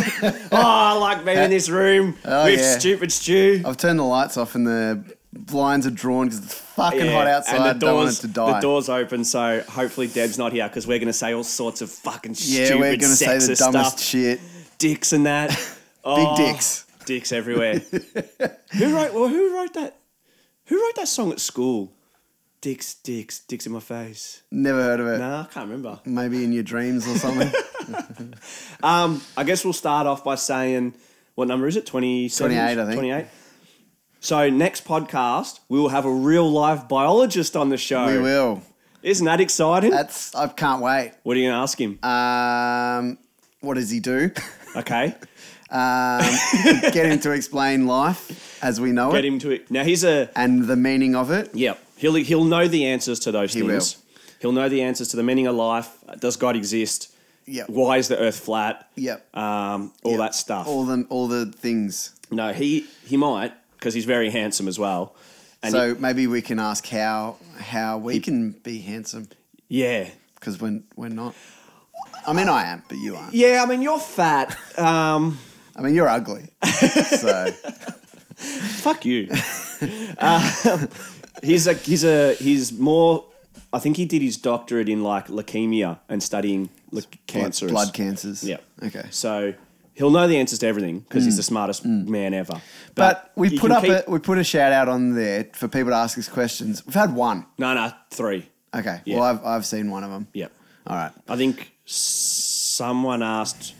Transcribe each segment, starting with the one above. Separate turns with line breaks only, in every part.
oh, I like being in this room
Oh,
with
yeah.
stupid stew.
I've turned the lights off and the blinds are drawn because it's fucking hot outside.
And the
Don't want it
doors,
to die.
The doors open, so hopefully Deb's not here because we're going to say all sorts of fucking
yeah,
stupid,
we're gonna say
sexist
the dumbest
stuff,
shit.
dicks and that. Oh,
dicks.
dicks everywhere. who wrote? Well, who wrote that? Who wrote that song at school? Dicks, dicks, dicks in my face.
Never heard of it.
Nah, I can't remember.
Maybe in your dreams or something.
I guess we'll start off by saying what number is it? 27?
28, I think.
28. So next podcast, we will have a real life biologist on the show.
we will.
Isn't that exciting?
That's I can't wait.
what are you going to ask
Uh,
him?
Um, what does he do?
okay.
Um, get him to explain life as we know
Get
it
him to it. Now he's a
and the meaning of it.
Yep. He'll he'll know the answers to those
He
things.
will.
He'll know the answers to the meaning of life. Does God exist?
Yep.
Why is the Earth flat?
Yep.
Um, all
Yep.
that stuff.
All the all the things.
no, he he might because he's very handsome as well. And
so maybe we can ask how how we can be handsome
he- yeah,
because when we're not. I mean, I am, but you aren't.
yeah. I mean, you're fat. Um,
I mean, you're ugly. so
fuck you. Um, he's a he's a he's more. I think he did his doctorate in like leukemia and studying le-
blood,
cancers.
blood cancers.
Yeah.
Okay.
So he'll know the answers to everything because he's the smartest man ever.
Mm. But we
you
put
can
up
keep-
a we put a shout out on there for people to ask us questions. We've had one.
no, no, three.
Okay.
Yeah.
Well, I've I've seen one of them.
Yep.
All right.
I think s- someone asked,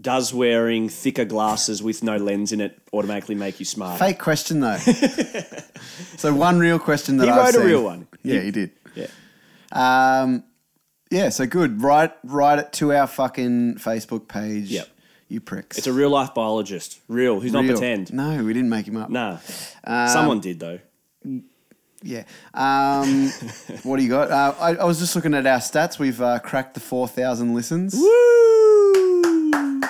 "Does wearing thicker glasses with no lens in it automatically make you smart?"
Fake question though. so one real question that
He
I've
wrote a
seen-
real one.
Yeah, he did.
Yeah.
Um, yeah, so good. Write write it to our fucking Facebook page.
Yep.
You pricks.
It's a real life biologist, real. Who's not
Real. Mm. Um,
pretend.
No, we didn't make him up.
Nah. someone did though.
Yeah. Um, what do you got? Uh, I, I was just looking at our stats. We've uh, cracked the four thousand listens.
Woo!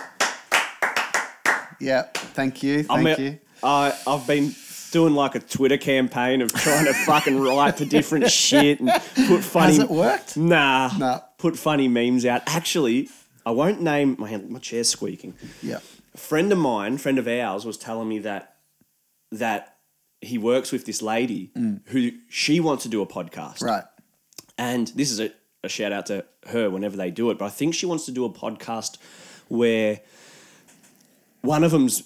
Yeah. Thank you.
I'm
Thank
a-
you.
I, I've been doing like a Twitter campaign of trying to fucking write to different shit and put funny.
Has it worked?
Nah.
No.
Put funny memes out. Actually, I won't name my my chair's squeaking.
Yeah.
A friend of mine, friend of ours, was telling me that that he works with this lady
Mm.
who she wants to do a podcast.
Right.
And this is a, a shout out to her whenever they do it, but I think she wants to do a podcast where one of them's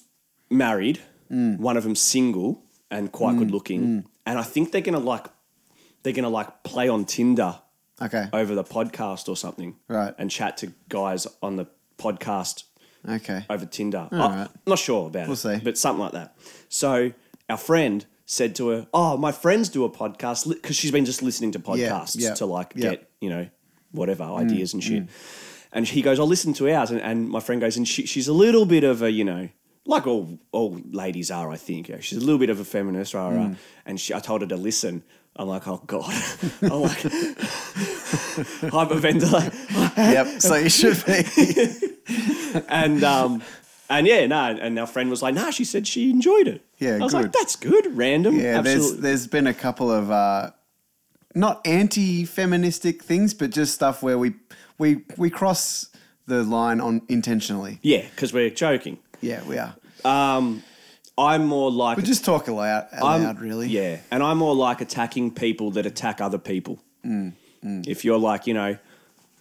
married, one of them's single and quite good looking. And I think they're gonna like they're gonna like play on Tinder
Okay.
over the podcast or something.
Right.
And chat to guys on the podcast
Okay.
over Tinder. I,
right.
am not sure about
We'll
it.
see.
But something like that. So our friend said to her, Oh, my friends do a podcast because she's been just listening to podcasts
yeah, Mm,
to like
yeah.
get, you know, whatever ideas and shit. And he goes, I'll listen to ours. And, and my friend goes, and she, she's a little bit of a, you know, like all, all ladies are, I think. yeah. She's a little bit of a feminist, rah,
Mm.
rah. And she, I told her to listen. I'm like, oh God. I'm like, hyperventilate.
yep. So you should be.
and um, and yeah, no, and our friend was like, nah, she said she enjoyed it.
Yeah,
I was like,
good.
that's good, random,
Yeah. There's
absolutely.
there's been a couple of uh, not anti-feministic things, but just stuff where we we we cross the line on intentionally.
Yeah, because we're joking. Um,
Yeah, we are.
I'm more like
We just talk aloud, out
I'm-
loud, really.
Yeah, and I'm more like attacking people that attack other people.
Mm,
If you're like, you know,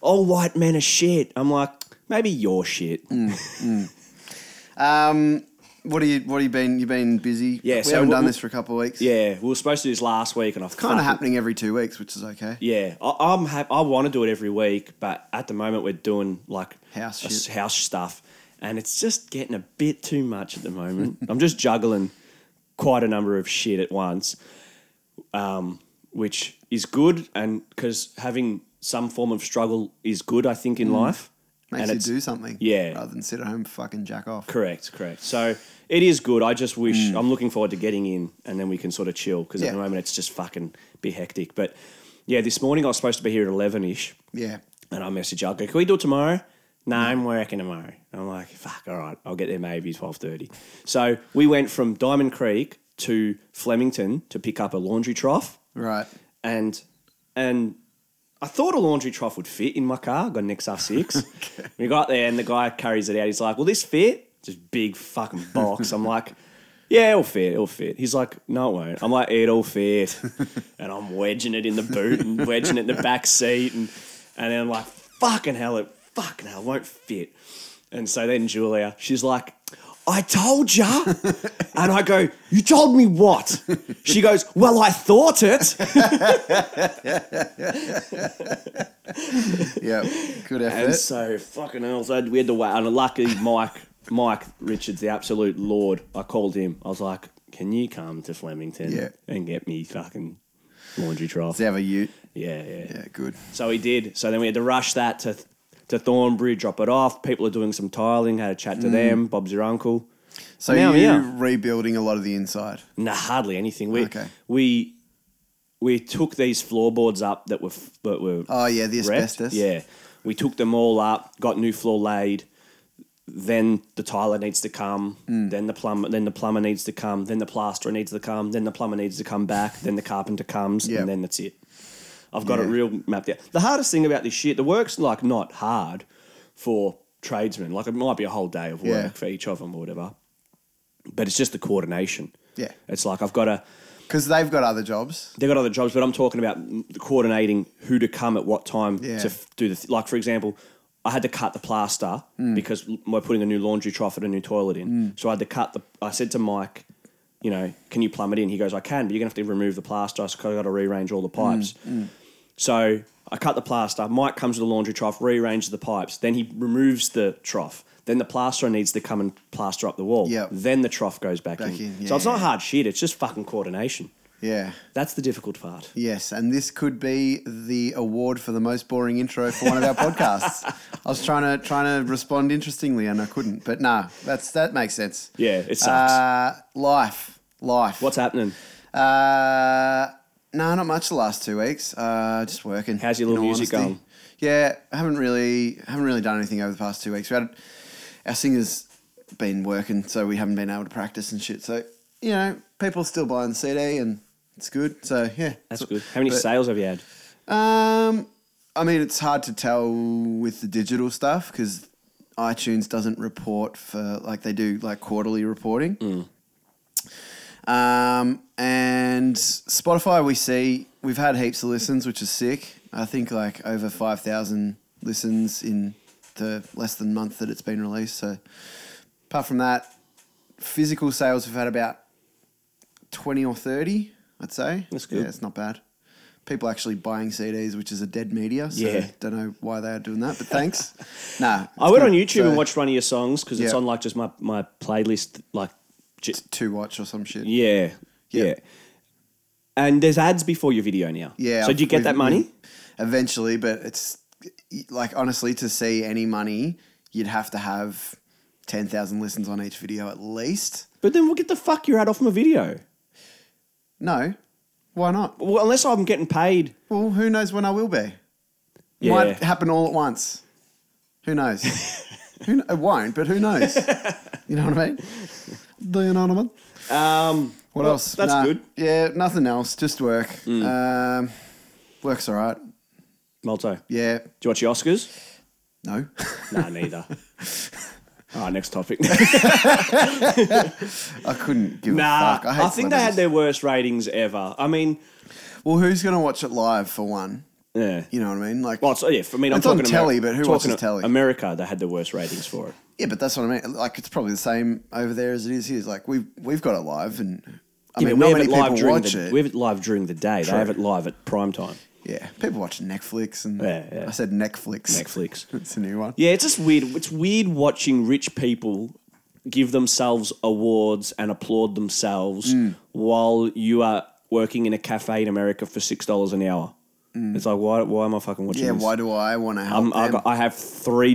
all white men are shit, I'm like, maybe you're shit.
Mm. Um, what are you? What have you been? You've been busy.
Yeah,
we
so
haven't
we-
done
we-
this for a couple of weeks.
Yeah, we were supposed to do this last week, and I
kind of happening every two weeks, which is okay.
Yeah, I, I'm hap- I want to do it every week, but at the moment we're doing like
House
a s-
shit.
house stuff, and it's just getting a bit too much at the moment. I'm just juggling quite a number of shit at once, um, which is good, and because having some form of struggle is good, I think, in life.
Mm. Makes
and
you
it's
do something.
yeah.
Rather than sit at home fucking jack off.
correct, correct. So it is good. I just wish I'm looking forward to getting in, and then we can sort of chill because
Mm. Yeah.
at the moment it's just fucking be hectic. But yeah, this morning I was supposed to be here at eleven ish.
Yeah.
And I message her, I go, can we do it tomorrow? No, I'm working tomorrow. I'm like, fuck, all right, I'll get there maybe 12.30. So we went from Diamond Creek to Flemington to pick up a laundry trough.
Right.
And and I thought a laundry trough would fit in my car. I got an XR6. We got there and the guy carries it out. He's like, will this fit? just big fucking box. I'm like, yeah, it'll fit, it'll fit. He's like, no, it won't. I'm like, it'll fit, and I'm wedging it in the boot and wedging it in the back seat, and and then I'm like, fucking hell, it fucking hell won't fit. And so then Julia, she's like, I told ya. And I go, You told me what? She goes, Well, I thought it.
Yeah, good effort.
And so fucking hell, so we had to wait. And luckily, Mike, Mike Richards, the absolute lord, I called him. I was like, "Can you come to Flemington
Yeah.
and get me fucking laundry trough?"
Let's have a ute.
Yeah, yeah,
Yeah, good.
So he did. So then we had to rush that to to Thornbury, drop it off. People are doing some tiling. Had a chat to them. Bob's your uncle.
So
Now,
you're
yeah.
rebuilding a lot of the inside.
Nah, hardly anything. We
Okay.
we we took these floorboards up that were f- that were
Oh yeah, the
wrecked.
asbestos.
Yeah. We took them all up, got new floor laid. Then the tiler needs to come.
Mm.
Then the plumber. Then the plumber needs to come. Then the plasterer needs to come. Then the plumber needs to come back. Then the carpenter comes,
Yep.
and then that's it. I've got it
Yeah.
real mapped out. The hardest thing about this shit, the work's like not hard for tradesmen. Like it might be a whole day of work
Yeah.
for each of them or whatever. But it's just the coordination.
Yeah.
It's like I've got to
Because they've got other jobs.
they've got other jobs, but I'm talking about coordinating who to come at what time
Yeah.
to f- do the th- like. For example, I had to cut the plaster
Mm.
because we're putting a new laundry trough and a new toilet in. So I had to cut the. I said to Mike, you know, can you plumb it in? He goes, I can, but you're gonna have to remove the plaster. So I got to rearrange
Mm,
all the pipes. So I cut the plaster. Mike comes with the laundry trough, rearranges the pipes. Then he removes the trough. Then the plasterer needs to come and plaster up the wall.
Yep.
Then the trough goes back,
Back
in.
in,
So it's
yeah.
not hard shit. It's just fucking coordination.
Yeah.
That's the difficult part.
Yes, and this could be the award for the most boring intro for one of our podcasts. I was trying to trying to respond interestingly and I couldn't. But nah, that's that makes sense.
Yeah, it sucks.
Uh, life, life.
What's happening?
Uh, no, not much the last two weeks. Uh, just working.
How's your
in
little
all
music
honesty.
going?
Yeah, I haven't really haven't really done anything over the past two weeks. We had our singers been working, so we haven't been able to practice and shit. So you know, people still buying the CD, and it's good. So yeah,
That's
So-
good. How many
but-
sales have you had?
Um, I mean, it's hard to tell with the digital stuff because iTunes doesn't report for like they do like quarterly reporting.
Mm.
Um, and Spotify, we see we've had heaps of listens, which is sick. I think like over five thousand listens in the less than month that it's been released. So, apart from that, physical sales we've had about twenty or thirty, I'd say.
That's good.
Yeah, it's not bad. People actually buying CDs, which is a dead media. So
Yeah.
Don't know why they are doing that, but thanks. nah.
I
it's
went on
good.
YouTube
So,
and watched one of your songs because it's
Yeah.
on like just my, my playlist. Like, j-
to watch or some shit.
yeah, yeah,
Yeah.
And there's ads before your video now.
Yeah.
So do you get
we've-
that money?
we've- Eventually, but it's like honestly, to see any money, you'd have to have ten thousand listens on each video at least.
But then we'll get the fuck your ad off my video.
No, why not?
Well, unless I'm getting paid.
Well, who knows when I will be?
Yeah.
Might happen all at once. Who knows? who kn- it won't, but who knows? you know what I mean? Do you know what I mean?
Um,
What
well,
else?
That's
Nah.
good. Mm.
Yeah, nothing else. Just work. Um, work's all right.
Malto, do
Yeah.
you watch the Oscars?
No.
nah, neither. All right, next topic.
I couldn't give a
nah,
fuck. I, hate
I, think they had
celebrities.
their worst ratings ever. I mean,
Well, who's going to watch it live for one?
yeah.
You know what I mean? Like,
Well, it's, Oh, yeah, for me, I'm
It's on
talking
telly,
Ameri-
but who
talking
watches telly?
America, they had the worst ratings for it.
yeah, but that's what I mean. Like, it's probably the same over there as it is here. Like, we've we've got it live, and I
Yeah,
mean, not
but we have
many
it live
people
during
watch
the,
it.
We have it live during the day. They have it live at prime time.
Yeah, people watch Netflix, and
Yeah, yeah.
I said Netflix.
Netflix.
it's a new one.
Yeah, it's just weird. It's weird watching rich people give themselves awards and applaud themselves
Hmm.
while you are working in a cafe in America for six dollars an hour. It's like why? Why am I fucking watching?
Hmm. Yeah,
this?
why do I want to help
Um, I,
them?
got, I have three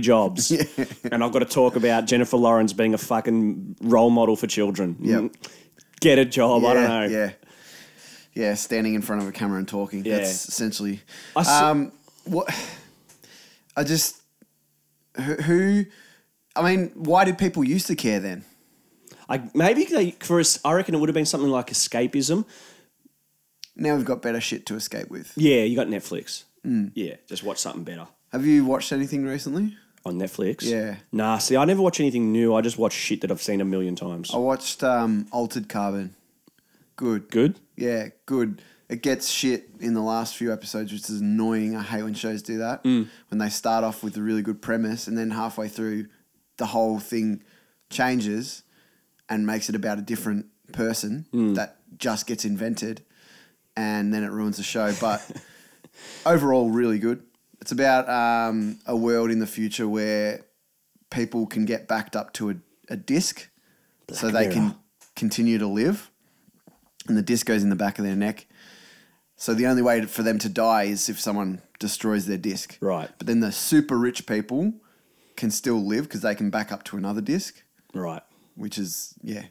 jobs, and I've got to talk about Jennifer Lawrence being a fucking role model for children. Mm,
Yep.
Get a job. I don't
Yeah,
know.
Yeah, yeah, standing in front of a camera and talking.
Yeah.
That's essentially.
I s-
um, what? I just who, who? I mean, why did people used to care then?
I maybe they, for us, I reckon it would have been something like escapism.
Now we've got better shit to escape with. Mm.
Yeah, you got Netflix. Yeah, just watch something better.
Have you watched anything recently?
on Netflix.
Yeah.
Nah, see, I never watch anything new. I just watch shit that I've seen a million times.
I watched um, Altered Carbon. Good.
Good.
Yeah, good. It gets shit in the last few episodes, which is annoying. I hate when shows do that. When they start off with a really good premise and then halfway through, the whole thing changes and makes it about a different person that just gets invented and then it ruins the show. But overall, really good. It's about um, a world in the future where people can get backed up to a, a disc so they can
Mirror.
continue to live and the disc goes in the back of their neck. So the only way for them to die is if someone destroys their disc.
Right.
But then the super rich people can still live because they can back up to another disc,
Right.
which is yeah.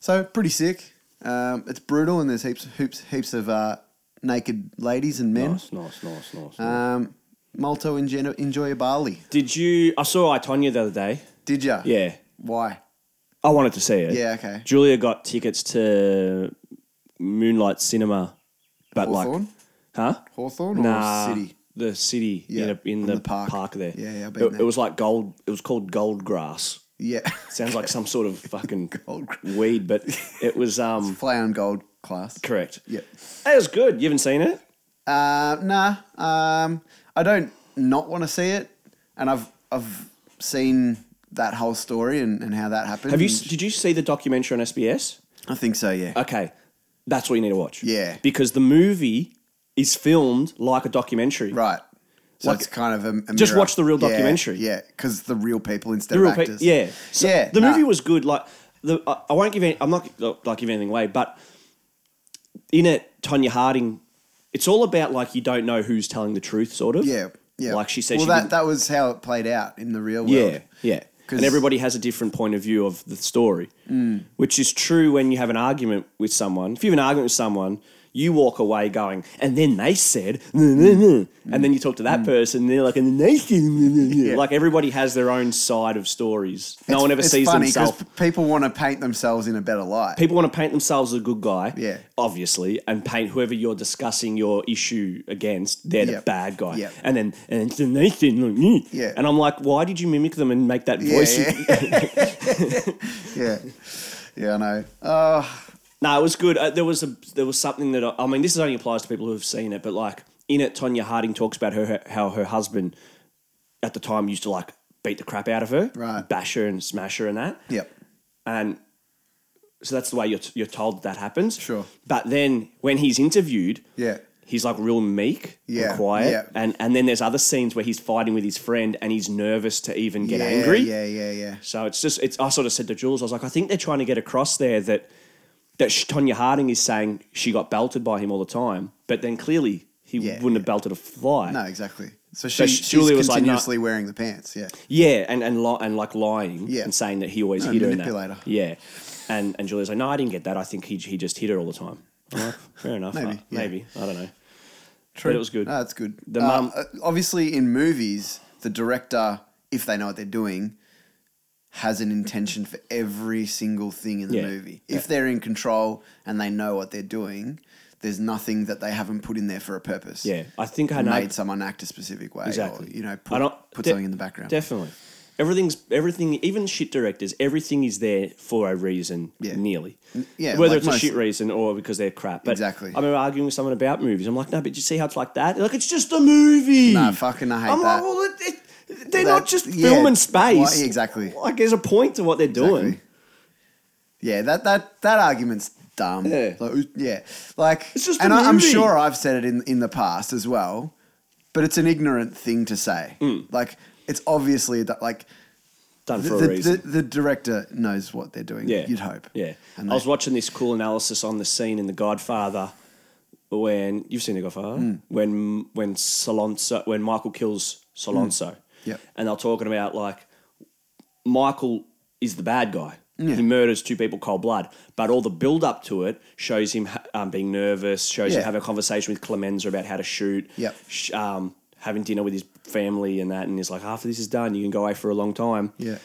So pretty sick. Um, it's brutal and there's heaps, heaps, heaps of uh, naked ladies and men.
Nice, nice, nice, nice. nice.
Um, Malto and Gen- enjoy Bali.
Did you? I saw I Tonya the other day.
Did ya?
Yeah.
Why?
I wanted to see it.
Uh. Yeah. Okay.
Julia got tickets to Moonlight Cinema, but
Hawthorne?
like, huh?
Hawthorne or
Nah,
City?
The city
Yeah,
in, a, in
on
the,
the park.
park. there.
Yeah, yeah, I've been
it,
there.
it was like gold. It was called gold grass.
Yeah.
Sounds like some sort of fucking
Gold gra-
weed, but it was um
Play on gold class.
correct.
Yep.
It was good. You haven't seen it?
Uh, nah. Um, I don't not want to see it, and I've I've seen that whole story and, and how that happened.
Have you?
and-
s- Uh, Did you see the documentary on SBS?
I think so. Yeah.
Okay, that's what you need to watch.
Yeah.
because the movie is filmed like a documentary.
right. So
Like-
it's kind of a, a
Just
mirror.
watch the real
Yeah,
documentary.
Yeah, because the real people instead
the real
of
pe-
actors.
yeah, So
Yeah,
The
nah.
movie was good. Like the, I, I won't give any. I'm not like give anything away, but in it, Tonya Harding. It's all about like you don't know who's telling the truth, sort of.
yeah, yeah.
Like she said,
Well,
she
that
didn't-
that was how it played out in the real world.
Yeah, yeah.
'Cause-
And everybody has a different point of view of the story, which is true when you have an argument with someone. If you have an argument with someone, you walk away going, and then they said, "Nah, nah, nah."
Mm.
and then you talk to that person, and they're like, and then they said, "Nah, nah, nah." like everybody has their own side of stories. No
It's-
one ever
it's
sees
funny
themselves.
p- people want to paint themselves in a better light.
People want to paint themselves as a good guy,
Yeah.
obviously, and paint whoever you're discussing your issue against, they're the
Yep.
bad guy.
Yep.
And then, and then they said, "Nah, nah."
Yeah.
and I'm like, why did you mimic them and make that
Yeah,
voice?
yeah. yeah, yeah. I know. Oh,
No, it was good. Uh, there was a there was something that I, I mean, this only applies to people who have seen it, but like in it, Tonya Harding talks about her, her how her husband at the time used to like beat the crap out of her,
Right.
bash her and smash her and that,
Yep.
and so that's the way you're you're told that happens.
Sure.
But then when he's interviewed,
Yeah.
he's like real meek,
Yeah,
and quiet,
yeah.
and and then there's other scenes where he's fighting with his friend and he's nervous to even get
yeah,
angry.
Yeah, yeah, yeah.
So it's just it's. I sort of said to Jules, I was like, I think they're trying to get across there that that Sh- Tonya Harding is saying she got belted by him all the time, but then clearly he
Yeah,
wouldn't have belted a fly.
No, exactly. So she,
sh-
she's
Julia was like, "No."
continuously wearing the pants. Yeah,
Yeah, and and li- and like lying
Yeah.
and saying that he always
No,
hit her. and
manipulator.
That. Yeah, and and Julia's like, no, I didn't get that. I think he he just hit her all the time. I'm like, Fair enough.
Maybe,
Uh,
yeah.
maybe I don't know. True. But it was good.
No, that's good.
The
Uh,
mum-
uh, obviously, in movies, the director, if they know what they're doing, has an intention for every single thing in the
Yeah.
movie. If they're in control and they know what they're doing, there's nothing that they haven't put in there for a purpose.
yeah, I think I know.
made someone act a specific way. Or,
Exactly.
you know,
I
put,
don't-
put
de-
something in the background.
Definitely. Everything's everything, even shit directors, everything is there for a reason,
Yeah.
nearly.
yeah,
Whether
like
it's a
most-
shit reason or because they're crap. But
Exactly.
I remember arguing with someone about movies. I'm like, no, but you see how it's like that? They're like, it's just a movie.
Nah, fucking I hate
I'm
that.
like, well, it, it, they're
That-
not just
yeah.
filming space.
Why- exactly.
Like, there's a point to what they're doing.
Exactly. Yeah, that that that argument's dumb.
Yeah.
like, ooh, yeah. like
It's just
and
a
I, I'm
movie.
sure I've said it in in the past as well, but it's an ignorant thing to say. Like it's obviously that like
Mm. Done
the,
for
the,
a reason.
the, the director knows what they're doing.
Yeah.
you'd hope.
Yeah.
And
I was watching this cool analysis on the scene in The Godfather when you've seen The Godfather
Mm.
when when Solonzo when Michael kills Solonzo.
Mm. Yep.
And they're talking about like Michael is the bad guy.
Yeah.
He murders two people cold blood, but all the build up to it shows him ha- um, being nervous, shows
Yeah.
him having a conversation with Clemenza about how to shoot,
Yep.
sh- um, having dinner with his family and that, and he's like, after this is done, you can go away for a long time
Yeah,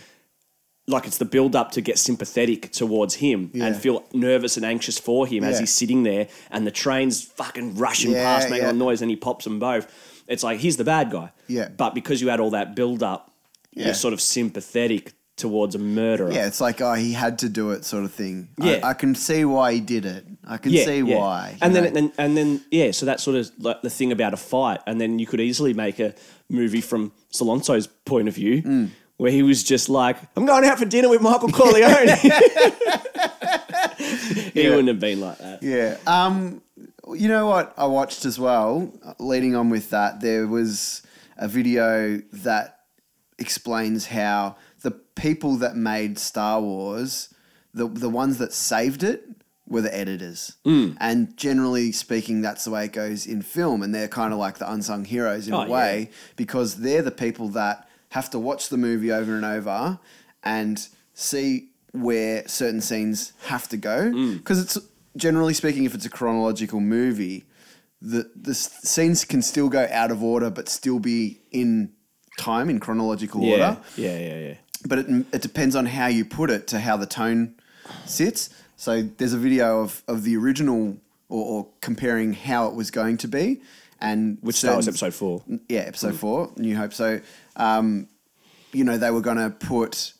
like it's the build up to get sympathetic towards him
Yeah.
and feel nervous and anxious for him as
Yeah.
he's sitting there and the train's fucking rushing
Yeah,
past making
yeah.
a noise and he pops them both. It's like he's the bad guy.
Yeah.
But because you had all that build up,
Yeah.
you're sort of sympathetic towards a murderer.
Yeah, it's like oh, he had to do it, sort of thing. I-
Yeah.
I, can see why he did it. I can see why.
And
you
then,
know?
and, and then, yeah. So that's sort of like the thing about a fight. And then you could easily make a movie from Solonzo's point of view,
Mm.
where he was just like, "I'm going out for dinner with Michael Corleone." he wouldn't have been like that.
Yeah. Um, you know what I watched as well, leading on with that, there was a video that explains how the people that made Star Wars, the, the ones that saved it, were the editors.
Mm.
And generally speaking, that's the way it goes in film. And they're kind of like the unsung heroes in
Oh,
a
yeah.
way because they're the people that have to watch the movie over and over and see where certain scenes have to go.
Mm.
Because it's generally speaking, if it's a chronological movie, the the s- scenes can still go out of order, but still be in time in chronological
Yeah,
order.
yeah, yeah, yeah.
But it, it depends on how you put it to how the tone sits. So there's a video of, of the original or, or comparing how it was going to be, and
Which that was
certain-
episode four.
yeah,
Mm.
episode four, New Hope. So, um, you know, they were going to put.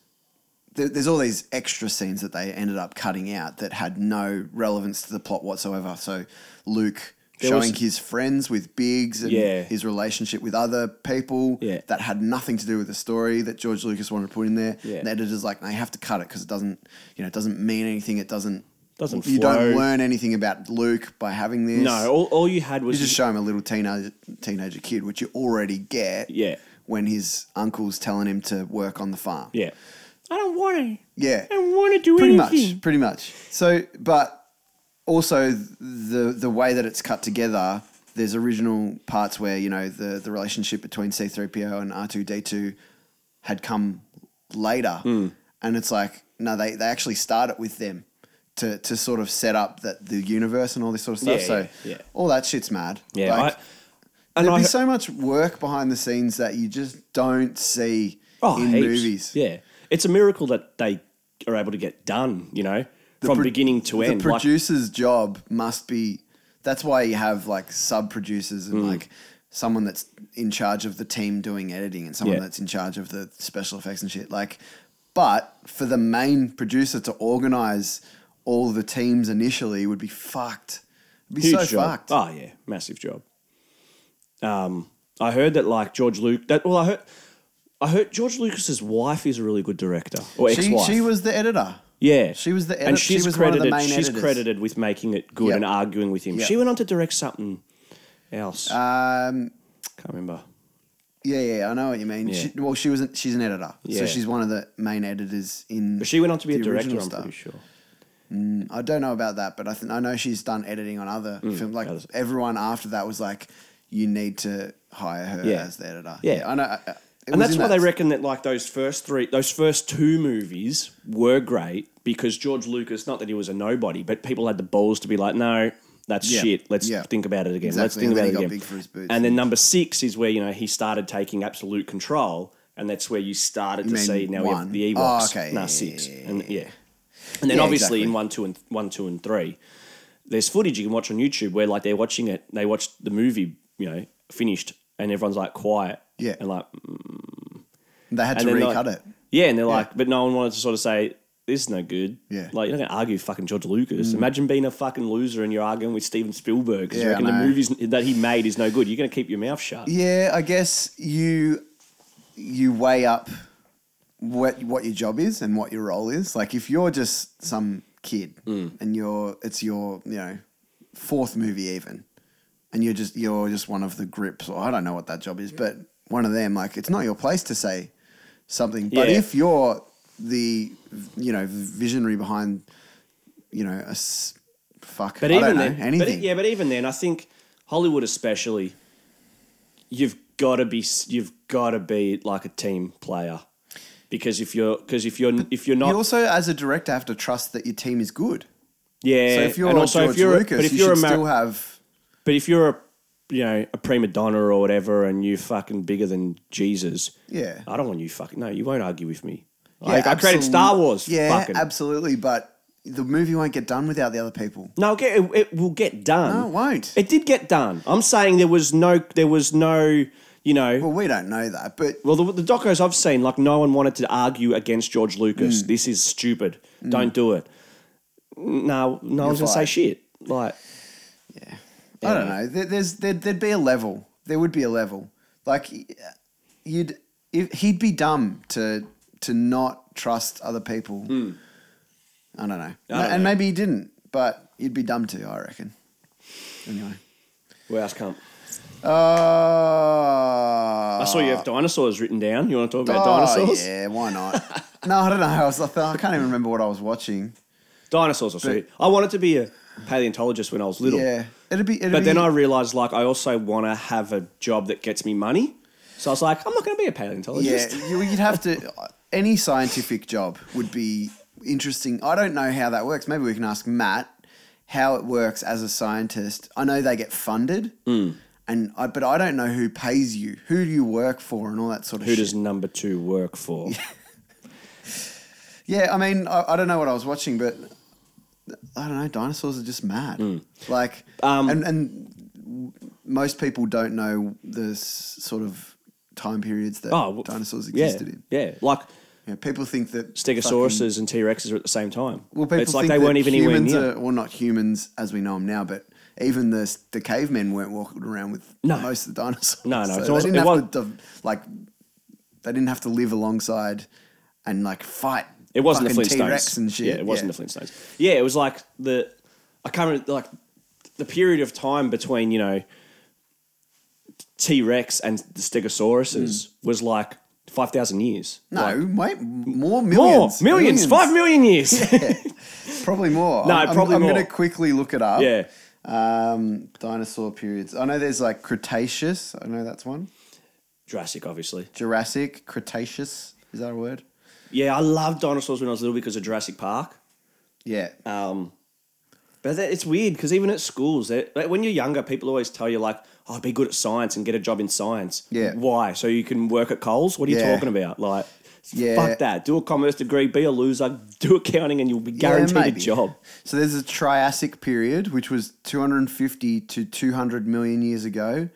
There, there's all these extra scenes that they ended up cutting out that had no relevance to the plot whatsoever. So, Luke
There was-
showing his friends with Biggs and
Yeah.
his relationship with other people
Yeah.
that had nothing to do with the story that George Lucas wanted to put in there.
Yeah.
And the editor's like, they have to cut it because it doesn't, you know, it doesn't mean anything. It doesn't.
Doesn't
you
flow.
don't learn anything about Luke by having this?
No, all, all you had was
You just show him a little teenage teenager kid, which you already get.
Yeah.
When his uncle's telling him to work on the farm.
yeah. I don't want to.
Yeah.
I don't want to do
Pretty
anything.
much. Pretty much. So, but also the the way that it's cut together. There's original parts where you know the the relationship between C3PO and R2D2 had come later,
Hmm.
and it's like no, they they actually start it with them. To, to sort of set up that the universe and all this sort of stuff.
Yeah,
so
yeah, yeah.
all that shit's mad.
Yeah,
Like,
I, and
There'd
I
be so much work behind the scenes that you just don't see in
oh, heaps.
movies.
Yeah, it's a miracle that they are able to get done. You know, from
pro-
beginning to
The
end. Like,
producer's job must be. That's why you have like sub producers
Hmm.
and like someone that's in charge of the team doing editing and someone
Yeah.
that's in charge of the special effects and shit. Like, but for the main producer to organize all the teams initially would be fucked. It'd be
huge
so
job.
fucked.
Oh yeah, massive job. Um, I heard that like George Luke. That well, I heard. I heard George Lucas's wife is a really good director or
she,
ex-wife.
she was the editor.
yeah,
she was the
and
edit- she
she's
was one of the
credited.
main
she's
editors.
credited with making it good
Yeah.
and arguing with him.
Yeah.
She went on to direct something else.
Um,
Can't remember.
Yeah, yeah, I know what you mean.
Yeah.
She, well, she was an, she's an editor,
Yeah.
so she's one of the main editors in.
But she went on to be a
the
director.
original
I'm
stuff.
pretty sure.
I don't know about that, but I think I know she's done editing on other films. Like
Mm, others.
everyone after that was like, you need to hire her
Yeah.
as the editor.
Yeah.
I know. I- I- it
and
was
that's
in
why
that-
they reckon that like those first three, those first two movies were great because George Lucas, not that he was a nobody, but people had the balls to be like, no, that's
Yeah.
shit. Let's
Yeah.
think about it again. Let's
Exactly.
think
And then
about
he
it
got
again.
big for his boots.
And then number six is where you know he started taking absolute control, and that's where you started to
mean
see now we
one?
have the
Oh,
Ewoks,
okay.
nah,
Yeah,
six,
yeah,
and yeah, and then
Yeah,
obviously
exactly.
in one, two, and one, two, and three, there's footage you can watch on YouTube where like they're watching it, they watched the movie, you know, finished, and everyone's like quiet,
Yeah.
and like
they had to
and then,
recut
like-
it.
Yeah, and they're like, but no one wanted to sort of say this is no good.
Yeah. Mm.
like you're not gonna argue fucking George Lucas. Imagine being a fucking loser and you're arguing with Steven Spielberg because
Yeah,
you reckon the
I know.
movies that he made is no good. You're gonna keep your mouth shut.
Yeah, I guess you you weigh up what what your job is and what your role is. Like if you're just some kid
Mm.
and you're it's your you know fourth movie even, and you're just you're just one of the grips or I don't know what that job is, but one of them. Like it's not your place to say something. But
Yeah.
if you're the you know visionary behind you know a s- fuck,
But
I
even
don't know
then,
anything.
But, yeah, but even then, I think Hollywood, especially, you've got to be you've got to be like a team player because if you're because if you're if you're not
You also, as a director, have to trust that your team is good.
yeah,
So if you're
and also
George
if you're
Lucas,
but if
you
you're
should
a Mar-
still have.
But if you're a you know a prima donna or whatever, and you're fucking bigger than Jesus,
Yeah.
I don't want you fucking. No, you won't argue with me.
Yeah,
Like, I created
absolute-
Star Wars.
Yeah,
fucking.
absolutely. But the movie won't get done without the other people.
no, okay, it, it will get done.
No, it won't.
It did get done. I'm saying there was no, there was no you know,
Well, we don't know that, but
well, the, the docos I've seen, like no one wanted to argue against George
Mm.
Lucas. This is stupid. Don't do it. No, no one's gonna say
fired.
shit. Like,
I don't know. There, there's there'd, there'd be a level. There would be a level. Like you'd if, he'd be dumb to to not trust other people. I don't know.
Hmm. don't
and
know.
maybe he didn't, but you'd be dumb to, I reckon. Anyway.
where else can't?
Uh,
I saw you have dinosaurs written down. You want to talk about
oh,
dinosaurs?
Yeah, why not? no, I don't know. I was like, I can't even remember what I was watching.
Dinosaurs are sweet. I wanted to be a paleontologist when I was little.
Yeah, it'd be. It'd
But
be,
then I realized, like, I also want to have a job that gets me money. So I was like, I'm not going to be a
Yeah,
paleontologist.
you, you'd have to. Any scientific job would be interesting. I don't know how that works. Maybe we can ask Matt how it works as a scientist. I know they get funded,
Hmm.
and I, but I don't know who pays you, who do you work for, and all that sort of.
Who
shit.
does number two work for?
Yeah, I mean, I, I don't know what I was watching, but I don't know. Dinosaurs are just mad. Like,
Hmm. Um,
and and most people don't know the s- sort of time periods that
Oh, well,
dinosaurs
yeah,
existed in.
yeah. Like
Yeah, people think that fucking-
stegosauruses and T Rexes are at the same time.
Well, people
it's like
think
they
that
weren't even anywhere
humans
near.
Are, well, not humans as we know them now, but even the the cavemen weren't walking around with
No.
most of the dinosaurs.
No,
So
no, it
they
was-
didn't
it
have
was-
to de- like they didn't have to live alongside and like fight.
It wasn't the
fucking
Flintstones.
T-Rex and shit.
Yeah, it wasn't the Flintstones. Yeah, it was like the I can't remember like the period of time between you know T Rex and the Stegosauruses was like five thousand years. Like,
Mm. No, wait, more
more
millions,
millions, five million years.
probably more.
No,
I'm, I'm-
probably
I'm,
more.
going to quickly look it up.
yeah,
Um, dinosaur periods. I know there's like Cretaceous. I know that's one.
Jurassic, obviously.
Jurassic, Cretaceous. Is that a word?
Yeah, I loved dinosaurs when I was little because of Jurassic Park.
Yeah.
Um, but that, it's weird because even at schools, they- like, when you're younger, people always tell you like, "Oh, be good at science and get a job in science."
Yeah.
Why? So you can work at Coles? What are you
Yeah.
talking about? Like,
Yeah.
fuck that. Do a commerce degree, be a loser, do accounting, and you'll be guaranteed
Yeah,
a
maybe.
job.
So there's a Triassic period, which was 250 to 200 million years ago.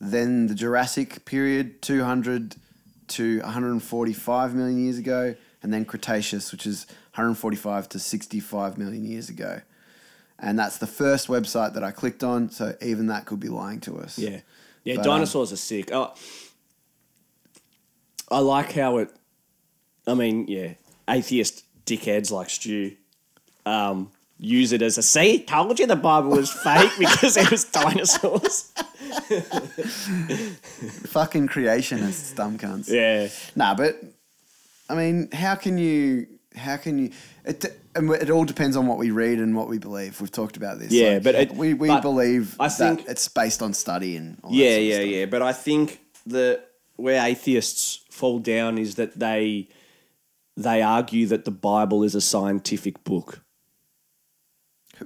Then the Jurassic period, 200 to 145 million years ago. And then Cretaceous, which is 145 to 65 million years ago. And that's the first website that I clicked on. So even that could be lying to us.
Yeah, yeah.
But, um,
dinosaurs are sick. Oh, I like how it. I mean, yeah, atheist dickheads like Stu um, use it as a see. Told you the Bible was fake because it was dinosaurs.
Fucking creationists, dumb cunts.
Yeah.
Nah, but I mean, how can you? How can you? It de- and it all depends on what we read and what we believe. We've talked about this.
Yeah, but it-
we we
but
believe
I think-
that it's based on study and all that
Yeah,
sort of
yeah,
stuff.
yeah. But I think the where atheists fall down is that they they argue that the Bible is a scientific book.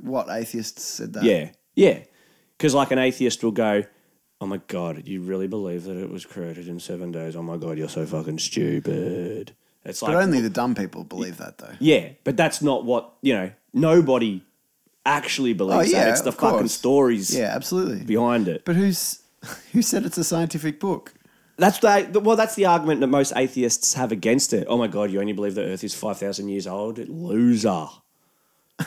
What atheists said that?
Yeah, yeah. Because like an atheist will go, "Oh my god, you really believe that it was created in seven days? Oh my god, you're so fucking stupid." It's like
but only the dumb people believe that though.
Yeah, but that's not what you know. Nobody actually believes
Oh, yeah,
that. It's the
of
fucking
course.
stories
Yeah, absolutely.
behind it.
but who's who said it's a scientific book?
That's the well. That's the argument that most atheists have against it. Oh my God, you only believe the Earth is five thousand years old, loser.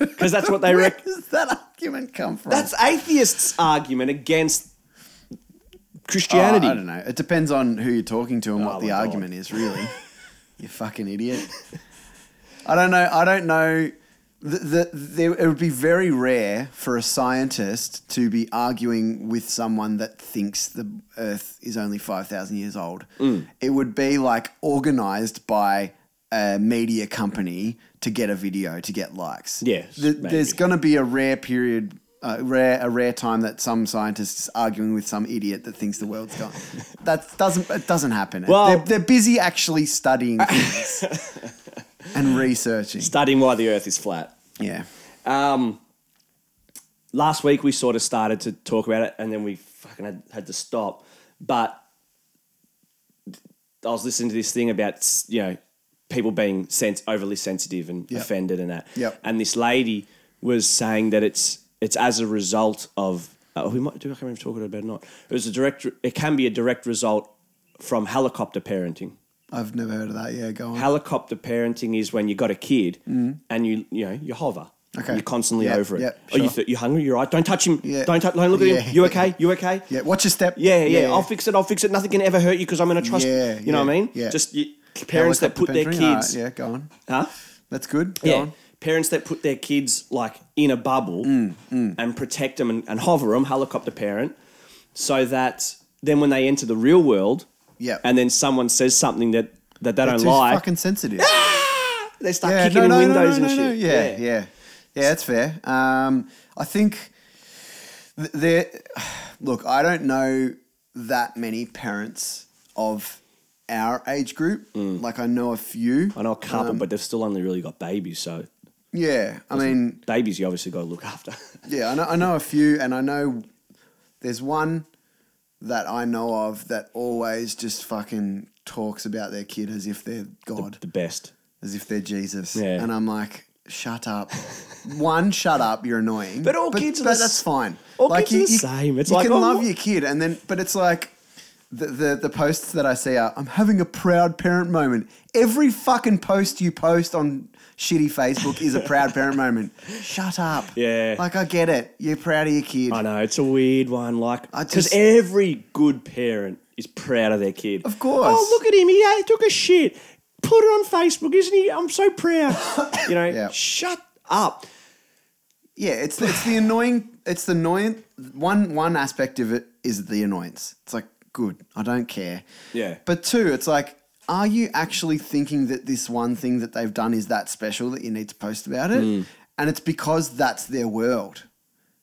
Because that's what they
Where
reckon.
does that argument come from?
That's atheists' argument against
Oh,
Christianity.
I don't know. It depends on who you're talking to and
Oh
what
my
the
God.
argument is, really. you fucking idiot. I don't know. I don't know. The, the, there, it would be very rare for a scientist to be arguing with someone that thinks the Earth is only 5,000 years old.
Mm.
It would be like organized by a media company to get a video, to get likes.
Yes,
The-
maybe.
there's going to be a rare period, uh, rare a rare time that some scientist is arguing with some idiot that thinks the world's gone. that doesn't it doesn't happen.
Well-
they're, they're busy actually studying things and researching.
Studying why the Earth is flat.
Yeah,
Um, last week we sort of started to talk about it, and then we fucking had, had to stop. But I was listening to this thing about you know people being sens- overly sensitive and
Yep.
offended and that.
Yep.
And this lady was saying that it's it's as a result of Uh, we might do. I can't remember if we talked about it or not. It was a direct. It can be a direct result from helicopter parenting.
I've never heard of that. Yeah, go on.
Helicopter parenting is when you got a kid and you you know you hover.
Mm. Okay.
You're constantly
Yeah,
over it.
yeah,
Oh, you
sure.
th- you hungry? You're right. Don't touch him.
Yeah.
Don't touch. Don't look
Yeah.
at him. You okay? You okay?
yeah, watch your step.
Yeah, yeah, I'll fix it. I'll fix it. Nothing can ever hurt you because I'm going to trust.
Yeah,
you know what I
yeah,
mean?
yeah.
Just you, parents that put
Helicopter
their
parenting. All right,
kids.
yeah, go on.
Huh?
That's good. Go
Yeah.
on. Mm,
Parents that put their kids like in a bubble and protect them and, and hover them, helicopter parent, so that then when they enter the real world,
Yeah.
and then someone says something that that they
They're
don't
too
like,
fucking sensitive.
they start kicking in windows and shit.
Yeah, yeah, yeah, That's fair. Um, I think th- there. Look, I don't know that many parents of our age group. Like I know a few.
Mm. I know a couple,
Um,
but they've still only really got babies, so
Yeah, I mean,
babies you obviously got to look after.
Yeah, I know, I know a few, and I know there's one that I know of that always just fucking talks about their kid as if they're God,
the best.
as if they're Jesus.
Yeah.
And I'm like, shut up. one, shut up. You're annoying.
But all kids are the
that-
s-
that's fine.
all kids are the same. It's
you
like,
can
oh,
love
what-
your kid, and then but it's like. The, the, the posts that I see are I'm having a proud parent moment. Every fucking post you post on shitty Facebook is a proud parent moment. Shut up.
Yeah.
Like I get it. You're proud of your kid.
I know it's a weird one, like
I
because
just-
every good parent is proud of their kid.
Of course.
Oh, look at him! He uh, took a shit. Put it on Facebook, isn't he? I'm so proud. you know,
Yeah.
shut up.
Yeah, it's the, it's the annoying. It's the annoying one. One aspect of it is the annoyance. It's like good. I don't care.
Yeah.
But two, it's like, are you actually thinking that this one thing that they've done is that special that you need to post about it?
Hmm.
And it's because that's their world.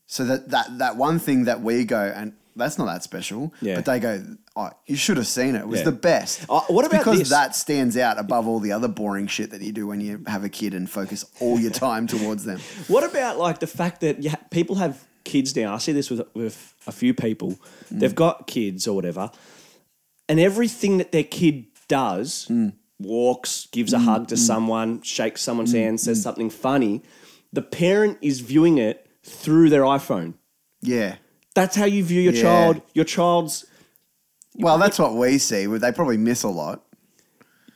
So that that that one thing that we go and that's not that special.
Yeah.
But they go, oh, you should have seen it. It was
Yeah.
the best.
Uh, what
It's
about
because
this?
that stands out above all the other boring shit that you do when you have a kid and focus all your time towards them.
What about like the fact that you ha- people have kids now? I see this with with a few people. They've got kids or whatever, and everything that their kid does, walks, gives a hug to someone, shakes someone's hand, says something funny, the parent is viewing it through their iPhone.
Yeah.
That's how you view your
Yeah.
child. Your child's
Well, that's what we see. but They probably miss a lot.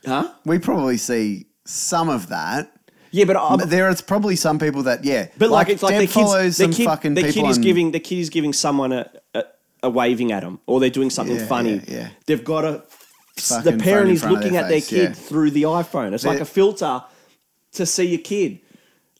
huh?
We probably see some of that.
Yeah, but i
But there is probably some people that yeah.
But like, it's like
Deb
the
follows
kids, the
some
kid,
fucking
the
people
kid is
on-
giving the kid is giving someone a, a, a waving at them, or they're doing something
Yeah,
funny.
yeah, yeah.
They've got a
Fucking
the
phone
parent
in
is
front of
looking
their
at their
face,
kid
yeah.
through the iPhone. It's like
They're-
a filter to see your kid.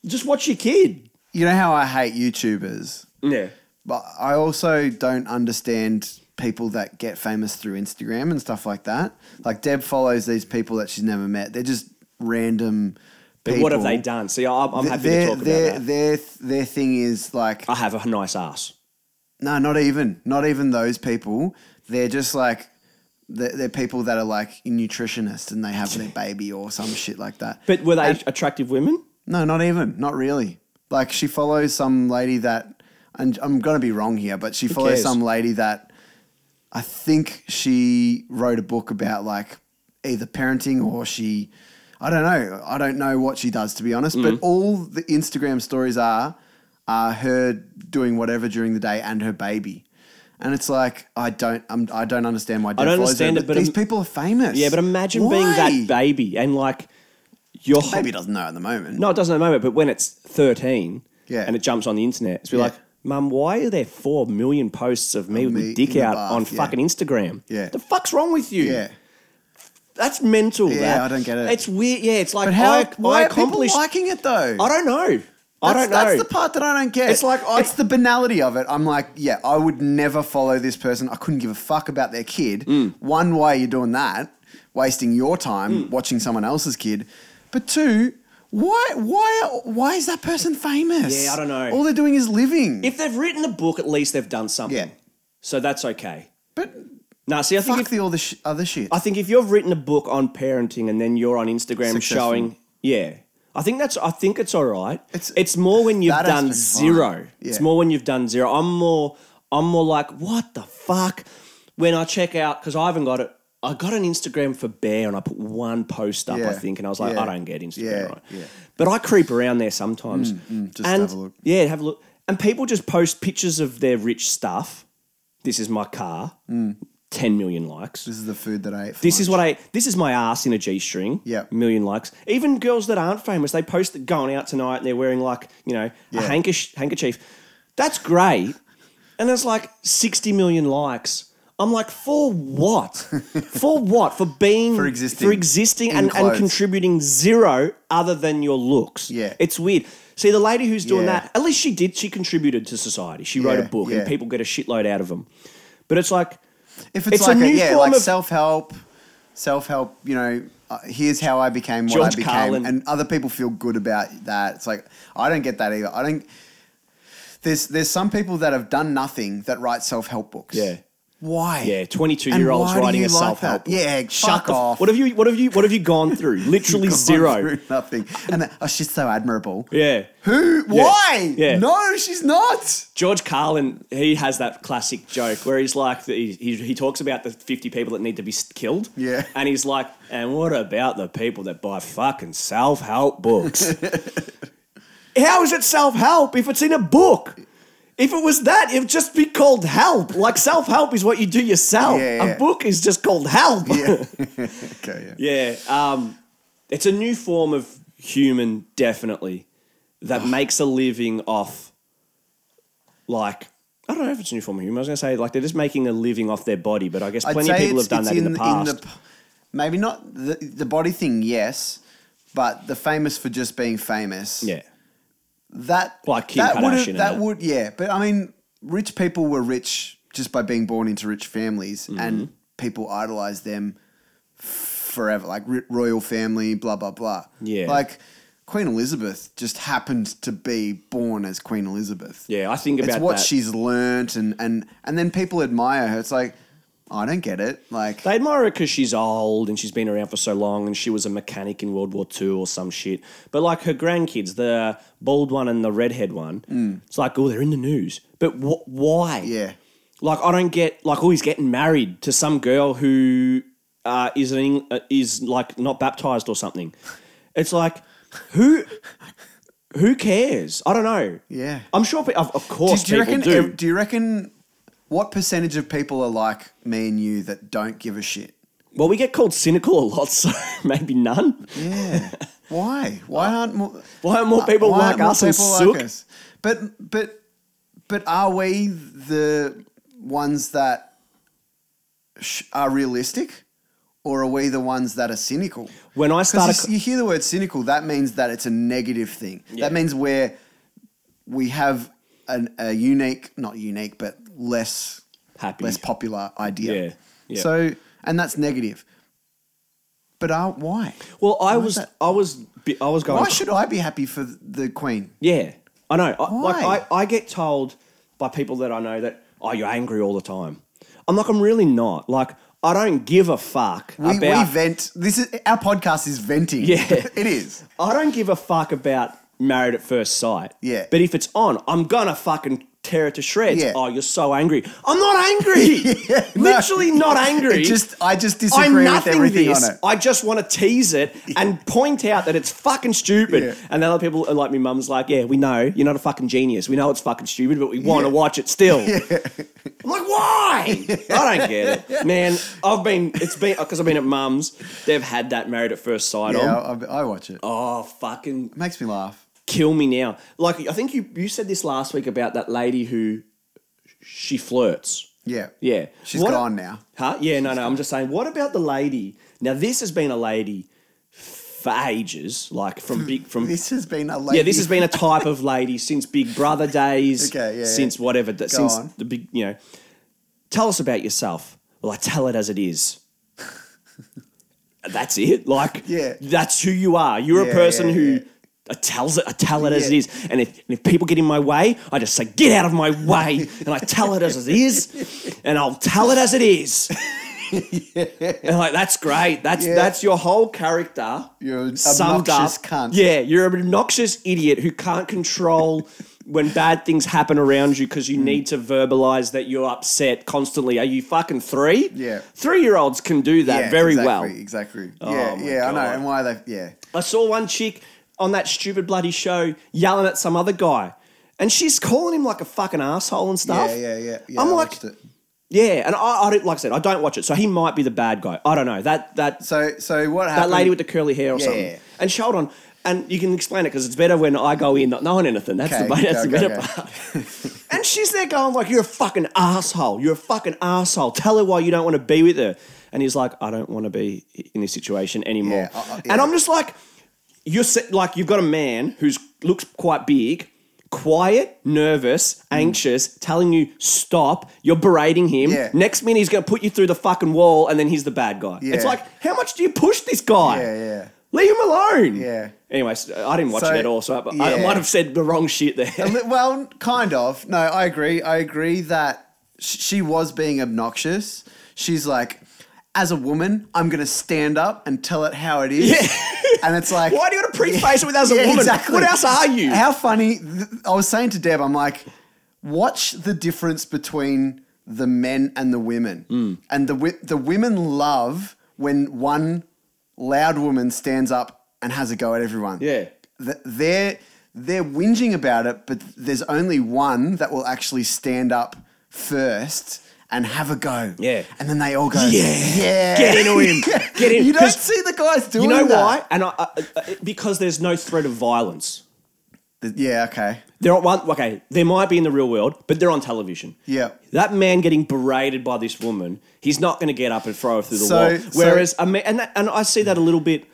Just watch your kid.
You know how I hate YouTubers,
Yeah,
but I also don't understand people that get famous through Instagram and stuff like that. Like Deb follows these people that she's never met. They're just random.
but
People.
what have they done? See, I'm, I'm happy to
Their
talk about
their
that.
their their thing is like
I have a nice ass.
No, not even. Not even those people. They're just like they're, they're people that are like nutritionists and they have their baby or some shit like that.
But were they attractive women?
no, not even. Not really. Like she follows some lady that, and I'm gonna be wrong here, but she follows
cares?
some lady that I think she wrote a book about like either parenting or she, I don't know. I don't know what she does to be honest.
Mm.
But all the Instagram stories are are her doing whatever during the day and her baby. And it's like I don't, I'm, I don't understand why. Deb
don't
follows
understand
her,
it, but
these
im-
people are famous.
Yeah, but imagine being
Why?
that baby and like your whole-
Baby doesn't know at the moment.
No, it doesn't at the moment, but when it's 13
Yeah.
and it jumps on the internet, it's be
Yeah.
like, Mum, why are there 4 million posts of me with
me
my dick
in the
out
bath,
on
yeah.
fucking Instagram?
Yeah.
The fuck's wrong with you?
Yeah.
That's mental.
Yeah,
that.
I don't get it.
It's weird. Yeah, it's like,
But how?
I,
why
I
are people
accomplished.
liking it though?
I don't know. I
That's-
don't know.
That's the part that I don't get.
It's like I-
it's the banality of it. I'm like, yeah, I would never follow this person. I couldn't give a fuck about their kid.
Mm.
One way you're doing that, wasting your time watching someone else's kid. But two, why, why, why is that person famous?
Yeah, I don't know.
All they're doing is living.
if they've written a book, at least they've done something.
Yeah.
So that's okay.
but
Now, see, I think
fuck
if
the all the sh- other shit.
I think if you've written a book on parenting and then you're on Instagram
Successful.
showing, yeah, I think that's I think it's all right.
It's-
It's it's more when you've
that
done
aspect's fine.
zero. It's
Yeah.
more when you've done zero. I'm more I'm more like what the fuck when I check out because I haven't got it. I got an Instagram for Bear and I put one post up, I
Yeah.
think, and I was like,
Yeah.
I don't get Instagram
Yeah.
right.
Yeah.
But I creep around there sometimes.
just
and
have a look.
Yeah, have a look. And people just post pictures of their rich stuff. This is my car.
Mm.
10 million likes.
This is the food that I ate. For
This is what I. This is my ass in a g string.
Yeah.
million likes. Even girls that aren't famous, they post that going out tonight and they're wearing like you know
Yeah.
a handkerchief. Handkerchief. That's great, and there's like sixty million likes. I'm like, for what? for what? For being for
existing.
for existing
In
and, and
clothes.
contributing zero other than your looks.
Yeah.
it's weird. See, the lady who's doing
Yeah.
that, at least she did. She contributed to society. She wrote
Yeah,
a book,
yeah.
and people get a shitload out of them. But it's like.
If it's,
It's a
like a,
new
yeah,
form
like
of-
self help, self help. You know, uh, here's how I became what I
George
became,
Carlin.
and other people feel good about that. It's like I don't get that either. I don't. There's there's some people that have done nothing that write self help books.
Yeah.
Why?
Yeah,
And
twenty-two-year-olds
why do
writing
you
a
like
self-help.
that? Yeah,
book.
fuck
the f-
off.
What have you? What have you? What have you gone through? Literally
Gone
zero.
through Nothing. And then, oh, she's so admirable.
Yeah.
Who? Why?
Yeah.
No, she's not.
George Carlin, he has that classic joke where he's like, he, he, he talks about the 50 people that need to be s- killed.
Yeah.
And he's like, and what about the people that buy fucking self help books? How is it self help if it's in a book? If it was that, it would just be called help. Like self help is what you do yourself.
Yeah, yeah.
A book is just called help.
Yeah. okay. Yeah.
Yeah, um, it's a new form of human, definitely,
Oh.
that makes a living off, like, I don't know if it's a new form of human. I was going to say, like, they're just making a living off their body, but I guess plenty of people
it's-
have done
it's
that in, the past.
p- maybe not the, the body thing, yes, but the famous for just being famous.
yeah.
That
Like Kim
that would've-
Kardashian and
That
that.
would yeah, but I mean, rich people were rich just by being born into rich families,
Mm-hmm.
and people idolized them forever, like ri- royal family, blah blah blah.
Yeah.
like Queen Elizabeth just happened to be born as Queen Elizabeth
Yeah, I think about
it's what
that.
she's learnt and and and then people admire her it's like "Oh, i don't get it like
they admire her because she's old and she's been around for so long and she was a mechanic in World War II or some shit. But like her grandkids, the bald one and the redhead one, it's like, oh, they're in the news. But wh- why?
Mm. yeah
Like I don't get like oh he's getting married to some girl who uh, is an Eng- uh, is like not baptized or something. It's like who who cares? I don't know.
Yeah.
I'm sure. Pe- of, of
do,
course,
do you
people
reckon
do.
ev- you reckon what percentage of people are like me and you that don't give a shit
well, we get called cynical a lot, so maybe none.
yeah why why aren't more
Why are more Uh, people
why
like
aren't more
us and
people like
sook?
us? but but but are we the ones that sh- are realistic or are we the ones that are cynical
When I started,
Because you, you hear the word cynical, that means that it's a negative thing.
Yeah.
That means where we have an, a unique, not unique, but less
happy,
less popular idea.
Yeah, yeah.
So, and that's negative. But uh, why?
well, I was,
that?
I was, bi- I was going.
Why should I be happy for the Queen?
Yeah, I know. I,
Why?
Like I, I get told by people that I know that oh, you're angry all the time. I'm like, I'm really not. Like I don't give a fuck
We, we
about.
vent. This is our podcast is venting.
Yeah.
it is.
I don't give a fuck about married at first sight.
Yeah.
But if it's on, I'm gonna fucking tear it to shreds.
Yeah.
Oh, you're so angry. I'm not angry. Literally not angry.
It just I just
I'm
disagree with
nothing
everything
this.
on it.
I just want to tease it and point out that it's fucking stupid.
Yeah.
And the other people are like, my mum's like, yeah, we know you're not a fucking genius. We know it's fucking stupid, but we want to watch it still. I'm like, why? I don't get it, man. I've been, it's been because I've been at mum's. They've had that married at first sight
Yeah,
on.
I, I I watch it.
Oh, fucking
It makes me laugh.
kill me now. Like I think you you said this last week about that lady who she flirts.
Yeah,
Yeah.
She's
What-
gone now.
Huh? Yeah, no, no. I'm just saying, what about the lady? Now, this has been a lady for ages, like from big, from.
This has been a lady.
yeah, this has been a type of lady since Big Brother days.
Okay, yeah,
Since whatever, that since
on.
the big, you know. Tell us about yourself. Well, I tell it as it is. that's it. Like,
Yeah.
that's who you are. You're
Yeah,
a person
yeah,
who.
yeah.
I tells it, I tell it as it
Yeah.
is, and if, and if people get in my way, I just say, "Get out of my way," and I tell it as it is, and I'll tell it as it is. And like that's great. That's
Yeah.
that's your whole character.
You're an
summed
obnoxious
up.
cunt.
Yeah, you're an obnoxious idiot who can't control when bad things happen around you because you
Mm.
need to verbalize that you're upset constantly. Are you fucking three?
Yeah.
Three year olds can do that
Yeah,
very
exactly,
well. Oh
Exactly. yeah,
my
yeah, I know.
God.
And why they? Yeah,
I saw one chick on that stupid bloody show yelling at some other guy. And she's calling him like a fucking asshole and stuff.
Yeah, yeah, yeah. yeah
I'm
I
like-
watched it.
Yeah, and I, I don't, like I said, I don't watch it, so he might be the bad guy. I don't know that that
So, so what
that
happened?
lady with the curly hair or
Yeah,
something.
yeah, yeah.
And she- hold on, and you can explain it because it's better when I go in not knowing anything. That's the
Okay, go,
that's the
go,
better
go.
part. and she's there going like, "You're a fucking asshole. You're a fucking asshole. Tell her why you don't want to be with her." And he's like, "I don't want to be in this situation anymore."
Yeah, I- I-
And
yeah.
I'm just like, "You're se- like you've got a man who's looks quite big." Quiet, nervous,
Mm.
anxious, telling you stop. You're berating him.
Yeah.
Next minute, he's going to put you through the fucking wall, and then he's the bad guy. It's
Yeah.
like, how much do you push this guy?
Yeah, yeah.
Leave him alone.
Yeah.
Anyway, so I didn't watch
So,
it at all, so I, I
yeah.
might have said the wrong shit
A
there.
li- well, kind of. No, I agree. I agree that sh- she was being obnoxious. She's like, as a woman, I'm going to stand up and tell it how it is.
Yeah.
And it's like,
Why do you got to preface it with as a
Yeah,
woman? What else are you?
How funny. th- I was saying to Deb, I'm like, watch the difference between the men and the women.
Hmm.
And the, wi- the women love when one loud woman stands up and has a go at everyone.
Yeah.
Th- They're, they're whinging about it, but there's only one that will actually stand up first. And have a go.
Yeah.
And then they all go,
Yeah.
yeah.
Get into him. Get in-
You don't
'cause
see the guys doing
you know
that.
why? And I, I, I, because there's no threat of violence.
The- yeah, okay.
They're on one. Okay, they might be in the real world, but they're on television.
Yeah.
That man getting berated by this woman, he's not going to get up and throw her through the
So-
wall.
so-
Whereas, a man, and that, and I see that a little bit.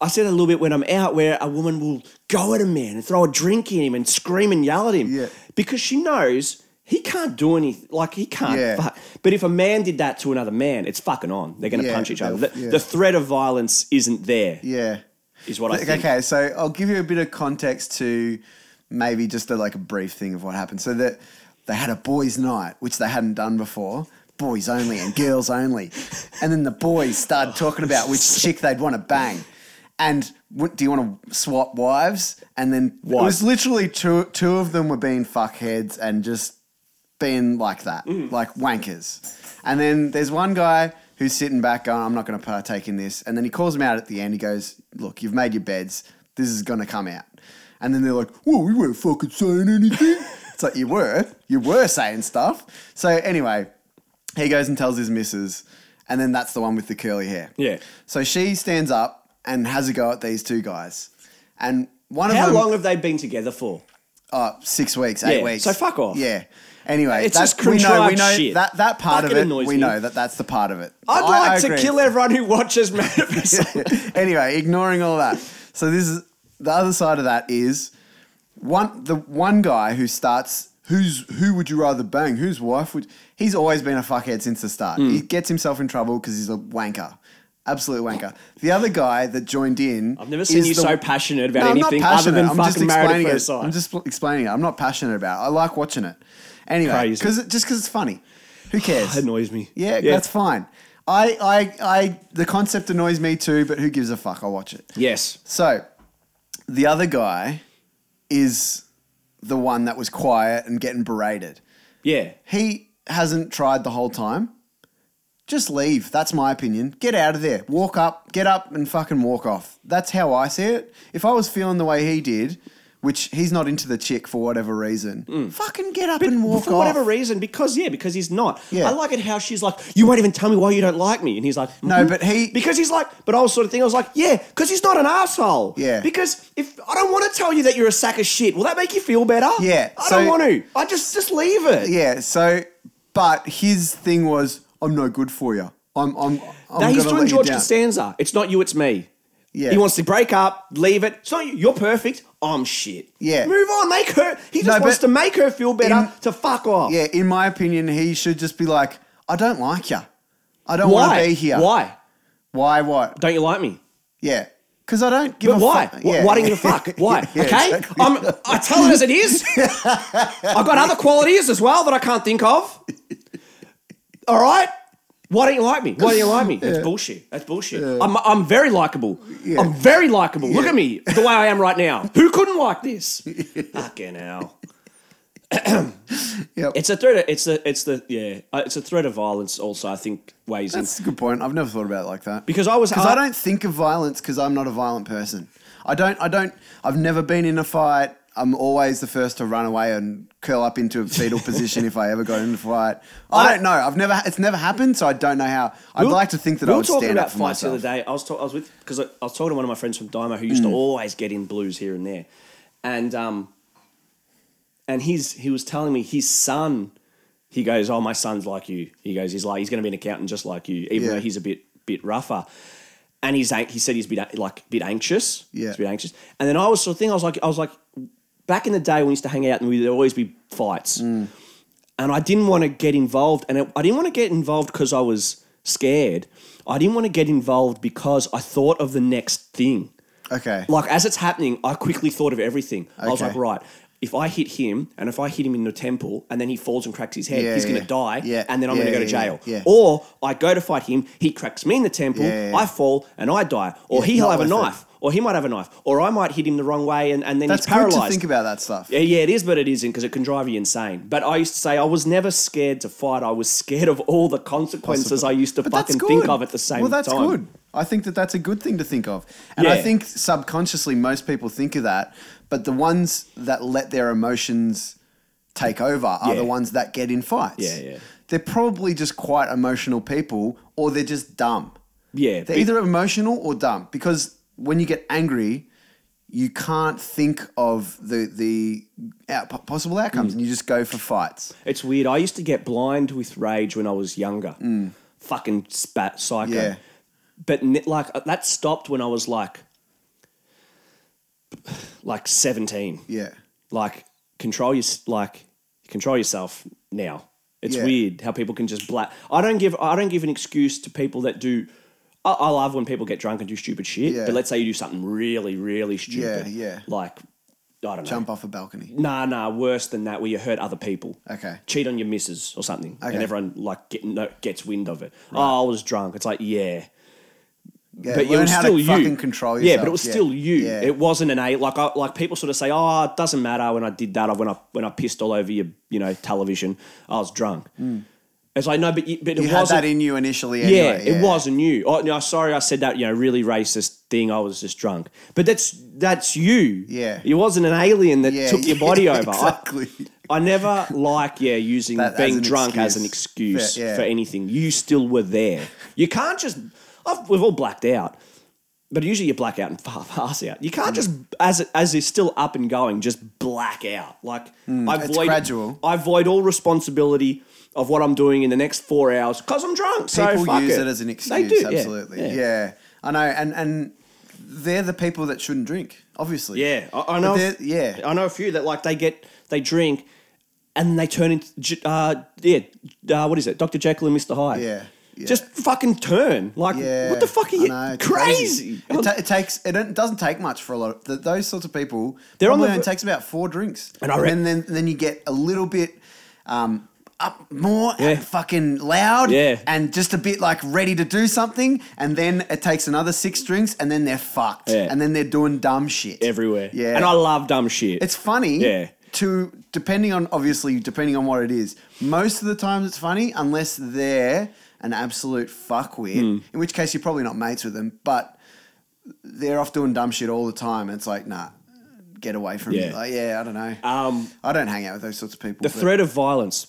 I see that a little bit when I'm out, where a woman will go at a man and throw a drink at him and scream and yell at him,
Yeah.
because she knows he can't do anything. Like he can't.
Yeah.
Fuck. But if a man did that to another man, it's fucking on. They're going to
Yeah,
punch each other.
they'll-
The,
yeah.
the threat of violence isn't there. Is
Yeah.
what I think.
Okay, so I'll give you a bit of context to maybe just a, like a brief thing of what happened. So that they had a boys' night, which they hadn't done before. Boys only and girls only, and then the boys started
Oh,
talking about which chick they'd want to bang, and what, do you want to swap wives? And then it was
Wives.
literally two two of them were being fuckheads and just being like that,
Mm.
like wankers. And then there's one guy who's sitting back going, I'm not going to partake in this. And then he calls him out at the end. He goes, Look, you've made your beds. This is going to come out. And then they're like, Well, we weren't fucking saying anything. it's like, You were. You were saying stuff. So anyway, he goes and tells his missus. And then that's the one with the curly hair.
Yeah.
So she stands up and has a go at these two guys. And one of
How
them.
long have they been together for?
Oh, six weeks, eight
Yeah,
weeks.
so fuck off.
Yeah. Anyway,
It's
that's
just
we know we
contrived
know
shit.
that that part
Fucking
of
annoys
it. We
me.
know that that's the part of it. I-
I'd like
I
to
agree.
kill everyone who watches Manifest.
anyway, ignoring all that. So this is the other side of that is one the one guy who starts who's who would you rather bang? Whose wife would he's always been a fuckhead since the start.
Hmm.
He gets himself in trouble because he's a wanker. Absolute wanker. The other guy that joined in
I've never seen
is
you
the-
so passionate about
No, I'm not
anything other
passionate.
than
I'm just
fucking married
explaining
at
it.
first sight.
I'm just pl- explaining it. I'm not passionate about. it. I like watching it. Anyway,
Crazy.
because just because it's funny. Who cares?
That annoys me.
Yeah, that's fine. I, I, I, the concept annoys me too, but who gives a fuck? I'll watch it.
Yes.
So, the other guy is the one that was quiet and getting berated.
Yeah.
He hasn't tried the whole time. Just leave. That's my opinion. Get out of there. Walk up, get up, and fucking walk off. That's how I see it. If I was feeling the way he did, which he's not into the chick for whatever reason, fucking get up and walk
Mm. For
off.
whatever reason, because yeah, because he's not.
Yeah.
I like it how she's like, you won't even tell me why you don't like me, and he's like,
No,
"Mhm."
but he-
because he's like, but I was sort of thing. I was like, yeah, because he's not an asshole.
Yeah.
Because if I don't want to tell you that you're a sack of shit, will that make you feel better?
Yeah,
I
so-
don't want to. I just just leave it.
Yeah. So, but his thing was, I'm no good for you. I'm, I'm, I'm
Now he's
gonna let
doing
you
George
down."
Costanza. It's not you, it's me.
Yeah.
He wants to break up, leave it. It's not you. You're perfect. I'm shit.
Yeah.
Move on. Make her. He just
No,
wants
but-
to make her feel better
In-
to fuck off.
Yeah. In my opinion, he should just be like, I don't like you. I don't want
Why?
to be here.
Why?
Why? What?
Don't you like me?
Yeah. Because I don't give
But
a
why?
fuck.
Wh- Why don't you fuck? Why?
Yeah,
okay,
exactly.
I'm, I tell it as it is. I've got other qualities as well that I can't think of. All right. Why don't you like me? Why don't you like me? That's bullshit. That's bullshit. I'm, I'm very likable. I'm very likable. Look at me, the way I am right now. Who couldn't like this? Fucking hell.
Yep.
It's a threat. Of, it's the. It's the. Yeah. uh, It's a threat of violence. Also, I think weighs
That's
in
a good point. I've never thought about it like that.
because I was.
because I don't think of violence because I'm not a violent person. I don't. I don't. I've never been in a fight. I'm always the first to run away and curl up into a fetal position if I ever got into a fight. I, don't know. I've never. It's never happened, so I don't know how. I'd like to think that I
we were
would
talking
stand
about
up for
fights
myself. Mm.
the other day. I was, ta- I was with because I, I was talking to one of my friends from Dymo who used to always get in blues here and there, and um, and his he was telling me his son. He goes, "Oh, my son's like you." He goes, "He's like he's going to be an accountant just like you, even
Yeah.
though he's a bit bit rougher." And he's an- he said he's a bit like a bit anxious.
Yeah.
he's a bit anxious. And then I was sort of thinking, I was like, I was like, back in the day when we used to hang out and we, there'd always be fights and I didn't want to get involved. And it, I didn't want to get involved because I was scared. I didn't want to get involved because I thought of the next thing.
Okay.
Like as it's happening, I quickly thought of everything. I was
Okay.
like, right. If I hit him and if I hit him in the temple and then he falls and cracks his head,
Yeah,
he's going to
yeah.
die
Yeah,
and then I'm
yeah,
going to go to
yeah,
jail.
yeah, yeah.
Or I go to fight him, he cracks me in the temple,
Yeah, yeah, yeah.
I fall and I die. Or
Yeah,
he'll
not
have a
worth it.
knife. Or he might have a knife. Or I might hit him the wrong way and, and then
That's
he's
good
paralyzed.
to think about that stuff.
Yeah, yeah, it is, but it isn't because it can drive you insane. But I used to say I was never scared to fight. I was scared of all the consequences I used to
But that's
fucking
good.
think of at the same time.
Well, that's good. I think that that's a good thing to think of, and I
Yeah.
think subconsciously most people think of that. But the ones that let their emotions take over are
Yeah.
the ones that get in fights.
Yeah, yeah.
They're probably just quite emotional people, or they're just dumb.
Yeah,
They're either emotional or dumb because when you get angry, you can't think of the the out, possible outcomes,
Mm.
and you just go for fights.
It's weird. I used to get blind with rage when I was younger. Fucking spat psycho.
Mm. Yeah.
But ni- like uh, that stopped when I was like, like seventeen.
Yeah,
Like control your s- like control yourself now. It's
Yeah.
weird how people can just blat. I don't give I don't give an excuse to people that do. I, I love when people get drunk and do stupid shit.
Yeah.
But let's say you do something really really stupid.
Yeah, yeah.
Like I don't know.
jump off a balcony.
Nah, nah. Worse than that, where you hurt other people
Okay.
cheat on your missus or something,
Okay.
and everyone like get, no, gets wind of it. Oh, I was drunk. It's like yeah,
Yeah,
but it
learn
was
how
still
to
you.
fucking control
Yeah,
yourself.
but it was still you.
Yeah.
It wasn't an a like I, like people sort of say, oh, it doesn't matter when I did that or when I when I pissed all over your you know television. I was drunk. It's like no, but you, but
Hmm. you
it
had
wasn't.
that in you initially.
yeah,
Anyway.
it wasn't you. Oh no, sorry, I said that. You know, really racist thing. I was just drunk. But that's that's you.
Yeah.
it wasn't an alien that
Yeah,
took your body
yeah,
over. I-
Exactly.
I never like yeah using
That as
being
an
drunk as an
excuse.
excuse
Yeah, yeah.
for anything. You still were there. You can't just. I've, we've all blacked out, but usually you black out and far pass out. You
Mm.
can't just as as is still up and going just black out. Like I
Mm, it's
avoid
gradual.
I avoid all responsibility of what I'm doing in the next four hours because I'm drunk. so
People
fuck
use it.
it.
as an
They
excuse.
do, yeah,
absolutely.
yeah.
Yeah. I know, and and they're the people that shouldn't drink. Obviously.
Yeah, I, I know.
But
a-
they're- yeah.
I know a few that like they get they drink, and they turn into j- uh, yeah, uh, what is it, Doctor Jekyll and Mister Hyde?
Yeah, yeah.
just fucking turn. Like,
Yeah.
what the fuck are
I
you
know, it's
crazy?
It, ta- it takes. It don't- doesn't take much for a lot of th- those sorts of people.
They're on
probably
the-
only takes about four drinks,
And I rec-
then, then then you get a little bit. Um, up more
Yeah.
and fucking loud
Yeah.
and just a bit like ready to do something and then it takes another six drinks and then they're fucked
Yeah.
and then they're doing dumb shit
Everywhere.
yeah
and I love dumb shit.
It's funny.
Yeah.
To depending on obviously depending on what it is. Most of the times it's funny unless they're an absolute fuckwit,
Hmm.
in which case you're probably not mates with them. But they're off doing dumb shit all the time, and it's like, nah, get away from me.
Yeah.
Like, yeah, I don't know.
um,
I don't hang out with those sorts of people.
the
but-
threat of violence.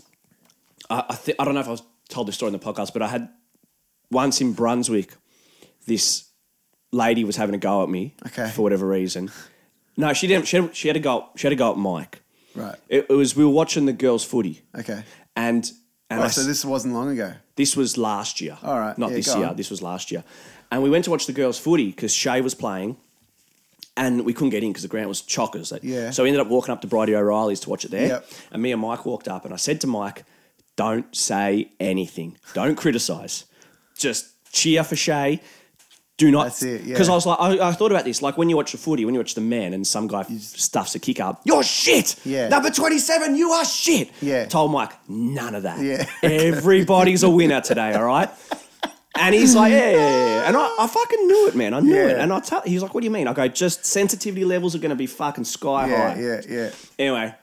I I, th- I don't know if I was told this story in the podcast, but I had once in Brunswick, this lady was having a go at me
Okay.
for whatever reason. No, she didn't. She had, she had a go. She had a go at Mike.
right.
It, it was we were watching the girls' footy,
Okay.
and and I
Right,
s-
Oh, so
this,
this wasn't long ago.
was last year.
All right,
not
yeah,
this
go
year.
on.
This was last year, and we went to watch the girls' footy because Shay was playing, and we couldn't get in because the ground was chockers. Like-
Yeah.
So we ended up walking up to Bridie O'Reilly's to watch it there,
Yep.
and me and Mike walked up, and I said to Mike, "Don't say anything. Don't criticize. Just cheer for Shay." Do not,
That's it, yeah.
because I was like, I, I thought about this. Like when you watch the footy, when you watch the man, and some guy stuffs a kick up, you're shit.
Yeah.
Number twenty-seven, you are shit.
Yeah.
Told Mike, none of that.
Yeah.
Everybody's a winner today, all right? And he's like, yeah, yeah, yeah. And I, I fucking knew it, man. I knew it.
Yeah.
And I tell he's like, what do you mean? I go, just sensitivity levels are gonna be fucking sky
Yeah,
high.
yeah, yeah.
Anyway,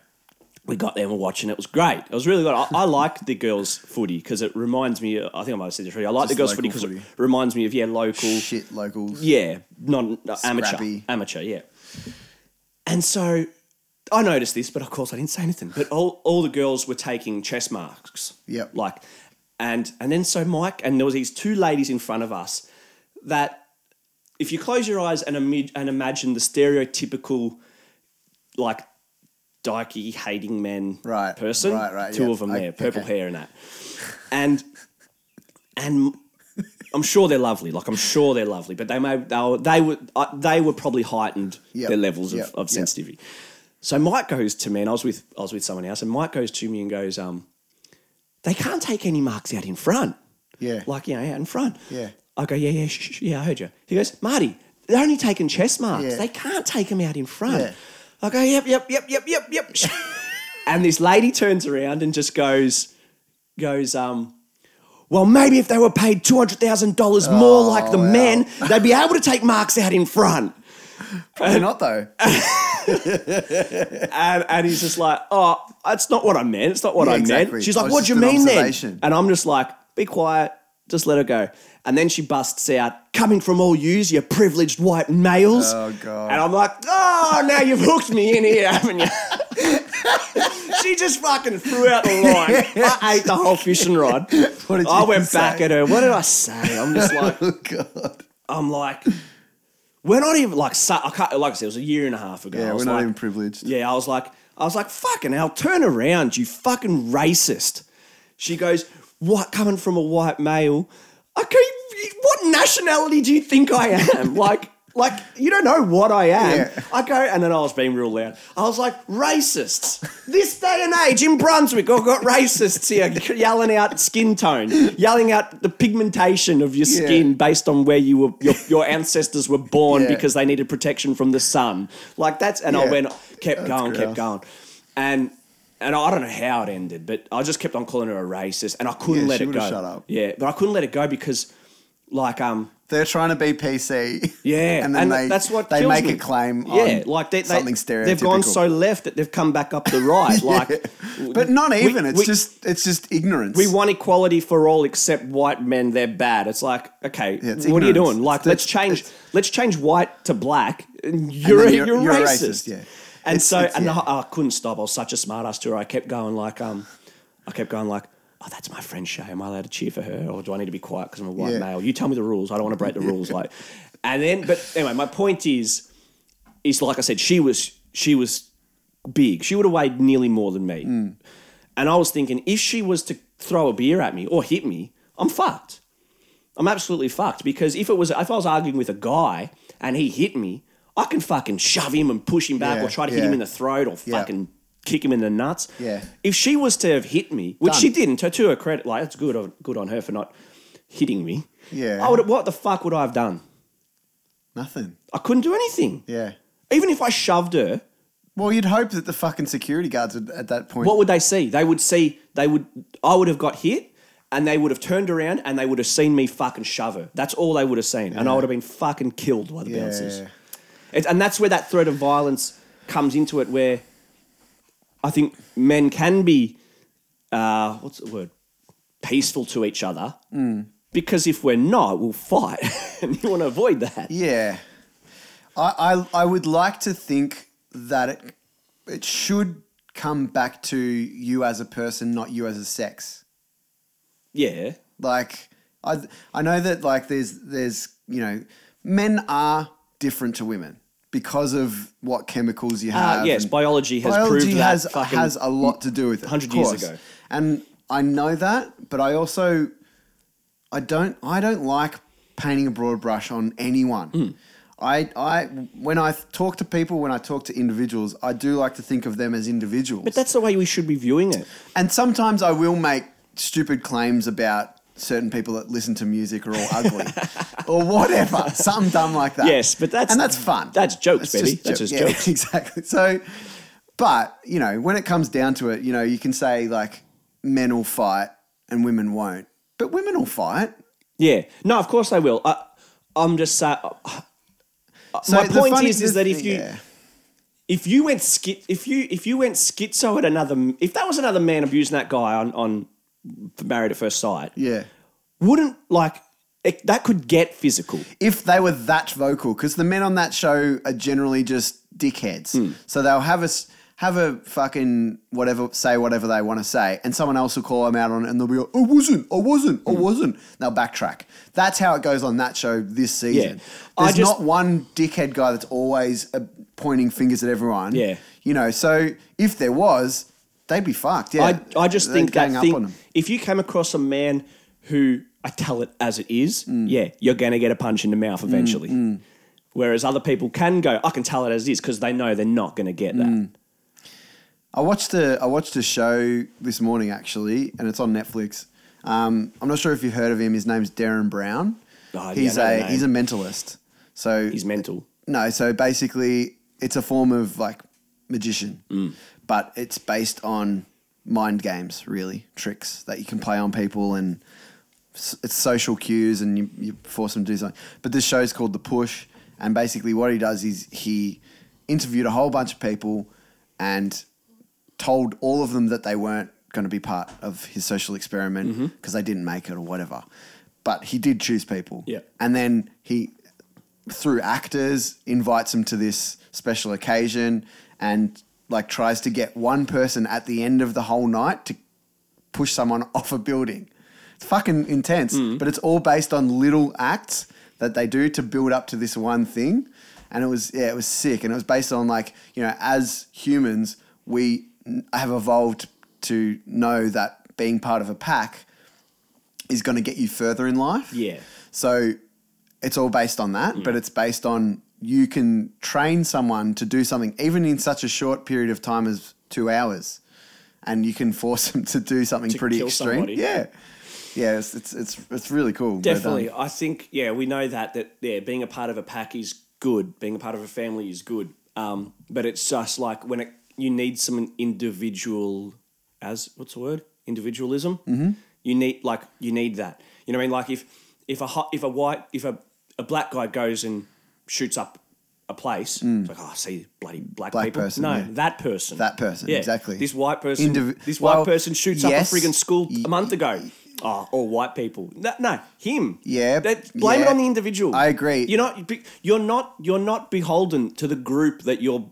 we got there and we're watching. It was great. It was really good. I, I like the girls' footy because it reminds me. I think I might have said this already. I like the
Just
girls' footy
local
because it
footy.
reminds me of yeah, local.
Shit, locals.
Yeah, non uh, amateur,
Scrappy.
amateur, yeah. And so I noticed this, but of course I didn't say anything. But all, all the girls were taking chest marks.
Yep.
Like, and and then so Mike and there was these two ladies in front of us that if you close your eyes and, imag- and imagine the stereotypical like dykey hating men
Right,
person
right, right,
two
yeah.
of them
I-
there purple
okay.
hair and that and and I'm sure they're lovely. Like I'm sure they're lovely, but they may they were they were, uh, they were probably heightened
Yep,
their levels of,
yep,
of
yep.
sensitivity. So Mike goes to me, and I was with I was with someone else, and Mike goes to me and goes, um, they can't take any marks out in front.
Yeah.
like you know, out in front.
Yeah.
I go, yeah, yeah, sh- sh- yeah. I heard you. He goes, Marty, they're only taking chest marks.
Yeah.
They can't take them out in front.
Yeah.
I go, yep, yep, yep, yep, yep, yep. and this lady turns around and just goes, goes, um. Well, maybe if they were paid two hundred thousand dollars more, like the
Oh, wow.
men, they'd be able to take marks out in front.
Probably not though.
And, and he's just like, oh, that's not what I meant. It's not what
Yeah,
I
exactly.
meant. She's
It
like,
was
what do you
just an
mean then?
observation.
And I'm just like, be quiet. Just let her go. And then she busts out, coming from all yous, you privileged white males.
Oh, God.
And I'm like, oh, now you've hooked me in here, haven't you? she just fucking threw out the line. I ate the whole fishing rod.
What did
I
you
went
say?
back at her. What did I say? I'm just like,
Oh god.
I'm like, we're not even like, su- I can't, like I said, it was a year and a half ago. I
Yeah,
was
we're not
like,
even privileged.
yeah, I was like, I was like, fucking hell, turn around, you fucking racist. She goes, what, coming from a white male? Okay, what nationality do you think I am? like, like you don't know what I am.
Yeah.
I go, and then I was being real loud. I was like, racists. This day and age in Brunswick, I've got racists here yelling out skin tone, yelling out the pigmentation of your
Yeah.
skin based on where you were, your, your ancestors were born
Yeah.
because they needed protection from the sun. Like that's, and I
Yeah.
went, kept going,
gross.
kept going, and and I don't know how it ended, but I just kept on calling her a racist, and I couldn't
Yeah,
let
she
it
would've
go.
shut up.
Yeah, but I couldn't let it go because, like, um,
They're trying to be PC.
yeah,
and then they,
that's what
they
kills
make
me.
a claim.
Yeah,
on
like they, they,
something stereotypical.
They've gone so left that they've come back up the right. Like,
but not
we-
even. it's
we-
just it's just ignorance.
we want equality for all except white men. They're bad. It's like okay,
it's
what are you
ignorance.
doing? Like
It's-
let's
it's-
change let's change white to black. And you're
then
you're,
you're- you're a
racist.
racist, yeah.
And
It's-
so
it's-
and
yeah.
I, I couldn't stop. I was such a smart ass to her. I kept going like um, I kept going like. Oh, that's my friend Shay. Am I allowed to cheer for her, or do I need to be quiet because I'm a white
Yeah.
male? You tell me the rules. I don't want to break the rules. Like, and then, but anyway, my point is, is like I said, she was she was big. She would have weighed nearly more than me.
Mm.
And I was thinking, if she was to throw a beer at me or hit me, I'm fucked. I'm absolutely fucked because if it was if I was arguing with a guy and he hit me, I can fucking shove him and push him back
Yeah,
or try to hit
yeah.
him in the throat or
Yeah.
fucking kick him in the nuts.
Yeah.
If she was to have hit me, which
Done.
she didn't, to, to her credit, like that's good on good on her for not hitting me.
Yeah.
I would what the fuck would I have done?
nothing.
I couldn't do anything.
Yeah.
Even if I shoved her,
Well, you'd hope that the fucking security guards would, at that point.
what would they see? They would see they would I would have got hit and they would have turned around and they would have seen me fucking shove her. That's all they would have seen. And I would have been fucking killed by the
yeah.
bouncers. It's, and that's where that threat of violence comes into it where I think men can be uh, what's the word? Peaceful to each other.
Mm.
Because if we're not, we'll fight. and you want to avoid that.
Yeah. I, I I would like to think that it it should come back to you as a person, not you as a sex.
Yeah.
Like I I know that like there's there's you know men are different to women because of what chemicals you have.
Uh, yes,
and-
biology has proved that
Um, has,
fucking-
has a lot to do with it.
100
of
years
course.
ago.
And I know that, but I also I don't I don't like painting a broad brush on anyone.
Hmm.
I, I when I talk to people, when I talk to individuals, I do like to think of them as individuals.
But that's the way we should be viewing it.
and sometimes I will make stupid claims about certain people that listen to music are all ugly or whatever, something dumb like that.
Yes, but that's-
and that's fun.
that's jokes,
It's
baby. That's just jokes.
exactly. So, but you know, when it comes down to it, you know, you can say like men will fight and women won't, but women will fight.
Yeah. No, of course they will. I, I'm just saying.
So
Uh, my
the
point
funny-
is, is
the-
that if you
yeah.
if you went skit if you if you went schizo at another if that was another man abusing that guy on on married at first sight,
yeah.
wouldn't like it, that could get physical.
if they were
Hmm.
that vocal, because the men on that show are generally just dickheads, so they'll have a s- have a fucking whatever, say whatever they want to say, and someone else will call them out on it, and they'll be like, "I wasn't, I wasn't,
Hmm.
I wasn't." They'll backtrack. That's how it goes on that show this season.
Yeah. I
There's
just-
not one dickhead guy that's always uh, pointing fingers at everyone.
Yeah.
you know. So if there was, they'd be fucked. Yeah,
I, I just
They'd
think
gang
that
up on
thing,
'em.
if you came across a man who, I tell it as it is,
Mm.
yeah, you're going to get a punch in the mouth eventually. Whereas other people can go, I can tell it as it is because they know they're not going to get that.
Mm. I watched a I watched a show this morning actually, and it's on Netflix. Um, I'm not sure if you heard of him. His name's Darren Brown.
Oh, yeah,
he's
I know the
a
name.
he's a mentalist. So
He's mental.
no, so basically, it's a form of like magician,
Mm.
but it's based on mind games, really tricks that you can play on people, and s- it's social cues, and you, you force them to do something. But this show's called The Push, and basically, what he does is he interviewed a whole bunch of people and told all of them that they weren't going to be part of his social experiment because they didn't make it or whatever. But he did choose people,
Yeah.
and then he through actors invites them to this special occasion and like tries to get one person at the end of the whole night to push someone off a building. It's fucking intense, but it's all based on little acts that they do to build up to this one thing. And it was yeah, it was sick and it was based on like, you know, as humans, we n- have evolved to know that being part of a pack is going to get you further in life.
Yeah.
So it's all based on that,
Mm.
but it's based on you can train someone to do something even in such a short period of time as two hours, and you can force them to do something pretty
kill
extreme.
somebody.
Yeah, yeah, it's it's it's, it's really cool. but, um,
Definitely. I think, yeah, we know that, that, yeah, being a part of a pack is good. Being a part of a family is good. Um, but it's just like when it, you need some individual, as what's the word? Individualism. Mm-hmm. You need, like, you need that. You know what I mean? Like if, if a, hot, if a white, if a, a black guy goes and shoots up a place, it's like, oh, see bloody black,
Mm. Black
people.
person,
no,
yeah.
that person.
That person,
Yeah.
exactly.
This white person,
Indiv-
this white
well,
person shoots
yes,
up a friggin' school
y-
a month ago. Oh, all white people. No, no him.
Yeah,
That, blame it
yeah.
on the individual.
I agree.
You're not. be- You're not. You're not beholden to the group that you're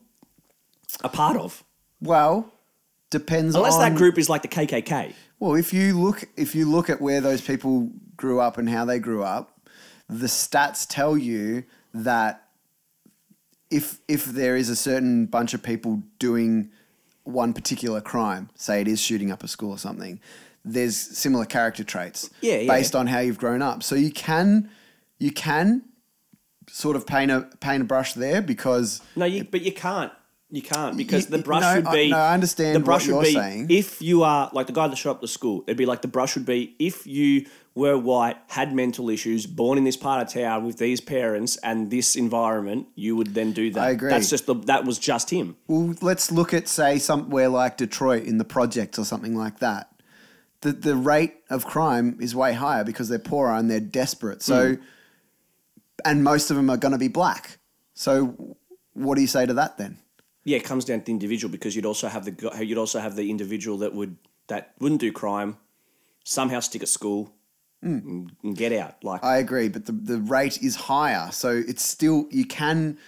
a part of,
well, depends
unless
on
that group is like the KKK.
Well, if you look if you look at where those people grew up and how they grew up, the stats tell you that if if there is a certain bunch of people doing one particular crime, say it is shooting up a school or something, there's similar character traits
Yeah, yeah.
based on how you've grown up. So you can you can sort of paint a paint a brush there because
No, you, but you can't. You can't because
You-
the brush
no,
would
I-
be.
no, I understand
The brush
what
would
you're
be
saying.
if you are like the guy that shot up the school. It'd be like the brush would be if you were white, had mental issues, born in this part of town with these parents and this environment, you would then do that.
I agree.
That's just the that was just him.
Well, let's look at say somewhere like Detroit in the project or something like that. The the rate of crime is way higher because they're poorer and they're desperate. So,
Hmm.
and most of them are going to be black. So, what do you say to that then?
Yeah, it comes down to the individual because you'd also have the gu- you'd also have the individual that would that wouldn't do crime, somehow stick at school, and, and get out. Like
Hmm. I agree, but the, the rate is higher. So it's still you can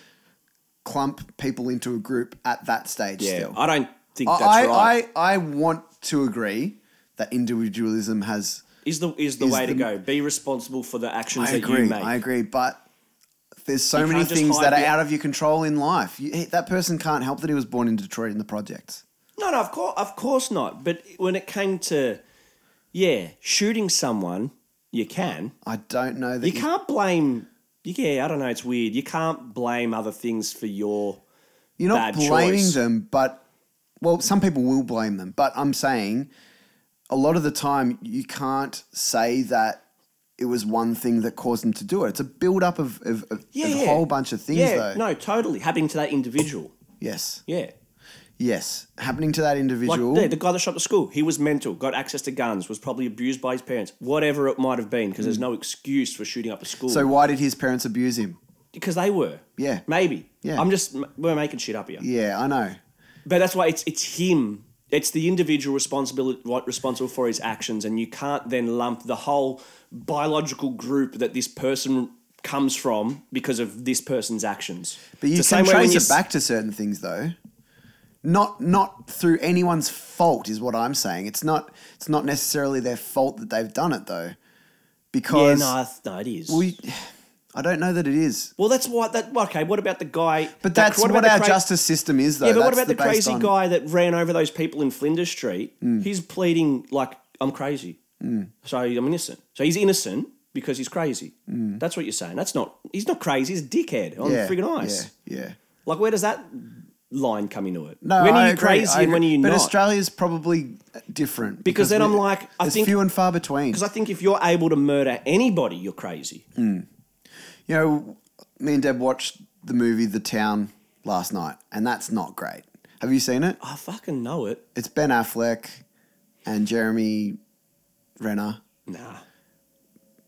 clump people into a group at that stage.
yeah,
still.
I don't think that's
I,
right.
I I want to agree that individualism has
is the is the
is
way to
the-
go? Be responsible for the actions
I
that
agree.
you make.
I agree, but there's so
You
many
can't just
things
hide
that are
the-
out of your control in life. You, that person can't help that he was born in Detroit in the projects.
No, no, of course, of course not. But when it came to, yeah, shooting someone, you can.
I don't know that.
You
you-
can't blame. Yeah, I don't know. It's weird. You can't blame other things for your.
You're not
bad
blaming
choice.
them, but well, some people will blame them. But I'm saying a lot of the time you can't say that it was one thing that caused them to do it. It's a build up of, of, of
Yeah,
a
yeah.
whole bunch of things,
yeah,
though.
no, totally happening to that individual.
Yes,
Yeah,
yes, happening to that
like
individual.
yeah, the guy that shot the school. He was mental, got access to guns, was probably abused by his parents, whatever it might have been. Because there's no excuse for shooting up a school.
Mm. so why did his parents abuse him?
because they were.
Yeah.
Maybe.
Yeah.
I'm just we're making shit up here.
Yeah, I know.
But that's why it's it's him. It's the individual responsibility what- responsible for his actions, and you can't then lump the whole biological group that this person comes from because of this person's actions.
But you
It's the
can
same way when
trace
you
it
s-
back to certain things, though. not not through anyone's fault is what I'm saying. It's not it's not necessarily their fault that they've done it though,
Yeah,
because
no, I th- no, it is.
we. I don't know that it is,
well, that's why that okay. What about the guy?
but
that-
that's what,
about the
our
cra-
justice system is, though.
Yeah, but what
That's
about the,
based
crazy
on-
guy that ran over those people in Flinders Street? He's pleading like I'm crazy, so I'm innocent. So he's innocent because he's crazy. That's what you're saying. That's not. He's not crazy. He's a dickhead on
Yeah,
friggin' ice.
Yeah, yeah.
Like, where does that line come into it?
No,
when are
I
you
agree,
crazy
I
and when are
agree.
you
but
not?
Australia's probably different
Because then
we-
I'm like, I
there's
think-
few and far between.
Because I think if you're able to murder anybody, you're crazy.
You know, me and Deb watched the movie The Town last night, and that's not great. Have you seen it?
I fucking know it.
It's Ben Affleck and Jeremy Renner
Nah.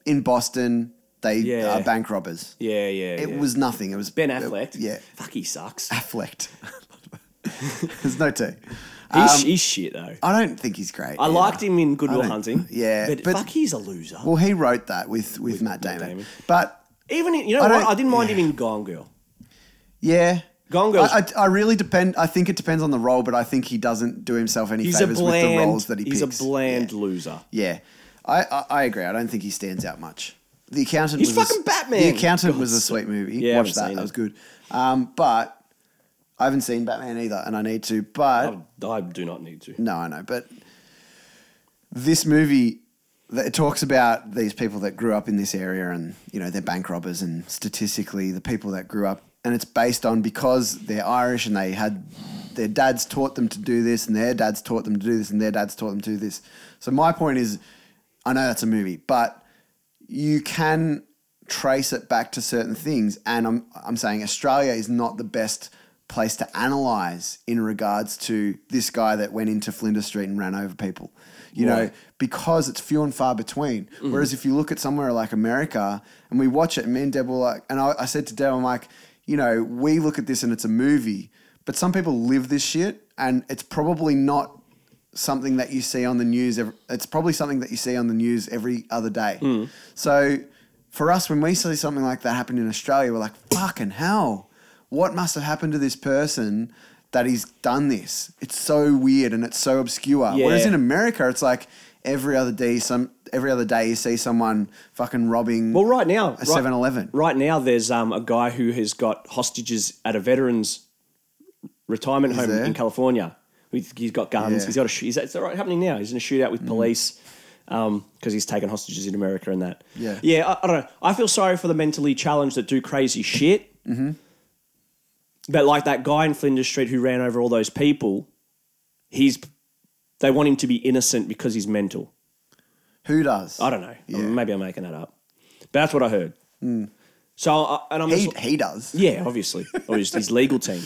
in Boston. They
Yeah.
are bank robbers.
Yeah, yeah.
It
yeah.
was nothing. It was
Ben Affleck.
yeah, Um,
Fuck, he sucks.
Affleck. There's no T.
He's, he's shit though.
I don't think he's great.
I liked him in Good Will
don't-
Hunting.
yeah,
but,
but-
fuck, he's a loser.
Well, he wrote that with with, Matt, Damon.
Damon.
but
Even in, you know
I
what?
don't-
I didn't mind him in Gone Girl.
yeah.
Gone Girl's-
I, I, I really depend. I think it depends on the role, but I think he doesn't do himself any
He's a
favors with the
bland.
roles that he
he's
picks.
a bland loser.
Yeah, I, I I agree. I don't think he stands out much. The accountant
He's
was a-
fucking Batman.
The accountant was a sweet movie.
Yeah, I
Watch that.
haven't seen
That
it.
was good. Um, but I haven't seen Batman either, and I need to. But
I, I do not need to.
no, I know. But this movie that it talks about these people that grew up in this area, and you know they're bank robbers, and statistically the people that grew up, and it's based on because they're Irish and they had their dads taught them to do this, and their dads taught them to do this, and their dads taught them to do this. So my point is, I know that's a movie, but you can trace it back to certain things. And I'm, I'm saying Australia is not the best place to analyze in regards to this guy that went into Flinders Street and ran over people, you know,
Right.
because it's few and far between. Whereas if you look at somewhere like America and we watch it, and me and Deb were like, and I, I said to Deb, I'm like, you know, we look at this and it's a movie, but some people live this shit and it's probably not something that you see on the news. Every, it's probably something that you see on the news every other day.
Hmm.
So for us, when we see something like that happen in Australia, we're like, fucking hell, what must have happened to this person that he's done this? It's so weird and it's so obscure. Whereas
Yeah.
in America, it's like every other day, some every other day you see someone fucking robbing.
Well, right now,
a 7-Eleven.
Right now, there's um, a guy who has got hostages at a veterans retirement home
there?
in California. He's he's got guns.
Yeah. Mm.
He's got a. sh- Is that is that right happening now? He's in a shootout with police because he's taken hostages in America and that.
Yeah.
yeah. I, I don't know. I feel sorry for the mentally challenged that do crazy shit. Mm-hmm. But like that guy in Flinders Street who ran over all those people, he's they want him to be innocent because he's mental.
Who does?
I don't know. Maybe I'm making that up, but that's what I heard. So, I and I'm
He,
just,
he does.
yeah, obviously, obviously his legal team.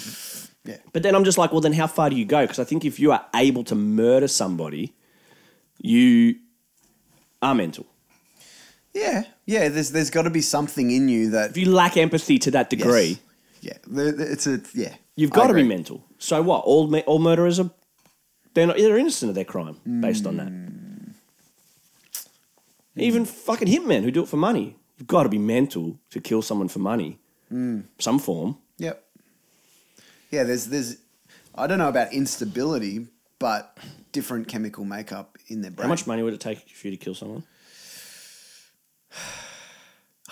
Yeah.
But then I'm just like, well, then how far do you go? Because I think if you are able to murder somebody, you are mental.
Yeah. Yeah. There's there's got to be something in you that.
If you lack empathy to that degree,
Yeah. The- the- It's a yeah.
you've
I
got to be
agree.
mental. So what? All me- all murderers are they're not they're innocent of their crime based on that.
Hmm.
Even fucking hitmen who do it for money. You've got to be mental to kill someone for money,
Hmm.
some form.
Yep. Yeah, there's there's I don't know about instability, but different chemical makeup in their brain.
How much money would it take for you to kill someone?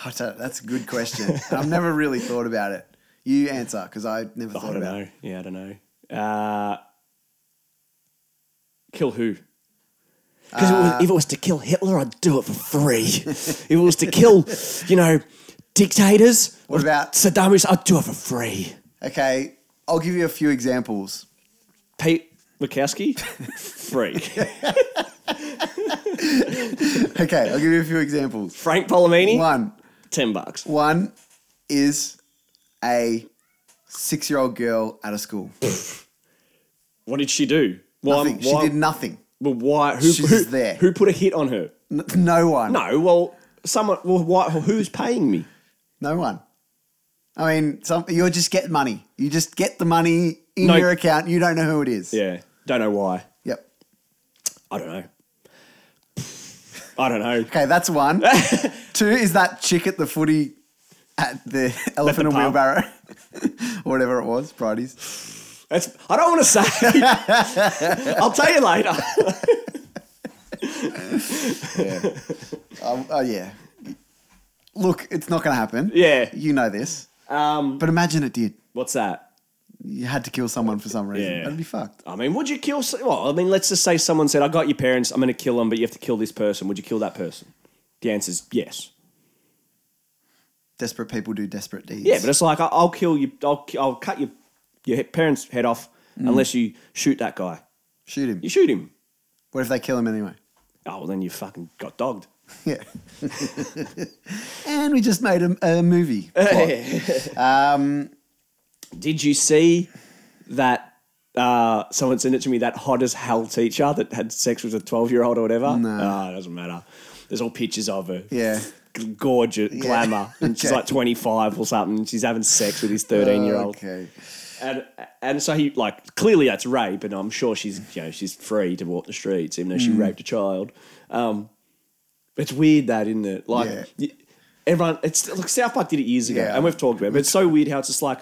I don't- that's a good question. And I've never really thought about it. You answer because I never
I
thought
don't
about it.
know. Yeah, I don't know. Uh, kill who?
Uh,
Because if it was to kill Hitler, I'd do it for free. if it was to kill, you know, dictators,
What
or
about-
Saddam Hussein? I'd do it for free.
Okay, I'll give you a few examples.
Pete Mikowski, free.
Okay, I'll give you a few examples.
Frank Polomini,
One,
ten bucks.
one is a six-year-old girl out of school.
What did she do? Why?
Nothing.
why,
She did nothing.
well, why? Who,
She's
who,
there.
who put a hit on her?
N- no one.
No. Well, someone. Well, why, who's paying me?
No one. I mean, some you just get money. You just get the money in
No.
your account. You don't know who it is.
Yeah. Don't know why.
Yep.
I don't know. I don't know.
Okay, that's one. Two is that chick at the footy at the elephant and
pub.
wheelbarrow, or whatever it was, Bridie's.
That's, I don't want to say. I'll tell you later.
Yeah. um, oh, yeah. Look, it's not going to happen.
Yeah.
You know this.
Um,
But imagine it did.
what's that?
You had to kill someone for some reason.
Yeah.
That'd be fucked.
I mean, would you kill? s- Well, I mean, let's just say someone said, "I got your parents. I'm going to kill them, but you have to kill this person." Would you kill that person? The answer is yes.
Desperate people do desperate deeds.
Yeah, but it's like I- I'll kill you. I'll ki- I'll cut your your he- parents' head off
Mm.
unless you shoot that guy.
shoot him.
You shoot him.
What if they kill him anyway?
Oh well, then you fucking got dogged.
Yeah. and we just made a, a movie. Um,
Did you see that? Uh, someone sent it to me. That hot as hell teacher that had sex with a twelve year old or whatever.
No.
Ah, it doesn't matter. There's all pictures of her.
Yeah.
G- gorgeous, glamour, and she's
Okay.
like twenty five or something. She's having sex with his thirteen year old.
Okay.
And and so he like clearly that's rape, and I'm sure she's you know she's free to walk the streets, even though
Mm.
she raped a child. Um, it's weird that isn't it? Like
Yeah.
y- everyone, it's look South Park did it years ago,
Yeah.
and we've talked about it. But it's so weird how it's just like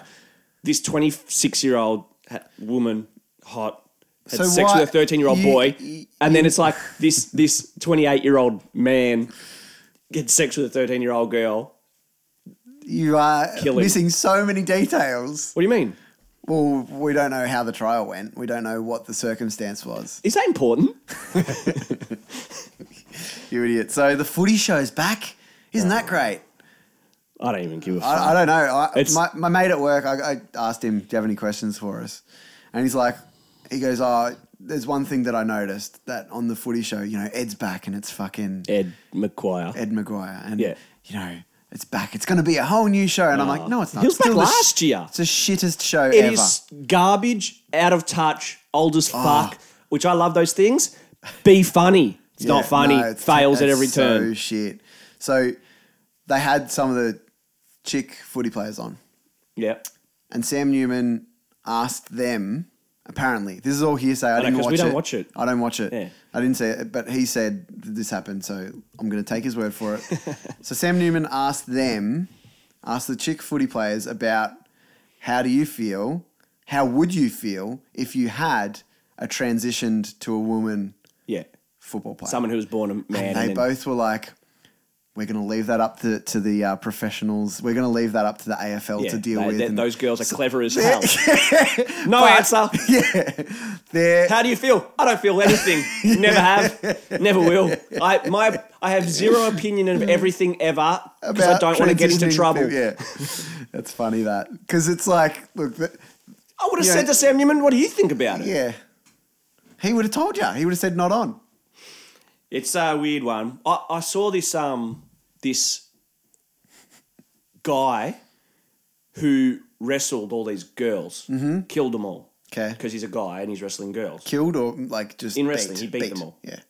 this 26 year old ha- woman, hot. Had
So
sex
why-
with a 13 year old
you-
boy,
you-
and then it's like this this 28 year old man gets sex with a 13 year old girl.
You are
Killing.
missing so many details.
What do you mean?
Well, we don't know how the trial went. We don't know what the circumstance was.
Is that important?
You idiot. So the footy show's back. Isn't that great?
I don't even give a fuck.
I, I don't know. I,
It's-
my, my mate at work, I, I asked him, Do you have any questions for us? And he's like, He goes, Oh, there's one thing that I noticed that on the footy show, you know, Ed's back and it's fucking
Ed McQuire.
Ed Maguire. And,
Yeah.
you know, it's back. It's going to be a whole new show. And I'm like, No, it's not.
He was
It's
back
the sh-
last year.
It's the shittest show
It
ever. Oh.
is garbage, out of touch, old as fuck, which I love those things. Be funny. It's
Yeah,
not funny.
no, it's-
Fails at
it's
every
So
turn.
shit. So they had some of the chick footy players on,
Yeah.
and Sam Newman asked them. Apparently, this is all hearsay. I
no,
didn't
'cause
watch
we don't
it.
watch it.
I don't watch it.
Yeah.
I didn't say it, but he said that this happened, so I'm going to take his word for it. so Sam Newman asked them, asked the chick footy players about how do you feel, how would you feel if you had a transitioned to a woman
Yeah.
football player?
Someone who was born a man.
and
and
they
then-
both were like, "We're going to leave that up to to the uh, professionals. We're going to leave that up to the AFL
yeah,
to deal
they-
with."
they-
And
those girls are clever as hell. no answer.
they're
How do you feel? I don't feel anything. Never have. Never will. I my I have zero opinion of everything ever because I
about
don't want to get into
transitioning
trouble.
people- Yeah, that's funny that because it's like, look, th-
I would have
Yeah.
said to Sam Newman, "What do you think about it?"
yeah, he would have told you. He would have said, "Not on."
It's a weird one. I, I saw this um this guy who wrestled all these girls, killed them all.
'Kay.
Because he's a guy and he's wrestling girls.
Killed or like just
In wrestling, he beat them all.
Yeah.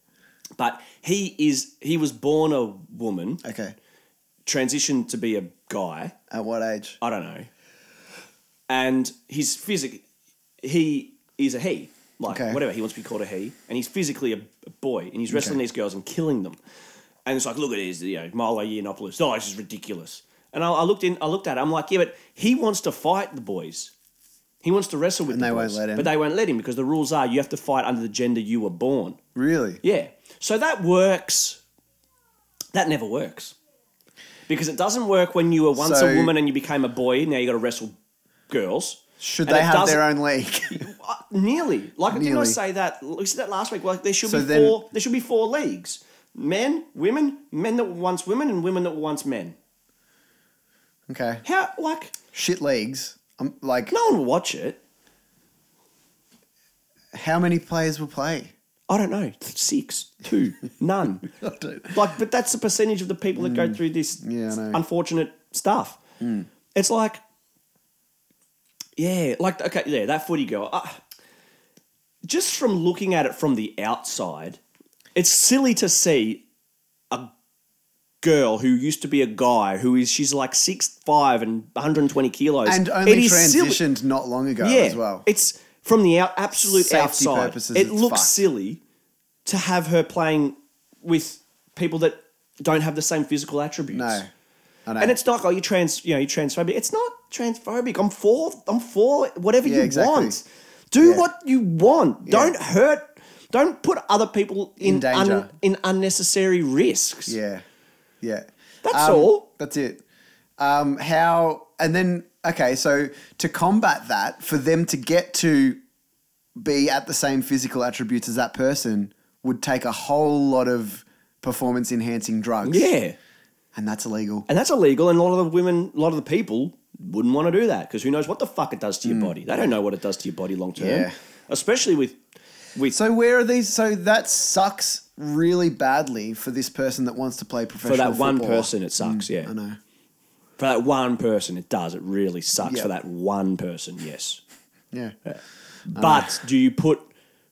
But he is he was born a woman,
Okay.
transitioned to be a guy.
At what age?
I don't know. And he's physic he is a he. Like
Okay.
whatever, he wants to be called a he. And he's physically a, a boy and he's wrestling
Okay.
these girls and killing them. And it's like, look at this, you know, Milo Yiannopoulos. Oh, this is ridiculous. And I, I looked in, I looked at it, I'm like, yeah, but he wants to fight the boys. He wants to wrestle with
And
the
they won't
boys.
let him.
But they won't let him because the rules are you have to fight under the gender you were born.
Really?
Yeah. So that works. That never works. Because it doesn't work when you were once
So-
a woman and you became a boy, now you got to wrestle girls.
Should
And
they
it
have their
doesn't-
own league?
Uh, nearly. Like didn't I
Nearly.
say that we said that last week. Like there should
So
be
then-
four there should be four leagues. Men, women, men that were once women and women that were once men.
okay.
How like
Shit leagues. I'm like,
no one will watch it.
how many players will play?
I don't know. Six, two, none.
I don't- Mm.
Like, but that's the percentage of the people that go through this
Yeah, I know. Mm.
unfortunate stuff. It's like, yeah, like okay, yeah, that footy girl. Uh, just from looking at it from the outside, it's silly to see a girl who used to be a guy who is she's like six five and 120 kilos
and only
It is silly.
transitioned not long ago as well.
It's from the out, absolute
Safety
outside.
purposes,
it
it's
looks
fucked.
silly to have her playing with people that don't have the same physical attributes.
no, I know.
And it's not oh, like you trans, you know, you transphobic. It's not transphobic. I'm for, I'm for whatever
Yeah,
you
exactly.
want. Do
Yeah.
what you want. Don't hurt. Don't put other people in
In danger.
un- in unnecessary risks.
Yeah, yeah.
That's all.
That's it. Um, how and then okay, so to combat that, for them to get to be at the same physical attributes as that person would take a whole lot of performance enhancing drugs.
Yeah.
and that's illegal.
And that's illegal. And a lot of the women, a lot of the people wouldn't want to do that because who knows what the fuck it does to your body. They don't know what it does to your body long term.
Hmm. Yeah.
Especially with, with
So where are these? So that sucks really badly for this person that wants to play professional.
for that one
football. Hmm,
person, it sucks. yeah.
I know.
For that one person, it does. It really sucks
Yeah.
for that one person, yes.
Yeah.
Uh, But do you put,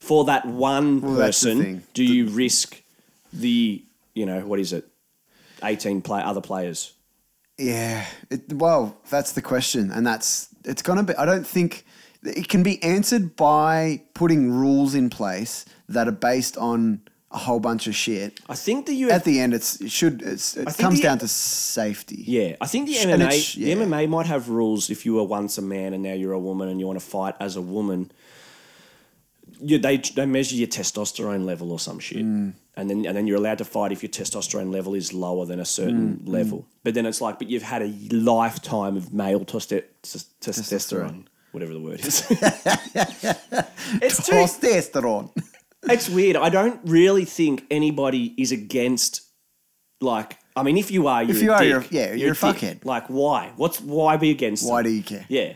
for that one
that's the
person,
thing.
do you risk the, you know, what is it? 18 play, other players.
Yeah. It, well, that's the question, and that's it's gonna be. I don't think it can be answered by putting rules in place that are based on a whole bunch of shit.
I think the UFC.
At the end, it's it should. It's, it
think
comes
the-
down to safety.
Yeah, I think the
And
MMA
it's- yeah.
the MMA might have rules if you were once a man and now you're a woman and you want to fight as a woman. You, they they measure your testosterone level or some shit,
Mm.
and then and then you're allowed to fight if your testosterone level is lower than a certain
Mm,
level. But then it's like, but you've had a lifetime of male toste- tes- testosterone, whatever the word is. it's too
Testosterone.
it's weird. I don't really think anybody is against like I mean if you are you're
If you
a
are,
dick.
you're a- yeah, you're a
dick.
fuckhead.
Like why? What's why be against
Why
it?
do you care?
Yeah.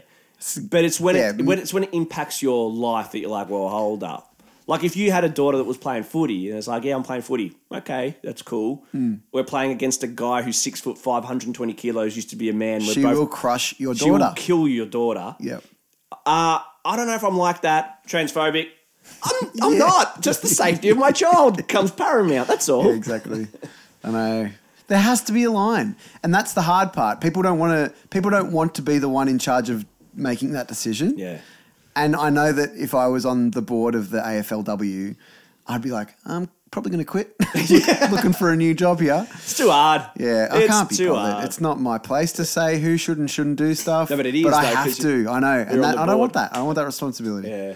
But it's when
Yeah,
it, when it's when it impacts your life that you're like, well, hold up. Like if you had a daughter that was playing footy and it's like, yeah, I'm playing footy. Okay, that's cool.
Hmm.
We're playing against a guy who's six foot five, 120 kilos, used to be a man. We're
She
both,
will crush your
she will
daughter.
kill your daughter
Yep.
uh, I don't know if I'm like that, transphobic. I'm, I'm
Yeah.
not. Just the safety of my child comes paramount. That's all.
Yeah, exactly. I know. There has to be a line, and that's the hard part. People don't want to. People don't want to be the one in charge of making that decision.
Yeah.
And I know that if I was on the board of the AFLW, I'd be like, I'm probably going to quit. Looking for a new job here.
It's too hard.
Yeah, I
it's
can't be
too
bothered.
hard.
It's not my place to say who should and shouldn't do stuff.
No, but it is,
But I
though,
have
'cause you-
to. I know,
you're
and that,
on the
I don't
board.
want that. I don't want that responsibility.
yeah.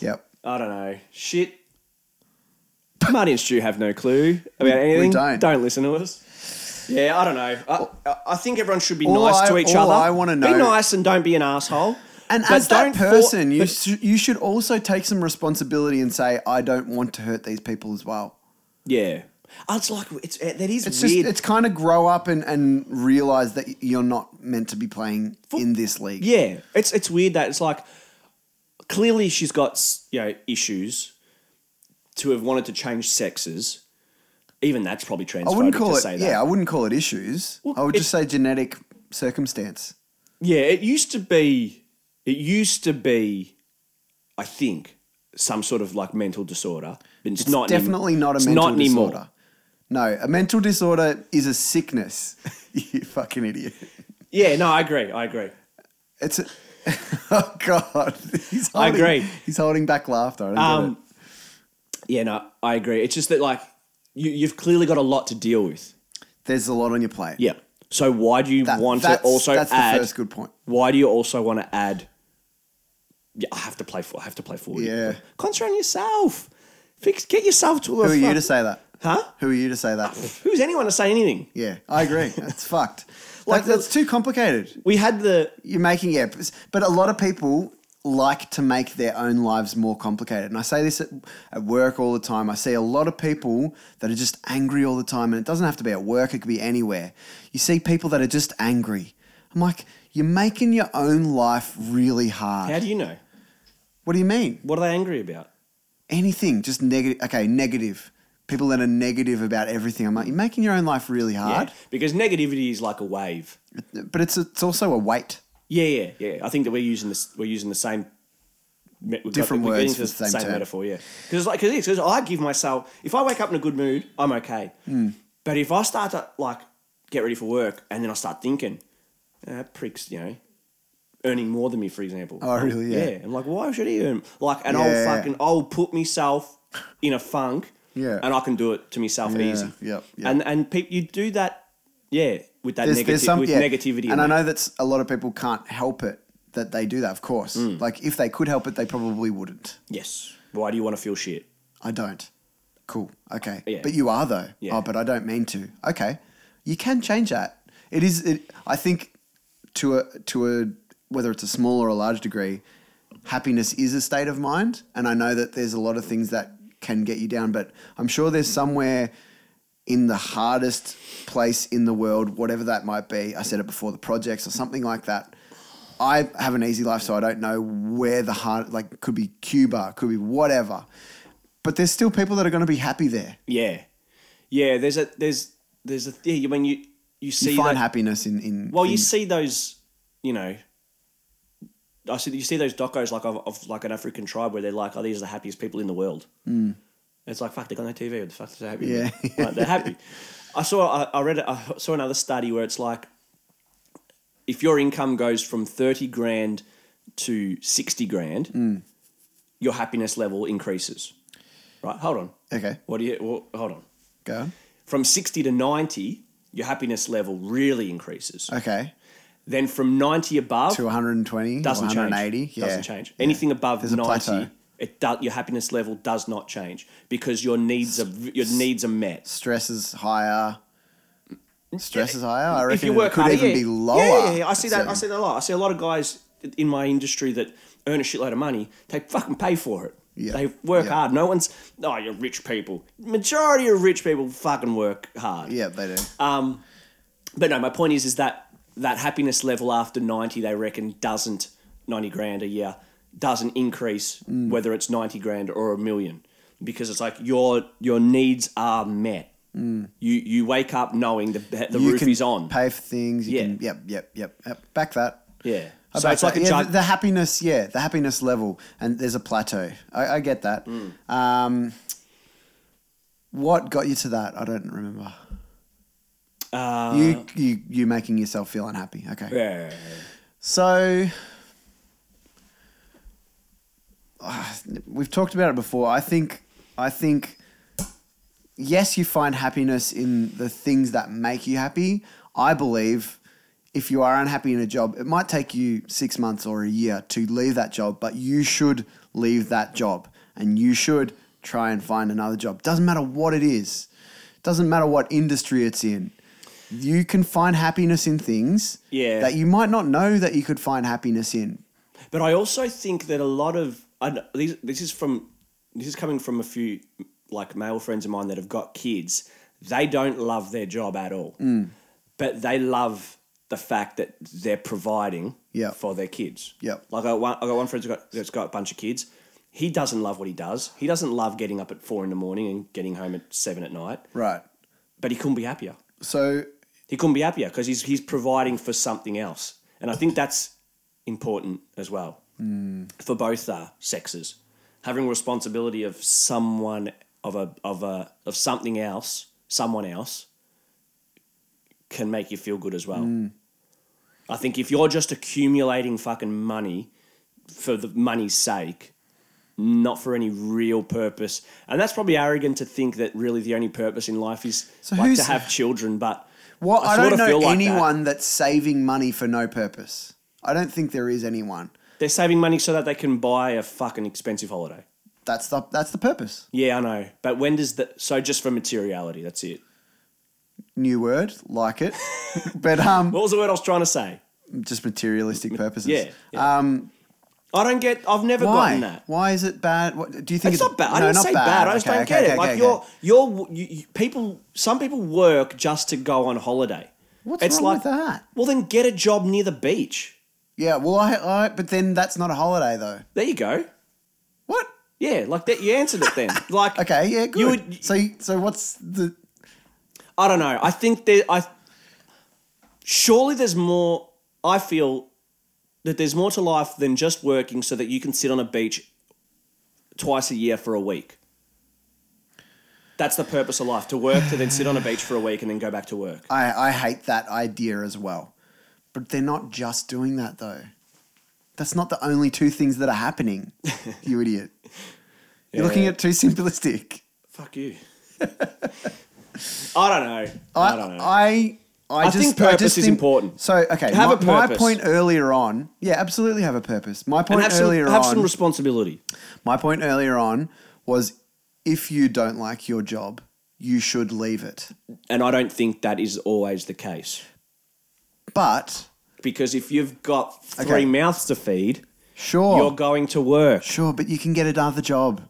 Yep.
I don't know. Shit. Marty and Stu have no clue about anything.
don't.
Don't listen to us. Yeah, I don't know. I- I, I think everyone should be
All
nice to
I-
each
all
other.
I wanna
Be
know-
nice and don't be an asshole.
And
But
as that
don't for-
person, you sh- you should also take some responsibility and say, I don't want to hurt these people as well.
yeah. Oh, It's like it's that is
It's
weird.
just it's kind of grow up and and realize that you're not meant to be playing in this league.
Yeah, it's it's weird that it's like clearly she's got s- you know issues to have wanted to change sexes. Even that's probably transphobic
I wouldn't call
to
it.
say that.
Yeah, I wouldn't call it issues.
Well,
I would
it-
just say genetic circumstance.
Yeah, it used to be. It used to be, I think, some sort of like mental disorder. But it's, not any-
Definitely not a
it's
mental
not anymore.
disorder. No, a mental disorder is a sickness. you fucking idiot.
Yeah, no, I agree. I agree.
It's a, oh god. He's
I
holding-
agree.
He's holding back laughter. I don't get it.
Um, yeah, no, I agree. It's just that like you, you've clearly got a lot to deal with.
There's a lot on your plate.
Yeah. So why do you
That-
want to
that's-
also
that's the
add?
first good point.
Why do you also want to add? Yeah, I have to play for. I have to play for.
Yeah.
Concentrate on yourself. Fix. Get yourself to a.
Who are you
fuck-
to say that?
Huh?
Who are you to say that?
Who's anyone to say anything?
Yeah, I agree. That's fucked.
Like
Like that's too complicated.
We had the
You're making yeah, but- but a lot of people like to make their own lives more complicated. And I say this at, at work all the time. I see a lot of people that are just angry all the time, and it doesn't have to be at work. It could be anywhere. You see people that are just angry. I'm like, you're making your own life really hard.
How do you know?
what do you mean?
What are they angry about?
anything, just negative. Okay, negative. People that are negative about everything. I'm like, you're making your own life really hard,
Yeah, because negativity is like a wave.
but it's it's also a weight.
Yeah, yeah, yeah. I think that we're using this. We're using the same. me- we've
Different
we're
words
getting
for the same term.
metaphor, yeah. Because like, because because I give myself. If I wake up in a good mood, I'm okay.
Hmm.
But if I start to like get ready for work and then I start thinking, uh, pricks, you know, earning more than me, for example.
Oh, really? Yeah.
I'm like, why should he earn? Like, and I'll
Yeah.
fucking, I'll put myself in a funk.
Yeah.
And I can do it to myself easy.
yep, yep.
And and people, you do that, yeah, with that
There's,
negative
there's some
with
yeah.
negativity. in
and I
that.
know that's a lot of people can't help it. that they do that, of course.
Mm.
Like, if they could help it, they probably wouldn't.
Yes. Why do you want to feel shit?
I don't. Cool. Okay.
Yeah.
But you are though.
Yeah.
Oh, but I don't mean to. Okay. You can change that. It is. It, I think to a to a whether it's a small or a large degree, happiness is a state of mind, and I know that there's a lot of things that can get you down, but I'm sure there's somewhere in the hardest place in the world, whatever that might be. I said it before, the projects or something like that. I have an easy life, so I don't know where the hard like could be Cuba, could be whatever. But there's still people that are going to be happy there.
Yeah. Yeah, there's a there's there's a yeah, I mean you you see
You find
that-
happiness in in
Well,
in-
you see those, you know. I see you see those docos like of, of like an African tribe where they're like, "Oh, these are the happiest people in the world." Mm. It's like fuck, they got no TV. What the fuck is they happy?
Yeah.
Like, they're happy. I saw I, I read I saw another study where it's like, if your income goes from thirty grand to sixty grand, your happiness level increases. Right? Hold on.
okay.
What do you? Well, hold on.
Go on.
From sixty to ninety, your happiness level really increases.
Okay.
Then from 90 above,
To 120,
Oh. doesn't
or
change.
180. Yeah.
Doesn't change. Anything above
a
90,
plateau.
it do, your happiness level does not change because your needs are your needs are met.
Stress is higher. Stress is higher. I reckon
if you work
it could
harder,
even
yeah.
be lower.
Yeah, yeah, yeah. I see that.
So-
I see that a lot. I see a lot of guys in my industry that earn a shitload of money. They fucking pay for it.
Yeah.
They work
Yeah.
hard. No one's oh, you're rich people. Majority of rich people fucking work hard.
yeah, they do.
Um, but no, my point is, is that that happiness level after ninety, they reckon, doesn't ninety grand a year doesn't increase
Mm.
whether it's ninety grand or a million because it's like your your needs are met. You you wake up knowing the the
Mm. you
roof
can
is on.
Pay for things. You
Yeah.
Can, yep. Yep. Yep. Yep. Back that.
yeah.
I
So
back
it's like
that.
a
yeah,
jug-
the, the happiness, yeah, the happiness level, and there's a plateau. I, I get that.
Mm.
Um, what got you to that? I don't remember.
uh,
you, you, you making yourself feel unhappy. Okay.
yeah.
So ah, we've talked about it before. I think I think yes, you find happiness in the things that make you happy. I believe if you are unhappy in a job, it might take you 6 months or a year to leave that job, but you should leave that job and you should try and find another job. Doesn't matter what it is. Doesn't matter what industry it's in. You can find happiness in things
Yeah.
that you might not know that you could find happiness in.
But I also think that a lot of I, kn- these, this is from this is coming from a few like male friends of mine that have got kids. They don't love their job at all, but they love the fact that they're providing
Yeah.
for their kids.
Yep.
Like I got one, I got one friend that's got, that's got a bunch of kids. He doesn't love what he does. He doesn't love getting up at four in the morning and getting home at seven at night.
Right.
But he couldn't be happier
So
he couldn't be happier because he's he's providing for something else, and I think that's important as well
Mm.
for both uh, sexes. Having responsibility of someone of a of a of something else, someone else, can make you feel good as well.
Mm.
I think if you're just accumulating fucking money for the money's sake, not for any real purpose, and that's probably arrogant to think that really the only purpose in life is
So
like to
who's-
have children, but
what I,
sorta
don't know
feel like that.
anyone that's saving money for no purpose. I don't think there is anyone.
They're saving money so that they can buy a fucking expensive holiday.
That's the that's the purpose.
Yeah, I know. But when does that? So just for materiality, that's it.
New word, like it. but um
What was the word I was trying to say?
just materialistic purposes.
Yeah. yeah.
Um
I don't get. I've never
why?
gotten that.
Why is it bad? What, do you think
It's not bad. I didn't say bad. I just
Okay,
don't
okay,
get
okay,
it. Like
okay,
you're,
okay.
you're, you, you- people. Some people work just to go on holiday.
What's wrong with that?
Well, then get a job near the beach.
Yeah, well I, I but then that's not a holiday though.
There you go.
What?
Yeah, like that. You answered it then. Like
Okay, yeah, good.
You would-
so so what's the
I don't know. I think there. I surely there's more. I feel that there's more to life than just working so that you can sit on a beach twice a year for a week. That's the purpose of life: to work, to then sit on a beach for a week, and then go back to work.
I, I hate that idea as well. But they're not just doing that though. That's not the only two things that are happening, you idiot. You're looking
Yeah.
at it too simplistic.
Fuck you. I don't know. I,
I,
don't know.
I
I
just,
think purpose
just
is
think-
important.
So okay,
Have
my,
a
my
purpose.
point earlier on. Yeah, absolutely have a purpose. My
and
point
have some,
earlier
have
on.
some responsibility.
my point earlier on was, if you don't like your job, you should leave it.
And I don't think that is always the case.
But
Because if you've got three
Okay.
mouths to feed,
sure,
you're going to work.
sure, but you can get another job.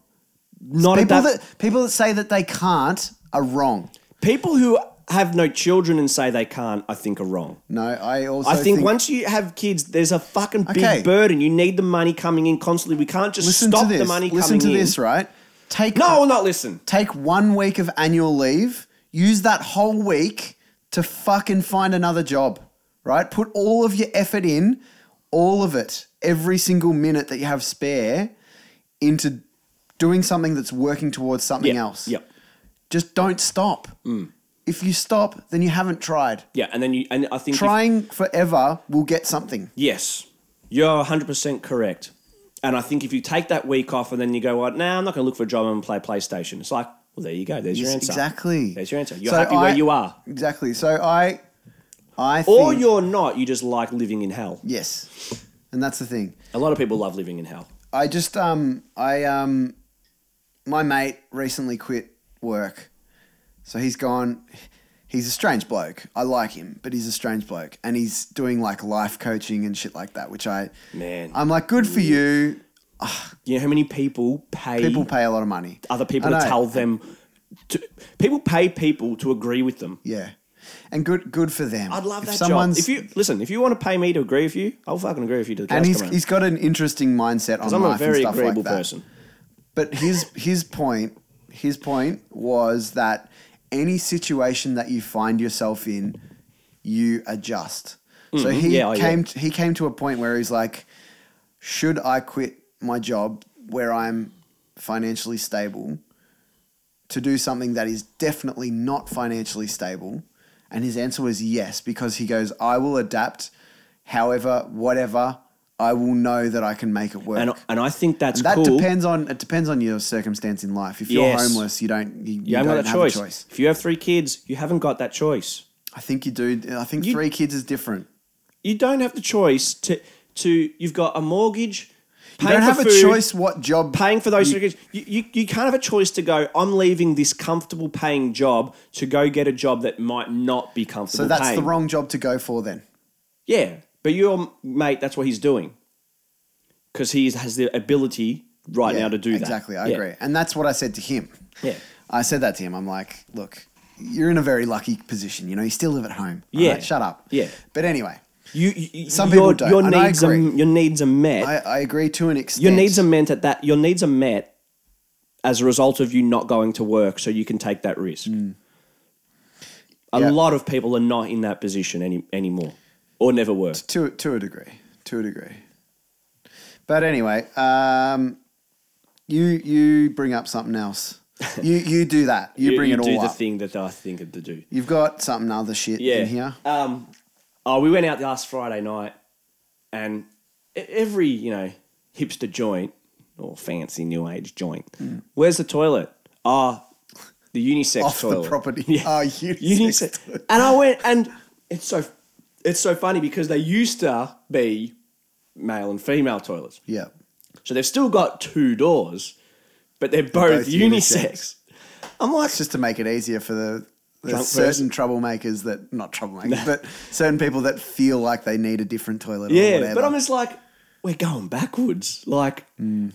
Not
people
at that,
that people that say that they can't are wrong.
people who have no children and say they can't, I think, are wrong.
No, I also
I think,
think
once you have kids, there's a fucking
Okay.
big burden. You need the money coming in constantly. We can't just
listen
stop
to this.
the money
listen
coming
to
in.
this, right? Take
No, I will not listen.
take one week of annual leave, use that whole week to fucking find another job, right? Put all of your effort in, all of it, every single minute that you have spare into doing something that's working towards something
Yeah, Mm.
else.
Yep.
Just don't stop. If you stop, then you haven't tried.
Yeah, and then you and I think if-
Trying forever will get something.
yes, you're 100% correct. And I think if you take that week off and then you go, well, nah, I'm not going to look for a job and play PlayStation. It's like, well, there you go. There's your
Yes,
answer.
exactly.
There's your answer. You're
So
happy
I-
where you are.
Exactly. So I, I
Or
think,
you're not. You just like living in hell.
yes, and that's the thing.
A lot of people love living in hell.
I just um I um my mate recently quit work. So he's gone he's a strange bloke. I like him, but he's a strange bloke and he's doing like life coaching and shit like that, which I
Man.
I'm like good for you.
You know how many people pay
People pay a lot of money.
other people
I
to
know.
tell them? To, people pay people to agree with them.
Yeah. And good good for them.
I'd love
If
that
someone's-
job. If you listen, if you want to pay me to agree with you, I'll fucking agree with you to the
and he's,
customer.
he's got an interesting mindset on
I'm
life
a very
and stuff
agreeable
like that.
person.
But his his point his point was that any situation that you find yourself in, you adjust. So he
Mm-hmm. Yeah, I-
came to, he came to a point where he's like, should I quit my job where I'm financially stable to do something that is definitely not financially stable? And his answer was yes, because he goes, I will adapt, however, whatever, I will know that I can make it work
And, and I think that's
that
cool.
depends on it depends on your circumstance in life. If you're
Yes.
homeless, you don't you,
You
you
haven't
don't
got that
have
choice.
a choice.
If you have three kids, you haven't got that choice.
I think you do. I think
You-
three kids is different.
You don't have the choice to to. You've got a mortgage.
You
Paying
don't
for
have a
food,
choice what job.
Paying for those
You-
three kids. You, you, you can't have a choice to go, I'm leaving this comfortable paying job to go get a job that might not be comfortable
so that's
paying.
the wrong job to go for then.
Yeah, but your mate, that's what he's doing. Because he has the ability right
Yeah,
now to do that.
Exactly, I
Yeah.
agree, and that's what I said to him.
Yeah.
I said that to him. I'm like, look, you're in a very lucky position. You know, you still live at home. all
Yeah.
right? shut up.
Yeah.
But anyway,
You, you
Some
your,
people don't,
Your
and I
needs are
agree.
your needs are met.
I, I agree to an extent.
your needs are met at that. Your needs are met as a result of you not going to work, so you can take that risk. A
Mm. Yeah.
lot of people are not in that position any anymore, or never were.
to to a degree, to a degree. But anyway, um, you you bring up something else. You you do that. You, bring it
do
all
the
up.
thing that I think to do.
You've got something other shit
yeah.
in here.
Um, oh, we went out last Friday night, and e- every you know hipster joint or fancy new age joint,
Hmm.
where's the toilet? Ah, the unisex
Off
toilet.
the property.
Yeah.
Oh, unisex.
unisex. and I went, and it's so it's so funny because they used to be male and female toilets,
Yeah.
so they've still got two doors, but they're both,
both
unisex. I'm like,
Just to make it easier for the, the
Drunk
certain troublemakers that not troublemakers, but certain people that feel like they need a different toilet or
Yeah,
whatever.
but I'm just like, we're going backwards. Like,
Mm.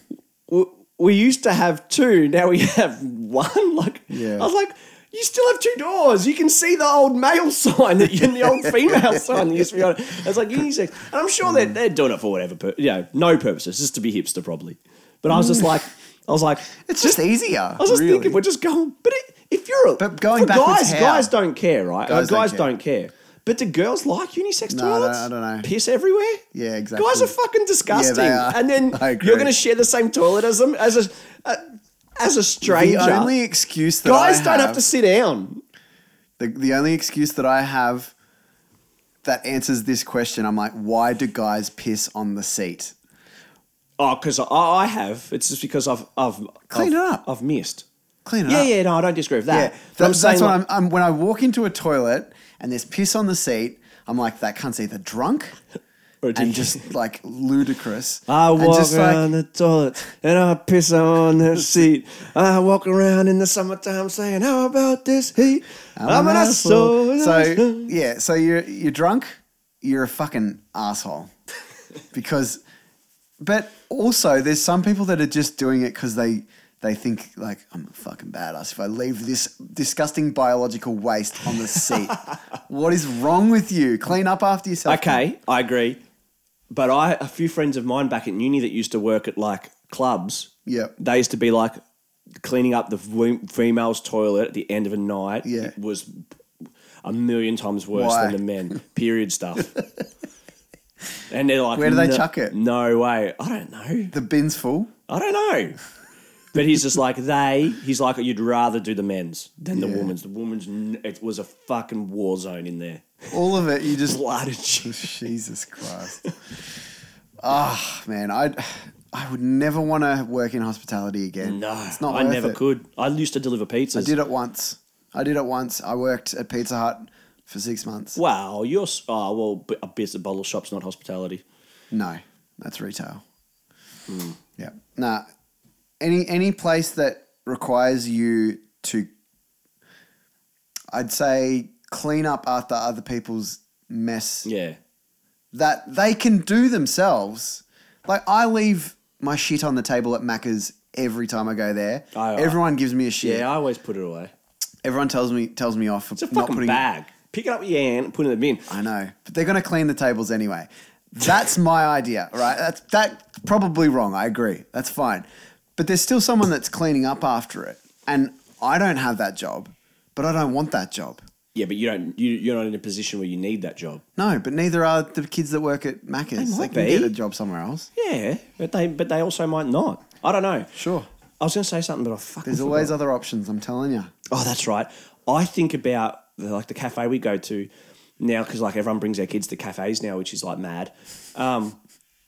w- we used to have two, now we have one. Like,
Yeah.
I was like, you still have two doors. You can see the old male sign that you and the old female sign that used to be on. it. It's like unisex, and I'm sure
Mm.
that they're, doing it for whatever, pur- you know, no purposes, just to be hipster probably. But I was just like, I was like,
Mm. it's just, easier.
I was just
really.
thinking, we're just going. But it, if you're a
But going
for
backwards,
guys,
how?
guys don't care, right? Guys,
Guys don't
guys
care.
don't, care. But do girls like unisex
I don't-
toilets?
I don't know.
Piss everywhere.
Yeah,
Guys
exactly.
are fucking disgusting.
are.
And then
I agree.
you're going to share the same toilet as them as a uh, as a stranger.
the only excuse that
guys
I
don't have to sit down.
The, the only excuse that I have that answers this question, I'm like, why do guys piss on the seat?
Oh, because I, I have. It's just because I've I've
Clean
I've-
it up.
I've missed.
Clean it
Yeah,
up.
yeah, no, I don't disagree with
Yeah,
that.
that-
But I'm
that's
saying,
what
like,
I'm, I'm. When I walk into a toilet and there's piss on the seat, I'm like, that cunt's either drunk
or do
and
you-
just like ludicrous.
I
and
walk
just, like,
around the toilet and I piss on the seat. I walk around in the summertime saying, "How about this heat? I'm, an asshole."
So yeah, so you're you're drunk, you're a fucking asshole, because, but also there's some people that are just doing it because they they think like I'm a fucking badass if I leave this disgusting biological waste on the seat. what is wrong with you? Clean up after yourself.
Okay, I agree. But I, a few friends of mine back at uni that used to work at like clubs,
Yep.
they used to be like cleaning up the fem- female's toilet at the end of a night.
Yeah.
It was a million times worse
Why?
than the men. Period stuff. and they're like,
Where do they
"No-
chuck it?"
No way. I don't know.
The bin's full.
I don't know. But he's just like they. He's like you'd rather do the men's than the
Yeah.
women's. The women's. n- It was a fucking war zone in there.
All of it. You just
Blood and shit.
Jesus Christ. Ah, man, I I would never want to work in hospitality again.
No,
it's not
I
worth
never
it.
could. I used to deliver
I
pizzas.
did it once. I did it once. I worked at Pizza Hut for six months.
Wow, you're s- oh well, b- a biz a bottle shop's not hospitality.
No, that's retail.
Hmm.
Yeah. Nah. Any any place that requires you to, I'd say, clean up after other people's mess
Yeah,
that they can do themselves. Like I leave my shit on the table at Macca's every time I go there.
I-
Everyone gives me a
yeah.
shit.
I always put it away.
Everyone tells me tells me off for
It's a
not
fucking
putting
bag. Pick it up with your hand and put it in the bin.
I know, but they're going to clean the tables anyway. That's my idea, right? That's that probably wrong. I agree. That's fine, but there's still someone that's cleaning up after it, and I don't have that job, but I don't want that job.
Yeah, but you don't. You, you're not in a position where you need that job.
No, but neither are the kids that work at Macca's. They,
might
can get
be.
a job somewhere else.
Yeah, but they but they also might not. I don't know.
Sure.
I was going to say something, but I fucking.
There's always other options. I'm telling you.
Oh, that's right. I think about the, like the cafe we go to now because like everyone brings their kids to cafes now, which is like mad. Um,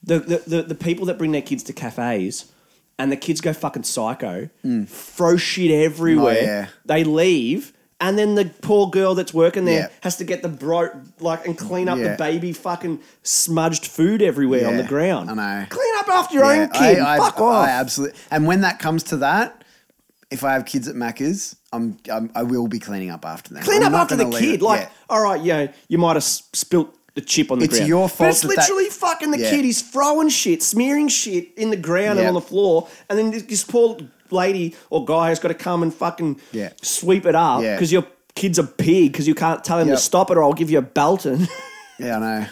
the, the, the the people that bring their kids to cafes and the kids go fucking psycho, throw shit everywhere.
Mm. Oh, yeah.
They leave. And then the poor girl that's working there
Yeah.
has to get the bro like and clean up
Yeah.
the baby fucking smudged food everywhere on the
Yeah,
ground.
I know.
Clean up after your own
Yeah,
kid.
I, I,
Fuck
I
off.
absolutely. And when that comes to that, if I have kids at Macca's, I'm, I'm I will be cleaning up after them.
clean
I'm
up
not
after the
gonna leave
kid.
it-
Like,
yeah.
all right, yeah, you might have s- spilt the chip on the
It's
ground.
your
But
fault
it's
that that-
literally fucking the
Yeah.
kid. He's throwing shit, smearing shit in the ground and
Yeah.
on the floor, and then this- this poor lady or guy has got to come and fucking
Yeah.
sweep it up
Yeah.
because your kid's a pig because you can't tell him
Yep.
to stop it or I'll give you a belting.
Yeah, I know.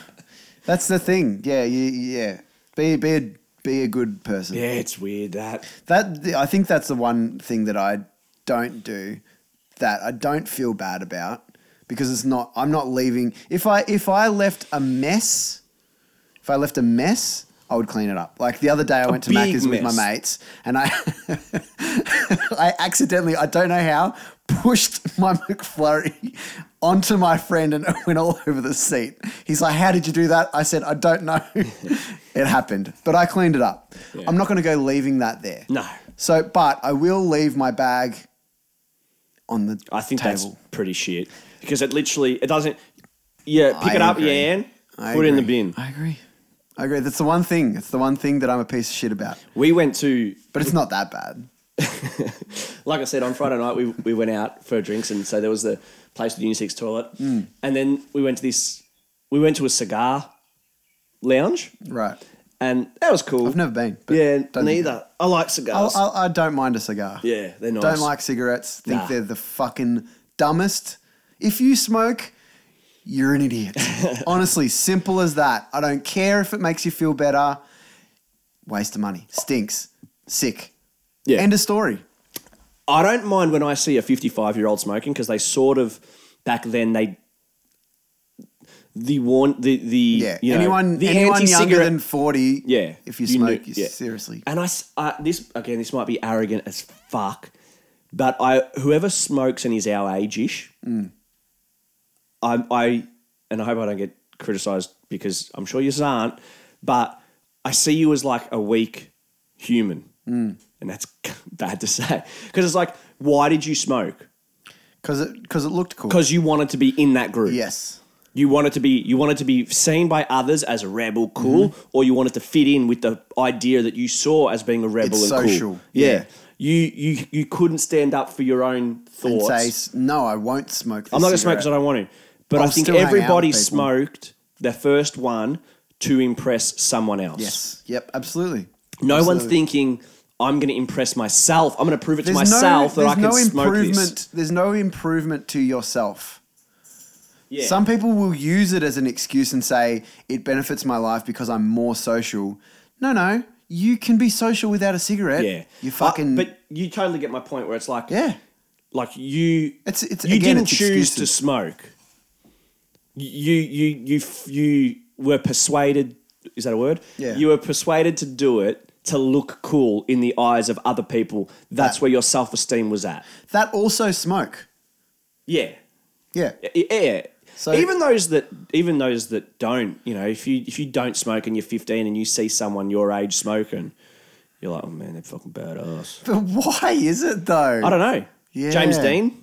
That's the thing. Yeah, you, yeah. Be be a, be a good person.
yeah, it's weird that.
That I think that's the one thing that I don't do that I don't feel bad about because it's not I'm not leaving if I if I left a mess if I left a mess I would clean it up. Like the other day I went to
big
Macca's with my
mess.
mates and I I accidentally I don't know how pushed my McFlurry onto my friend and it went all over the seat. He's like, "How did you do that?" I said, "I don't know." it happened, but I cleaned it up.
Yeah.
I'm not going to go leaving that there.
No.
So, but I will leave my bag on the
I think
table.
that's pretty shit because it literally it doesn't. Yeah, pick
I
it up,
agree.
Yan.
I
Put it in the
agree.
bin.
I agree. I agree. That's the one thing. It's the one thing that I'm a piece of shit about.
We went to
But it's not that bad.
like I said, on Friday night we, we went out for drinks, and so there was the place with the unisex toilet,
Hmm.
and then we went to this, we went to a cigar lounge,
Right.
and that was cool.
I've never been. But
yeah,
don't think
neither. I like
I,
cigars.
I, I don't mind a cigar.
yeah, they're nice.
Don't like cigarettes. Think
Nah.
they're the fucking dumbest. If you smoke, you're an idiot. Honestly, simple as that. I don't care if it makes you feel better. Waste of money. Stinks. Sick.
Yeah.
End of story.
I don't mind when I see a 55 year old smoking because they sort of back then they the warn the the
Yeah.
you know,
anyone
the
anyone younger
anti-cigarette-
than forty.
Yeah.
If you
You knew-
smoke, you
yeah.
seriously.
And I, s- I- this again, this might be arrogant as fuck, but I, whoever smokes and is our age ish, I, I, and I hope I don't get criticised because I'm sure you aren't, but I see you as like a weak human. And that's bad to say because it's like, why did you smoke?
Because it, cause it looked cool.
Because you wanted to be in that group.
Yes.
You wanted to be you wanted to be seen by others as a rebel, cool,
Mm-hmm.
or you wanted to fit in with the idea that you saw as being a rebel
It's
and
social,
cool. Yeah.
yeah.
You you you couldn't stand up for your own
And
thoughts.
say, no, I won't smoke this
I'm not going to smoke
cigarette.
because I don't want to. But
I'll
I think
still hang out with
everybody
people.
smoked the first one to impress someone else.
Yes. Yep, absolutely.
No one's
Absolutely.
thinking I'm going to impress myself. I'm going to prove it to
There's
myself
no,
that I can
there's no
smoke
improvement.
this.
There's no improvement to yourself.
Yeah.
Some people will use it as an excuse and say it benefits my life because I'm more social. No, no, you can be social without a cigarette.
yeah.
you fucking.
But, but you totally get my point where it's like
yeah,
like you
It's- it's-
you
again,
didn't
it's
choose to
excuses.
smoke you you you f- you were persuaded is that a word
Yeah.
you were persuaded to do it to look cool in the eyes of other people that's where your self-esteem was at
that also smoke.
yeah
Yeah,
Y- yeah
So-
even those that even those that don't you know if you if you don't smoke and you're 15 and you see someone your age smoking you're like oh man they're fucking badass
but why is it though?
i don't know
Yeah.
james dean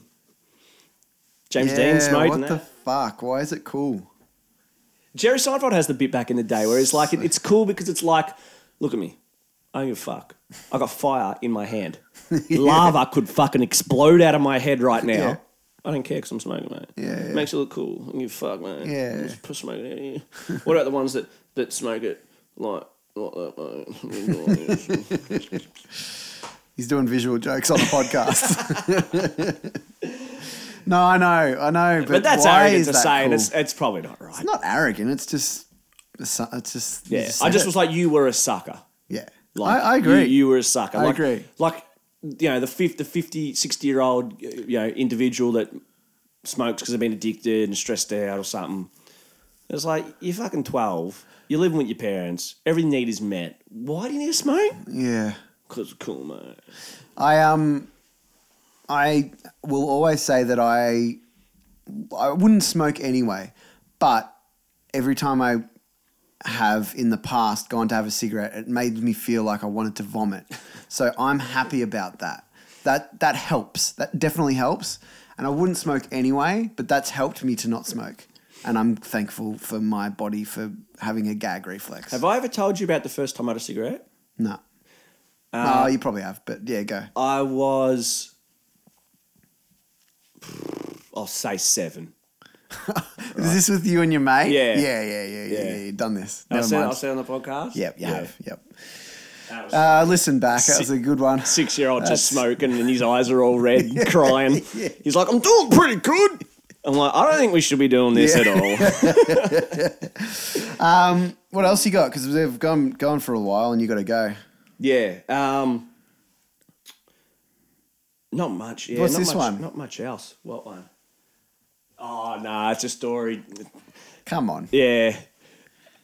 james dean smoked
What
and
the
that.
fuck? Why is it cool?
Jerry Seinfeld has the bit back in the day where it's like it, it's cool because it's like, look at me, I don't give a fuck. I got fire in my hand, lava could fucking explode out of my head right now.
Yeah.
I don't care because I'm smoking, mate.
Yeah, yeah.
makes you look cool. I don't give a fuck, mate.
Yeah.
Just put smoke out of you. what about the ones that that smoke it like like that, mate?
He's doing visual jokes on the podcast. no, I know, I know, but,
but that's
why
arrogant
is
to
that
say, and
cool?
it's it's probably not right.
It's not arrogant. It's just, it's just. you
yeah, I
said
just
it.
was like, you were a sucker.
Yeah,
Like,
I, I agree.
You, you were a sucker.
I
like,
agree.
Like, you know, the 50, the 50 60 year old, uh, you know, individual that smokes because they've been addicted and stressed out or something. It's like, you're fucking 12. You're living with your parents. Every need is met. Why do you need to smoke?
yeah,
Because cool, mate.
I um, I will always say that I, I wouldn't smoke anyway, but every time I have in the past gone to have a cigarette, it made me feel like I wanted to vomit. So I'm happy about that. That that helps. That definitely helps. And I wouldn't smoke anyway, but that's helped me to not smoke. And I'm thankful for my body for having a gag reflex.
Have I ever told you about the first time I had a cigarette?
No.
Uh,
oh, you probably have, but yeah, go.
I was, I'll say seven.
Is this with you and your mate?
Yeah.
Yeah, yeah, yeah, yeah, yeah.
Yeah.
You've done this.
I'll
Never
say, I'll
mind.
say on the podcast?
Yep, you have. Yep.
That was-
Uh, listen back. That was a good one.
six year old just smoking and his eyes are all red and crying. He's like, I'm doing pretty good. I'm like, I don't think we should be doing this
Yeah.
at all.
What else you got? Because we've gone gone for a while and you got to go.
yeah. Um, not much. Yeah,
What's
not
this
much,
one?
Not much else. What one? Oh, no, it's a story.
Come on.
Yeah.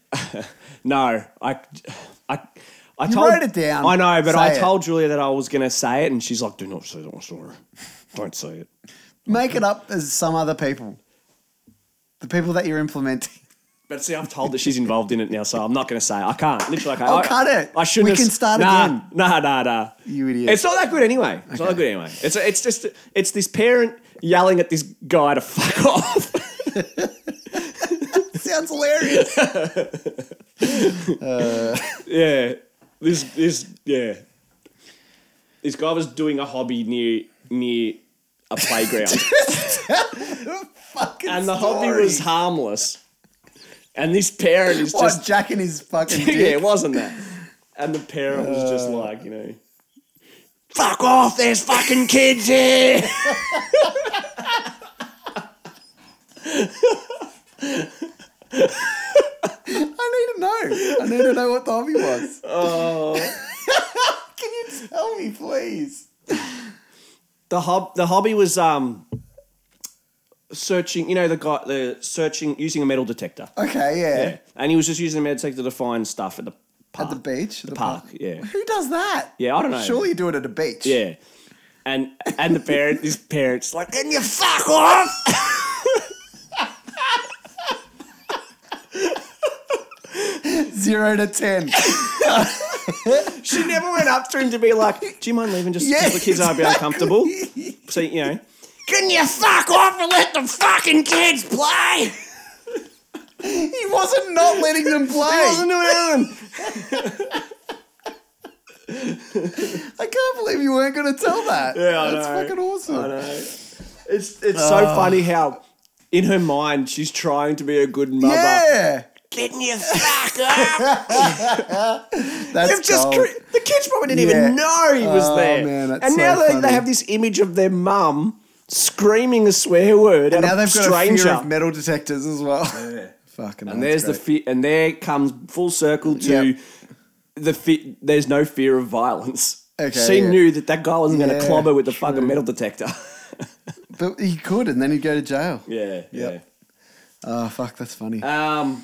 no, I, I, I
You
told,
wrote it down.
I know, but
Say
I
it.
told Julia that I was going to say it, and she's like, do not say that story. Don't say it.
Make it up as some other people. The people that you're implementing.
But see, I've told that she's involved in it now, so I'm not going to say. I can't. Literally, I can't.
Oh,
I,
cut it.
I shouldn't.
We
have
can
s-
start
nah,
again.
Nah, nah, nah.
You idiot.
It's not that good anyway. It's not that good anyway. It's it's just it's this parent yelling at this guy to fuck off.
Sounds hilarious.
yeah. This this yeah. This guy was doing a hobby near near a playground.
fucking
and the
story.
hobby was harmless. And this parent is
What,
just
Jack and his fucking
yeah, it
dick.
wasn't that. Uh. And the parent was just like, you know, fuck off, there's fucking kids here.
I need to know. I need to know what the hobby was. Oh. Can you tell me, please?
The hob the hobby was um searching, you know, the guy the searching using a metal detector.
Okay, yeah.
And he was just using a metal detector to find stuff at the park.
At the beach, the,
park, yeah.
Who does that?
Yeah, I don't know.
Surely you do it at a beach.
Yeah. And and the parent his parents like, can you fuck off?
Zero to ten.
she never went up to him to be like, "Do you mind leaving just because the kids are a bit uncomfortable?" So you know, can you fuck off and let the fucking kids play?
He wasn't not letting them
He wasn't
play.
doing anything.
I can't believe you weren't going to tell that.
Yeah, I
That's
know.
fucking awesome.
I know. It's it's so
Ah.
funny how in her mind she's trying to be a good mother.
Yeah.
Can you fuck off?
That's
They've just
gold.
cre- the kids probably didn't
Yeah.
even know he was
Oh,
there.
man, that's
and
so
now they,
funny.
they have this image of their mum screaming a swear word at
now
a
they've got a
stranger.
fear of metal detectors as well. Fucking
And there's the fear, and there comes full circle to
Oh, Yep.
the fe- there's no fear of violence.
Okay,
she
yeah.
knew that that guy wasn't going
Yeah,
to clobber with the fucking metal detector.
But he could, and then he'd go to jail.
yeah, yeah.
Oh fuck, that's funny.
Um,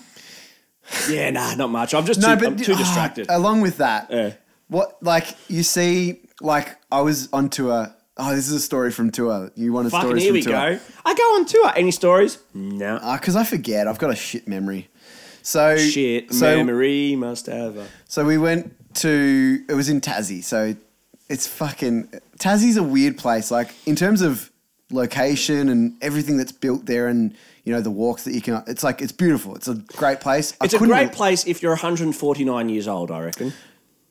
yeah, nah, not much. I'm just
no,
too,
but
I'm too
oh,
distracted.
along with that,
Yeah.
what like you see, like I was on tour. Oh, this is a story from tour. You wanted
Fucking
stories
here
from
we
tour? Uh,
go. I go on tour. Any stories? No.
Because I forget. I've got a shit memory. So
Shit,
So
memory must have a.
so we went to. It was in Tassie. So it's fucking Tassie's a weird place. Like in terms of location and everything that's built there, and you know the walks that you can. It's like it's beautiful. It's a great place.
It's a great place if you're 149 years old, I reckon.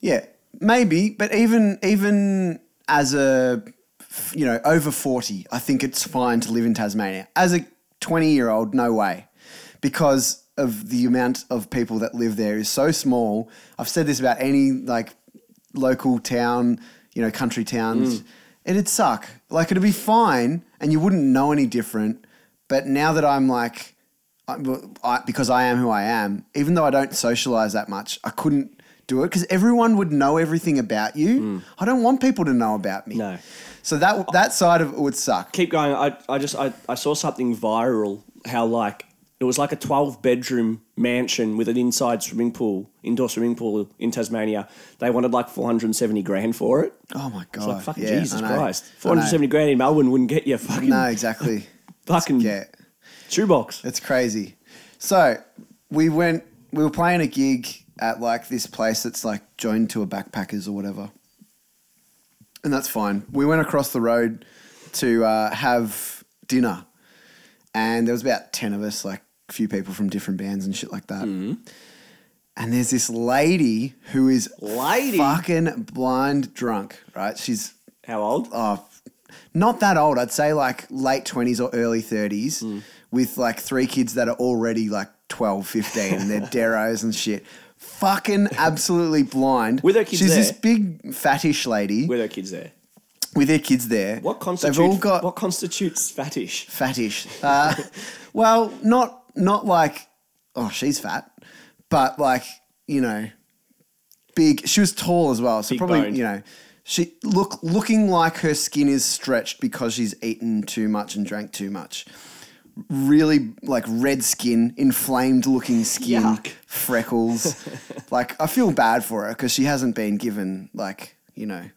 Yeah, maybe, but even even as a you know over forty, I think it's fine to live in Tasmania. As a twenty year old, no way, because of the amount of people that live there is so small. I've said this about any like local town, you know, country towns. It'd suck. Like it'd be fine, and you wouldn't know any different. But now that I'm like, I, well, I, because I am who I am, even though I don't socialize that much, I couldn't do it because everyone would know everything about you. I don't want people to know about me.
Hmm. No.
So that that side of it would suck.
Keep going. I, I just I, I saw something viral. How like it was like a 12 bedroom mansion with an inside swimming pool, indoor swimming pool in Tasmania. They wanted like 470 grand for it.
Oh my god!
Like fucking
Yeah,
Jesus
I know.
Christ,
I know.
470 grand in Melbourne wouldn't get you a fucking
No, exactly.
fucking
yeah.
shoebox.
It's crazy. So we went. We were playing a gig at like this place that's like joined to a backpackers or whatever, and that's fine. We went across the road to uh, have dinner, and there was about ten of us, like a few people from different bands and shit like that. And there's this lady who is
Lady?
fucking blind drunk, right? She's
How old?
oh, not that old. I'd say like late 20s or early 30s
Hmm.
with like three kids that are already like 12, 15 and they're deros and shit. Fucking absolutely blind.
Were there kids
She's this
there?
big fattish lady
Were there kids there?
with her kids there.
What constitutes
They've all got
what constitutes fattish?
fattish. Uh, well, not not like oh she's fat, but like you know, big. She was tall as well, so probably
boned.
you know, she look looking like her skin is stretched because she's eaten too much and drank too much. Really like red skin, inflamed looking skin,
Yuck.
freckles. like I feel bad for her because she hasn't been given like you know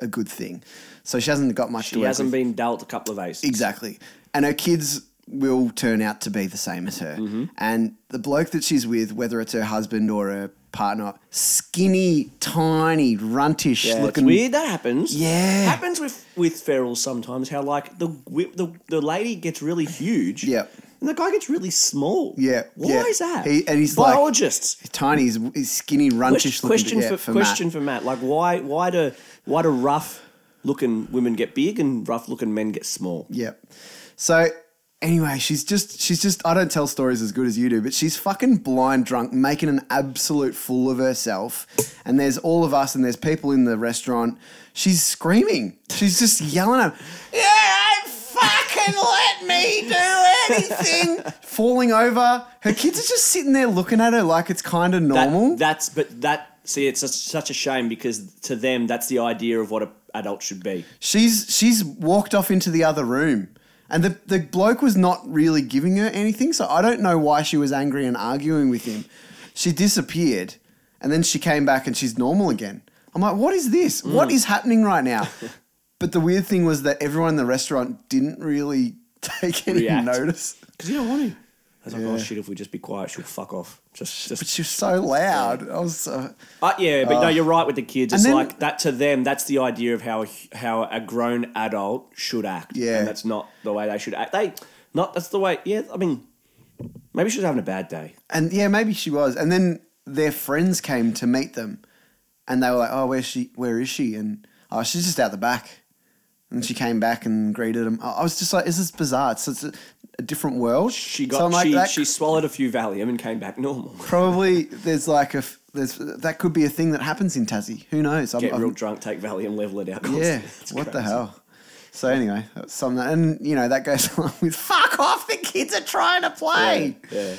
a good thing, so she hasn't got much. to
He
work
hasn't
with.
been dealt a couple of aces.
Exactly. And her kids will turn out to be the same as her.
Mm-hmm.
And the bloke that she's with, whether it's her husband or her partner, skinny, tiny, runtish
Yeah,
looking.
it's weird that happens.
Yeah.
happens with with ferals sometimes. How like the wi- the the lady gets really huge.
Yep.
and the guy gets really small.
Yeah,
why
yeah.
is that?
He- and he's like-
biologists.
Tiny, he's, he's skinny, runtish looking.
question
yeah,
for,
for Matt.
question for Matt. Like why why do why do rough looking women get big and rough looking men get small?
Yep. So anyway, she's just she's just I don't tell stories as good as you do, but she's fucking blind drunk, making an absolute fool of herself. And there's all of us and there's people in the restaurant. She's screaming. She's just yelling at Yeah, fucking let me do anything. Falling over. Her kids are just sitting there looking at her like it's kind of
That-
normal.
that's but that see it's such, such a shame because to them that's the idea of what an adult should be.
She's she's walked off into the other room. And the, the bloke was not really giving her anything, so I don't know why she was angry and arguing with him. She disappeared and then she came back and she's normal again. I'm like, what is this? What is happening right now? but the weird thing was that everyone in the restaurant didn't really take any
React.
notice.
Because you don't want to. was like, oh shit, if we just be quiet, she'll fuck off. Just, just.
But she was so loud. I was so,
Uh, yeah, but no, you're right with the kids. It's
then-
like that to them. That's the idea of how a hu- how a grown adult should act.
Yeah.
and that's not the way they should act. They not that's the way. Yeah, I mean, maybe she was having a bad day.
and yeah, maybe she was. And then their friends came to meet them, and they were like, "Oh, where's she? Where is she?" And oh, she's just out the back. And she came back and greeted them. I I was just like, "This is bizarre. It's, it's a, a different world."
She got
So I'm like,
she,
that
she swallowed a few Valium and came back normal.
probably there's like a f- there's that could be a thing that happens in Tassie. Who knows? I'm,
Get
I'm-
real drunk, take Valium, level it out.
Um, yeah.
It's
What the
crazy.
hell? So anyway, that's something, and you know that goes along with "fuck off." The kids are trying to play.
Yeah.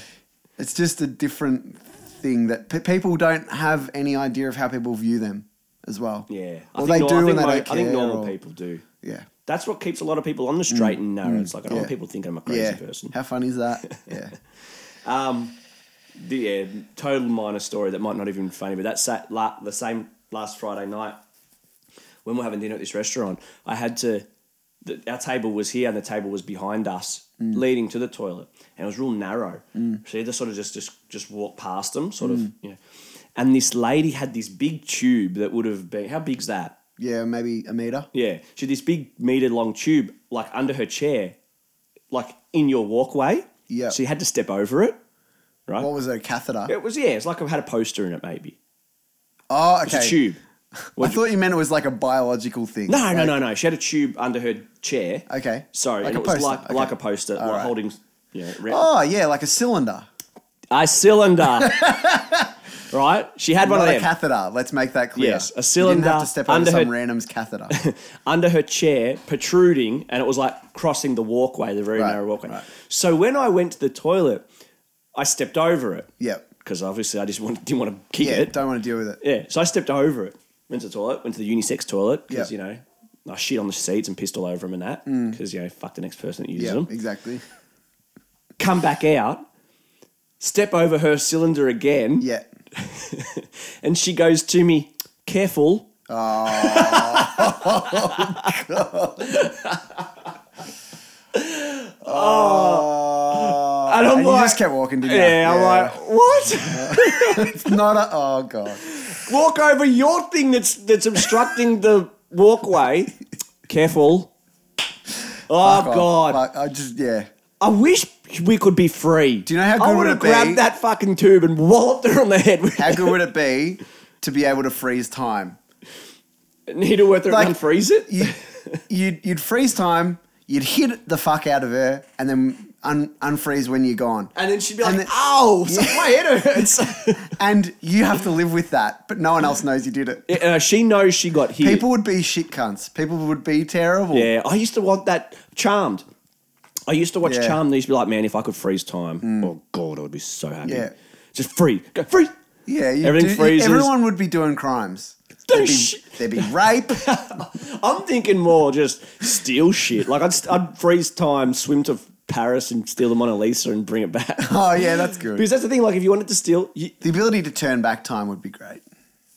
It's just a different thing that pe- people don't have any idea of how people view them as well.
Yeah.
Or they
nor-
do and they
mo-
don't care.
I think normal
or-
people do.
Yeah.
That's what keeps a lot of people on the straight and narrow. It's like I don't want
Mm, yeah.
people thinking I'm a crazy
yeah.
person.
How funny is that? yeah.
The, yeah, total minor story that might not even be funny, but that sat la- the same last Friday night when we we're having dinner at this restaurant, I had to. The, our table was here, and the table was behind us, leading to the toilet, and it was real narrow. So you had to sort of just just just walk past them, sort of, you know. And this lady had this big tube that would have been how big's that?
Yeah. Maybe a meter.
Yeah. She had this big meter long tube like under her chair, like in your walkway.
Yeah.
So you had to step over it, right?
What was it? A catheter.
it was, yeah, it's like I've had a poster in it maybe.
Oh,
It's
okay.
a tube.
I thought you meant it was like a biological thing.
No, no, no, no. She had a tube under her chair.
Okay.
Sorry.
Like
and
a
it was
poster,
like,
okay.
like a poster, like
right.
holding, you know, round-
Oh yeah, like a cylinder.
a cylinder. right? She had one
Not
of
a
them.
catheter. Let's make that clear.
Yes, a
You didn't
cylinder
have to step over
under
some
her-
random's catheter.
under her chair, protruding, and it was like crossing the walkway, the very
Right,
narrow walkway.
right.
So when I went to the toilet, I stepped over it.
yep.
Because obviously I just want, didn't want to kick
Yeah.
it.
Don't want to deal with it.
Yeah. So I stepped over it. Went to the toilet, went to the unisex toilet, because,
Yeah. Mm.
you know, I shit on the seats and pissed all over them and that, because, you know, fuck the next person that uses
Yeah.
them.
Exactly.
Come back out, step over her cylinder again,
Yeah.
and she goes to me, careful.
Oh.
And I'm
and
like-
you just kept walking, didn't you?
yeah, I'm like, what?
It's not a. Oh god.
walk over your thing that's that's obstructing the walkway. Careful. Oh
Fuck off.
God!
Fuck, I just yeah.
I wish we could be free. Do
you know how
I
good
would
would
have
it be-
grabbed that fucking tube and walloped her on the head with
How good would it be to be able to freeze time?
Needleworth
Like-
and unfreeze it?
You, you'd you'd freeze time. You'd hit the fuck out of her, and then un, unfreeze when you're gone.
And then she'd be like,
And then-
"Ow, so my head hurts."
And you have to live with that, but no one else knows you did it.
Yeah, uh, she knows she got hit.
People would be shit cunts. People would be terrible.
Yeah, I used to want that Charmed. I used to watch
Yeah. Mm.
Charmed. and I used to be like, "Man, if I could freeze time, oh God, I would be so happy."
Yeah.
Just free, go free.
Yeah, you
Everything
do-
freezes.
Everyone would be doing crimes. There'd
Don't
be,
sh-
there'd be rape.
I'm thinking more just steal shit. Like I'd, I'd freeze time, swim to Paris and steal the Mona Lisa and bring it back.
oh yeah, that's
because
good.
that's the thing. Like if you wanted to steal, you,
The ability to turn back time would be great.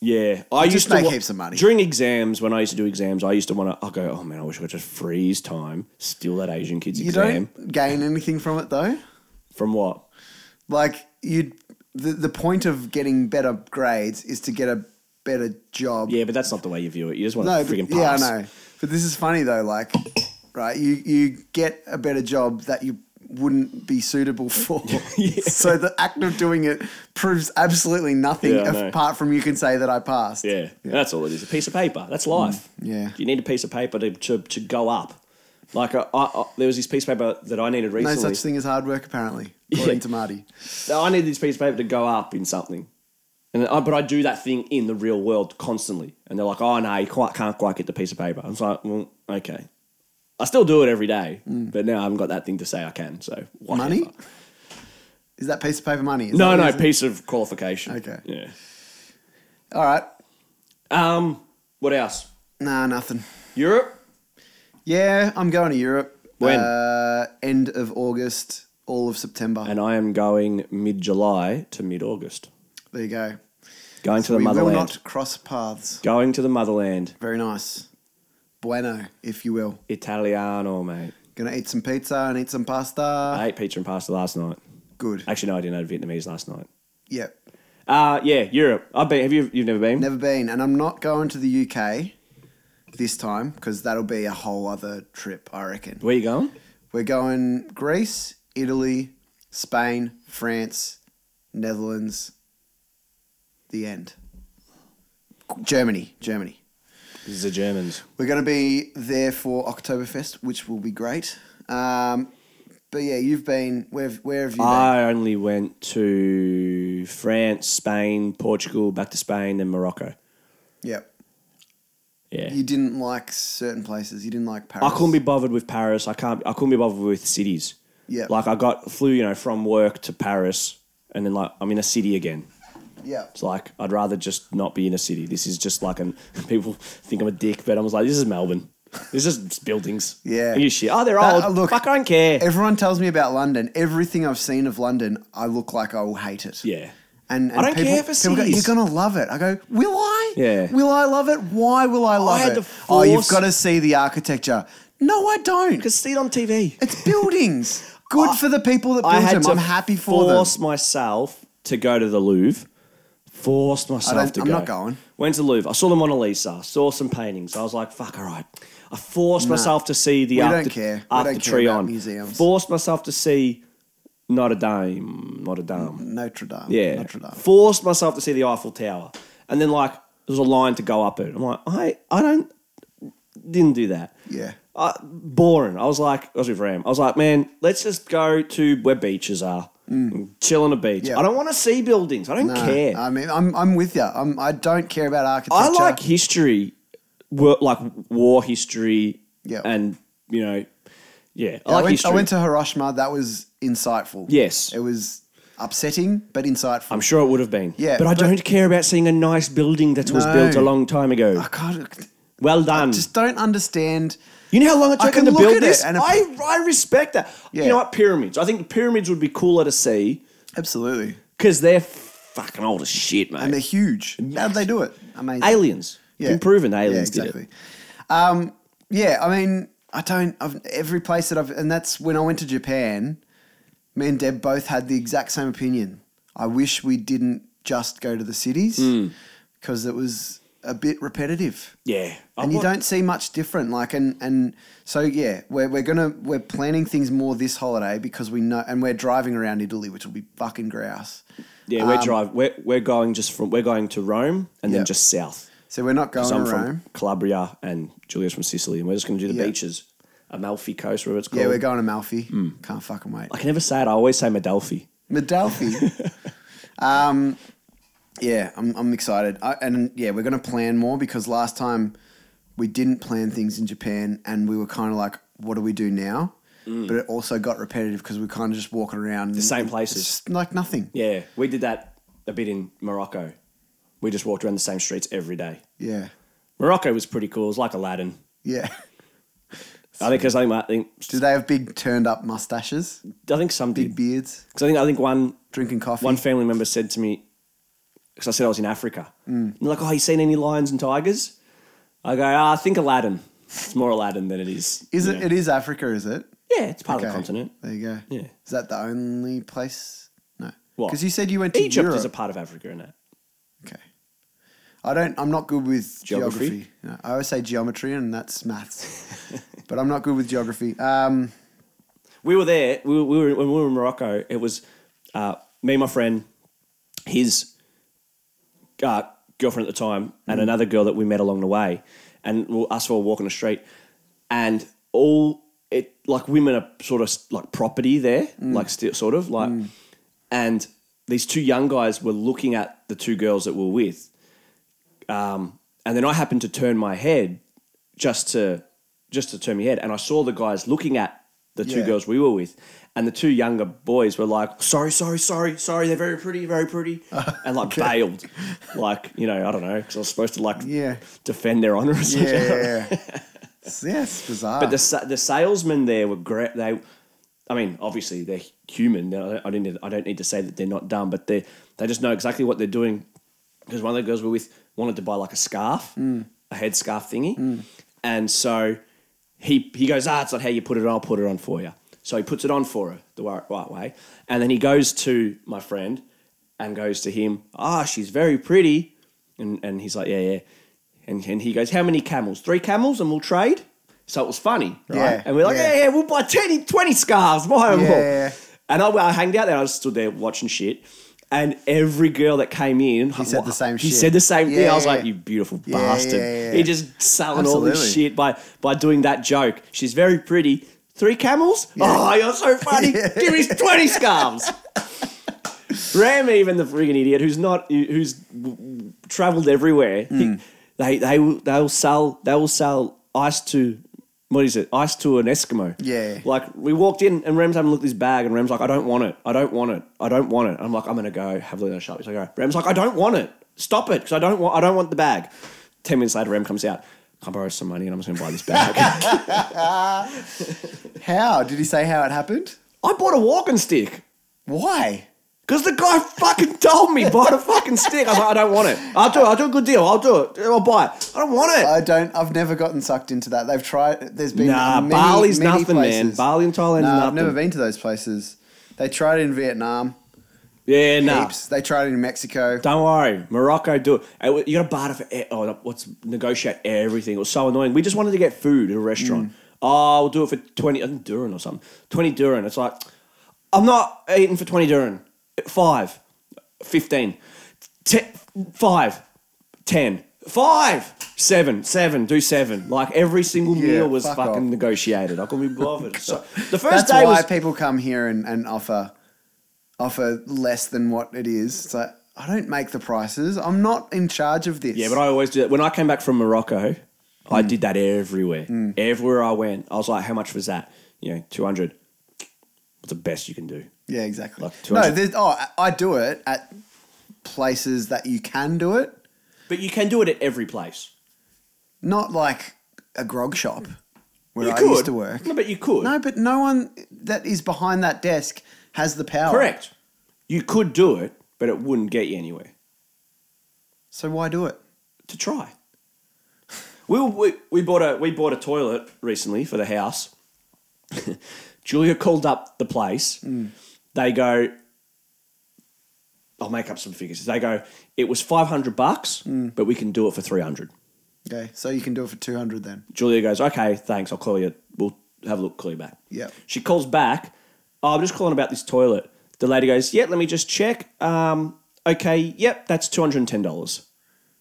yeah. I
Just
used to
make
wa-
heaps of money.
during exams. When I used to do exams, I used to want to. I go, oh man, I wish I could just freeze time, steal that Asian kid's
You
exam
don't gain anything from it though.
from what?
Like you, the the point of getting better grades is to get a better job.
Yeah, but that's not the way you view it. You just want
No,
to freaking
but,
pass.
yeah, I know. But this is funny though. Like, right? You you get a better job that you wouldn't be suitable for. So the act of doing it proves absolutely nothing
Yeah, I know.
apart from you can say that I passed.
Yeah, that's all it is. A piece of paper. That's life.
Mm, yeah.
You need a piece of paper to, to, to go up. Like uh, I, I, I, there was this piece of paper that I needed
No
recently.
such thing as hard work, apparently, according to Marty.
I need this piece of paper to go up in something. And I, but I do that thing in the real world constantly. And they're like, oh, no, you quite, can't quite get the piece of paper. I was like, well, okay. I still do it every day, but now I haven't got that thing to say I can. So, whatever.
Mm. Money? Is that piece of paper money? Is
No,
that what
no,
it is?
piece of qualification.
Okay.
Yeah.
All right.
Um, what else?
Nah, nothing.
Europe?
Yeah, I'm going to Europe.
When?
Uh, end of August, all of September.
And I am going mid July to mid August.
there you go.
Going to the
we will
motherland.
not cross paths.
Going to the motherland.
Very nice. Bueno, if you will.
Italiano, mate.
Gonna eat some pizza and eat some pasta.
I ate pizza and pasta last night.
Good.
Actually, no, I didn't know Vietnamese last night.
Yeah.
Uh, yeah, Europe. I've been. Have you? You've never been?
Never been. And I'm not going to the UK this time because that'll be a whole other trip, I reckon.
Where you going?
We're going Greece, Italy, Spain, France, Netherlands. The end. Germany, Germany.
This is the Germans.
We're going to be there for Oktoberfest, which will be great. Um, but yeah, you've been where? Where have you been?
I only went to France, Spain, Portugal, back to Spain, then Morocco.
yep.
Yeah.
You didn't like certain places. You didn't like Paris.
I couldn't be bothered with Paris. I can't. I couldn't be bothered with cities.
Yeah.
Like I got flew, you know, from work to Paris, and then like I'm in a city again.
Yeah.
It's like I'd rather just not be in a city. This is just like an people think I'm a dick, but I was like, this is Melbourne. This is just buildings.
Yeah.
I give a shit. Oh, they're
That-
old.
uh, look-
Fuck, I don't care.
Everyone tells me about London. Everything I've seen of London, I look like I will hate it.
yeah.
And, and
I don't
people,
care for
people go,
cities.
You're gonna love it. I go, will I?
Yeah.
Will I love it? Why will I love
had
it?
the
Oh, you've
force-
got to see the architecture. No, I don't.
Because see it on TV.
It's buildings. Good for the people that build them. I'm happy for them.
force myself to go to the Louvre. Forced myself
I don't-
to
I'm
go.
not going.
Went to the Louvre. I saw the Mona Lisa. Saw some paintings. I was like, "Fuck, all right." I forced myself to see the
We
Arc
don't
de-
care. We
Arc
don't
de
care about
Triomphe.
museums.
Forced myself to see Notre Dame. Notre Dame.
Notre Dame.
Yeah.
Notre Dame.
Forced myself to see the Eiffel Tower. And then like there was a line to go up it. I'm like, I I don't didn't do that.
Yeah.
I, boring. I was like, I was with Ram. I was like, man, let's just go to where beaches are. and Chill on a beach.
Mm. Yeah. uh,
I don't want to see buildings. I don't
No,
care.
I mean, I'm, I'm with you. I'm, I don't care about architecture.
I like history, wo- like war history,
Yeah.
and you know, yeah, I
I
like
went,
history.
I went to Hiroshima. That was insightful.
Yes.
It was upsetting, but insightful.
I'm sure it would have been.
Yeah,
but I
but-
don't care about seeing a nice building that was
No.
built a long time ago.
I can't,
well done.
just don't understand.
You know how long it
I
took
can
them to
look
build
at it
this?
and-
I, I respect that.
Yeah.
You know what? Pyramids. I think the pyramids would be cooler to see
Absolutely.
because they're fucking old as shit,
And
mate.
they're huge. How'd they do it? Amazing.
aliens.
Yeah.
Been proven aliens
yeah,
did
exactly. Um, yeah, I mean, I don't. I've, every place that I've, and that's when I went to Japan. Me and Deb both had the exact same opinion. I wish we didn't just go to the cities
Hmm.
because it was a bit repetitive,
it. Yeah. I
and you
want-
don't see much different. Like, and and so yeah, we're we're gonna we're planning things more this holiday because we know, and we're driving around Italy, which will be fucking grouse.
Yeah, we're drive. We're, we're going just from. We're going to Rome and
um, Yeah.
then just south.
So we're not going
So I'm
to
from
Rome.
Calabria and Julia's from Sicily, and we're just going to do the
Yeah.
beaches, Amalfi Coast, whatever it's called.
Yeah, we're going to Malfi.
Hmm.
Can't fucking wait.
I can never say it. I always say Madelphi.
Madelphi. um, yeah, I'm, I'm excited. I, and yeah, we're going to plan more because last time we didn't plan things in Japan and we were kind of like, what do we do now? But it also got repetitive because we kind of just walking around the
Hmm. same places.
like nothing.
Yeah, we did that a bit in Morocco. We just walked around the same streets every day.
Yeah,
Morocco was pretty cool. It was like Aladdin.
yeah.
I think because I think I think
Do they have big turned up mustaches,
I think some did
big beards,
because I think I think one
drinking coffee?
one family member said to me because I said I was in Africa. And they're like, "Oh, you seen any lions and tigers?" I go, "Ah, "I think Aladdin. It's more Aladdin than it is."
is
you
it?
know."
It is Africa, is it?
yeah, it's part of
Okay.
the continent.
There you go.
Yeah.
Is that the only place? No.
What?
Because you said you went to
Egypt
Europe.
is a part of Africa, isn't it?
Okay. I don't. I'm not good with geography.
Geography?
No, I always say geometry, and that's maths. but I'm not good with geography. Um,
we were there. We were, we were when we were in Morocco. It was uh, me, and my friend, his uh, girlfriend at the time, and another girl that we met along the way, and we- us all walking the street, and all it like women are sort of s- like property there, like still sort of like, and these two young guys were looking at the two girls that we were with, um, and then I happened to turn my head just to just to turn my head, and I saw the guys looking at the two
Yeah.
girls we were with, and the two younger boys were like, "Sorry, sorry, sorry, sorry, they're very pretty, very pretty," and like bailed, like you know, I don't know, because I was supposed to like
Yeah.
defend their honor or something.
yeah, yeah, yeah. it's, yeah, it's bizarre.
But the sa- the salesmen there were great. They, I mean, obviously they're human. They- I don't need, I don't need to say that they're not dumb, but they they just know exactly what they're doing. Because one of the girls we're with wanted to buy like a scarf, a headscarf thingy, and so he he goes, ah, it's not how you put it on. I'll put it on for you. So he puts it on for her the wi- right way. And then he goes to my friend and goes to him, ah, she's very pretty. And, and he's like, yeah, yeah. And, and he goes, how many camels? Three camels and we'll trade? So it was funny, right?
Yeah,
and we're like,
yeah.
yeah, yeah, we'll buy 10, 20 scarves, buy 'em
Yeah,
all.
yeah, yeah.
And I, I hanged out there. I just stood there watching shit. And every girl that came in, he
said the same
He
shit.
said the same thing. I was
Yeah.
like, "You beautiful
Yeah,
bastard!"
yeah, yeah.
He just selling all this
Absolutely.
shit by by doing that joke. She's very pretty. Three camels? Oh, you're so funny.
Yeah.
Give me twenty scarves. Ram, even the friggin' idiot who's not who's travelled everywhere, he- they they will they will sell they will sell ice to what is it ice to an Eskimo.
Yeah.
Like we walked in and Ram's having a look at this bag and Ram's like, I don't want it. I don't want it. I don't want it. I'm like, I'm gonna go have a look at the shop. He's like, all right. Ram's like, I don't want it. Stop it, because I don't want I don't want the bag. Ten minutes later, Ram comes out. Can I borrow some money and I'm just gonna buy this bag.
How? Did he say how it happened?
I bought a walking stick.
Why?
Because the guy fucking told me buy the fucking stick. I was like, I don't want it. I'll do it. I'll do a good deal. I'll do it. I'll buy it. I don't want it.
I don't. I've never gotten sucked into that. They've tried. There's been
nah,
many,
Bali's
many
nothing,
places.
man. Bali and Thailand
Nah, I've
is nothing.
never been to those places. They tried it in Vietnam.
yeah, nah.
Heaps. They tried it in Mexico.
Don't worry, Morocco do it. Hey, You got to barter for e- oh, what's negotiate everything. It was so annoying. We just wanted to get food at a restaurant.
Mm.
Oh, we'll do it for twenty I think duran or something. Twenty duran. It's like I'm not eating for twenty duran. Five. Fifteen. Te- five. Ten. Five. Seven. Seven. Do seven. Like every single
Yeah,
meal was
fuck
fucking
off. Oh,
negotiated. I couldn't be bothered. so the first
That's
day
why
was
people come here and, and offer offer less than what it is. It's like I don't make the prices. I'm not in charge of this.
Yeah, but I always do that. When I came back from Morocco, I did that everywhere. Everywhere I went, I was like, how much was that? You know, 200. What's the best you can do?
yeah, exactly.
Like
no,
200.
there's, oh, I- I do it at places that you can do it.
But you can do it at every place.
Not like a grog shop where
you
I
could.
used to work.
No, but you could.
No, but no one that is behind that desk has the power.
Correct. You could do it, but it wouldn't get you anywhere.
So why do it?
To try. We, were- we, we, bought a, we bought a toilet recently for the house. Julia called up the place. They go, I'll make up some figures. They go, it was 500 bucks, but we can do it for 300.
Okay, so you can do it for 200 then.
Julia goes, okay, thanks. I'll call you. We'll have a look, call you back.
Yeah.
She calls back. "Oh, I'm just calling about this toilet. The lady goes, yeah, let me just check. Um, okay, yep, that's $210.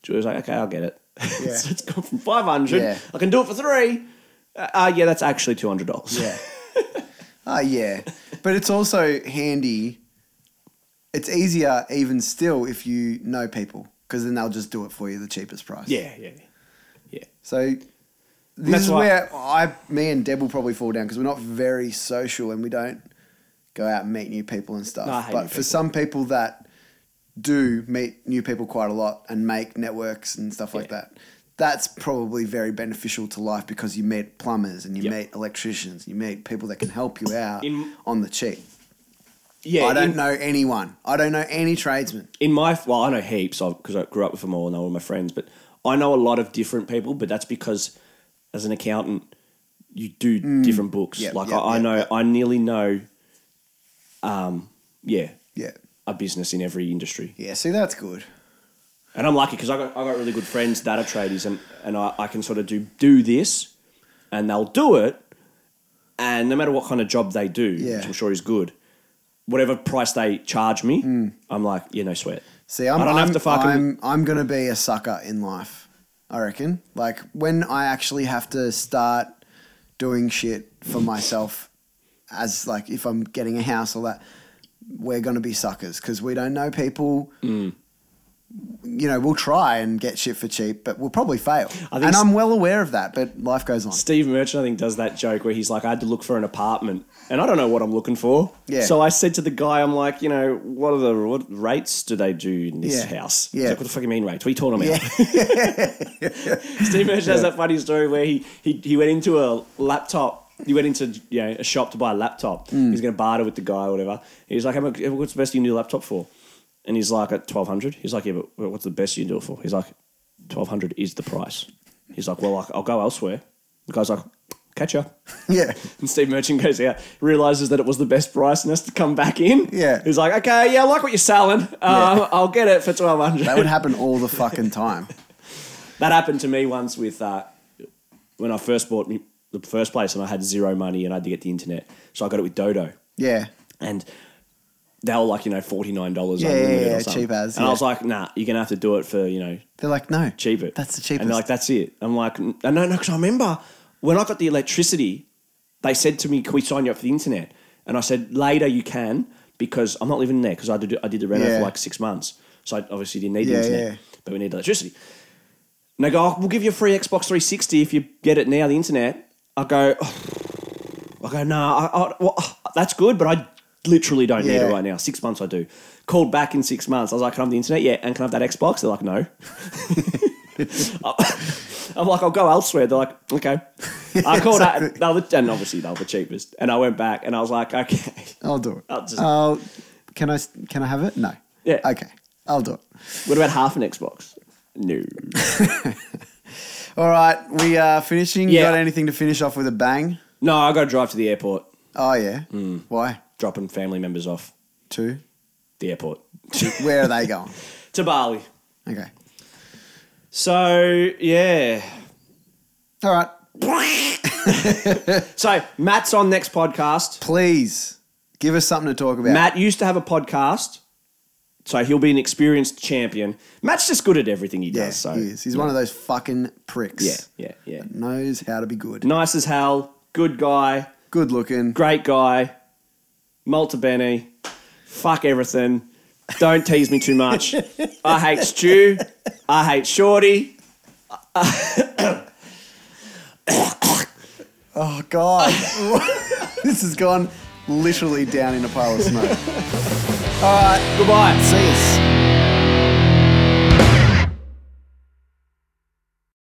Julia's like, okay, I'll get it.
Yeah.
so it's gone from 500.
Yeah.
I can do it for three. Uh, uh, yeah, that's actually $200.
Yeah. Ah, yeah. But it's also handy. It's easier even still if you know people because then they'll just do it for you the cheapest price.
Yeah, yeah, yeah.
So this
That's
is
why-
where I, me and Deb will probably fall down because we're not very social and we don't go out and meet new people and stuff.
No, I hate
but
new
for
people.
some people that do meet new people quite a lot and make networks and stuff like
Yeah.
that, that's probably very beneficial to life because you meet plumbers and you
Yep.
meet electricians, you meet people that can help you out
In-
on the cheap.
Yeah,
I don't
in-
know anyone. I don't know any tradesman.
in my well, I know heaps because I grew up with them all and they were my friends. But I know a lot of different people, but that's because as an accountant, you do different books.
Yep,
like
yep,
I, I
yep,
know,
yep.
I nearly know. Um, yeah,
Yeah.
a business in every industry,
Yeah. See, that's good.
and I'm lucky because I got I got really good friends that are tradies, and and I, I can sort of do do this, and they'll do it, and no matter what kind of job they do,
Yeah.
which I'm sure is good. Whatever price they charge me, I'm like, yeah, no sweat.
See, I'm,
I don't
I'm,
have to fucking.
I'm, I'm going to be a sucker in life, I reckon. Like, when I actually have to start doing shit for myself, as like if I'm getting a house or that, we're going to be suckers because we don't know people.
Mm.
You know, we'll try and get shit for cheap, but we'll probably fail.
think
and
s-
I'm well aware of that, but life goes on.
Steve Merchant, I think, does that joke where he's like, I had to look for an apartment and I don't know what I'm looking for.
Yeah.
So I said to the guy, I'm like, you know, what are the what rates do they do in this
Yeah.
house?
Yeah.
He's like, what the fuck you mean rates? What are you talking about? Steve Merchant has that funny story where he, he, he went into a laptop. He went into you know, a shop to buy a laptop.
Mm.
He's going to barter with the guy or whatever. He's like, How much, what's the best you can do a laptop for? And he's like, at 1200 He's like, yeah, but what's the best you can do it for? He's like, 1200 is the price. He's like, well, I- I'll go elsewhere. The guy's like, catch ya.
Yeah.
And Steve Merchant goes out, realizes that it was the best price, and has to come back in.
Yeah.
he's like, okay, yeah, I like what you're selling. Um,
Yeah.
I'll get it for twelve hundred.
That would happen all the fucking time.
That happened to me once with uh, when I first bought me the first place, and I had zero money, and I had to get the internet, so I got it with Dodo,
Yeah.
and they were like, you know, forty nine dollars.
Yeah, yeah, yeah,
or something.
cheap as,
And I
yeah.
was like, nah, you're gonna have to do it for you know
They're like, no.
cheap it.
That's the
And
cheapest.
they're like, that's it. I'm like, "N- no, no, because I remember when I got the electricity, they said to me, can we sign you up for the internet? And I said, later you can because I'm not living there because I did, I did the reno
Yeah.
for like six months. So I obviously didn't need
Yeah,
the internet,
yeah.
but we need electricity. And they go, oh, we'll give you a free Xbox 360 if you get it now, the internet. I go, "Oh." I go, no, I, I, well, that's good, but I literally don't need
Yeah.
it right now. Six months I do. Called back in six months. I was like, can I have the internet? Yeah. And can I have that Xbox? They're like, no. I'm like, I'll go elsewhere. They're like, okay. I called out, they were the- and obviously they were the cheapest. And I went back and I was like, okay.
I'll do it.
I'll just-
I'll- can I? Can I have it? No.
Yeah.
Okay. I'll do it.
What about half an Xbox? No.
All right. We are finishing. You
Yeah.
got anything to finish off with a bang?
No, I got to drive to the airport,
Oh yeah.
Mm.
Why?
dropping family members off
Two.
the airport
Where are they going?
to Bali.
Okay.
So, yeah.
All right.
So, Matt's on next podcast.
Please give us something to talk about.
Matt used to have a podcast, so he'll be an experienced champion. Matt's just good at everything he does.
yeah,
so
he is. He's one of those fucking pricks.
yeah, yeah, yeah.
Knows how to be good.
Nice as hell, good guy,
Good looking.
great guy, multi Benny, fuck everything. Don't tease me too much. I hate Stu. I hate Shorty.
Oh god. this has gone literally down in a pile of smoke.
Goodbye.
See us.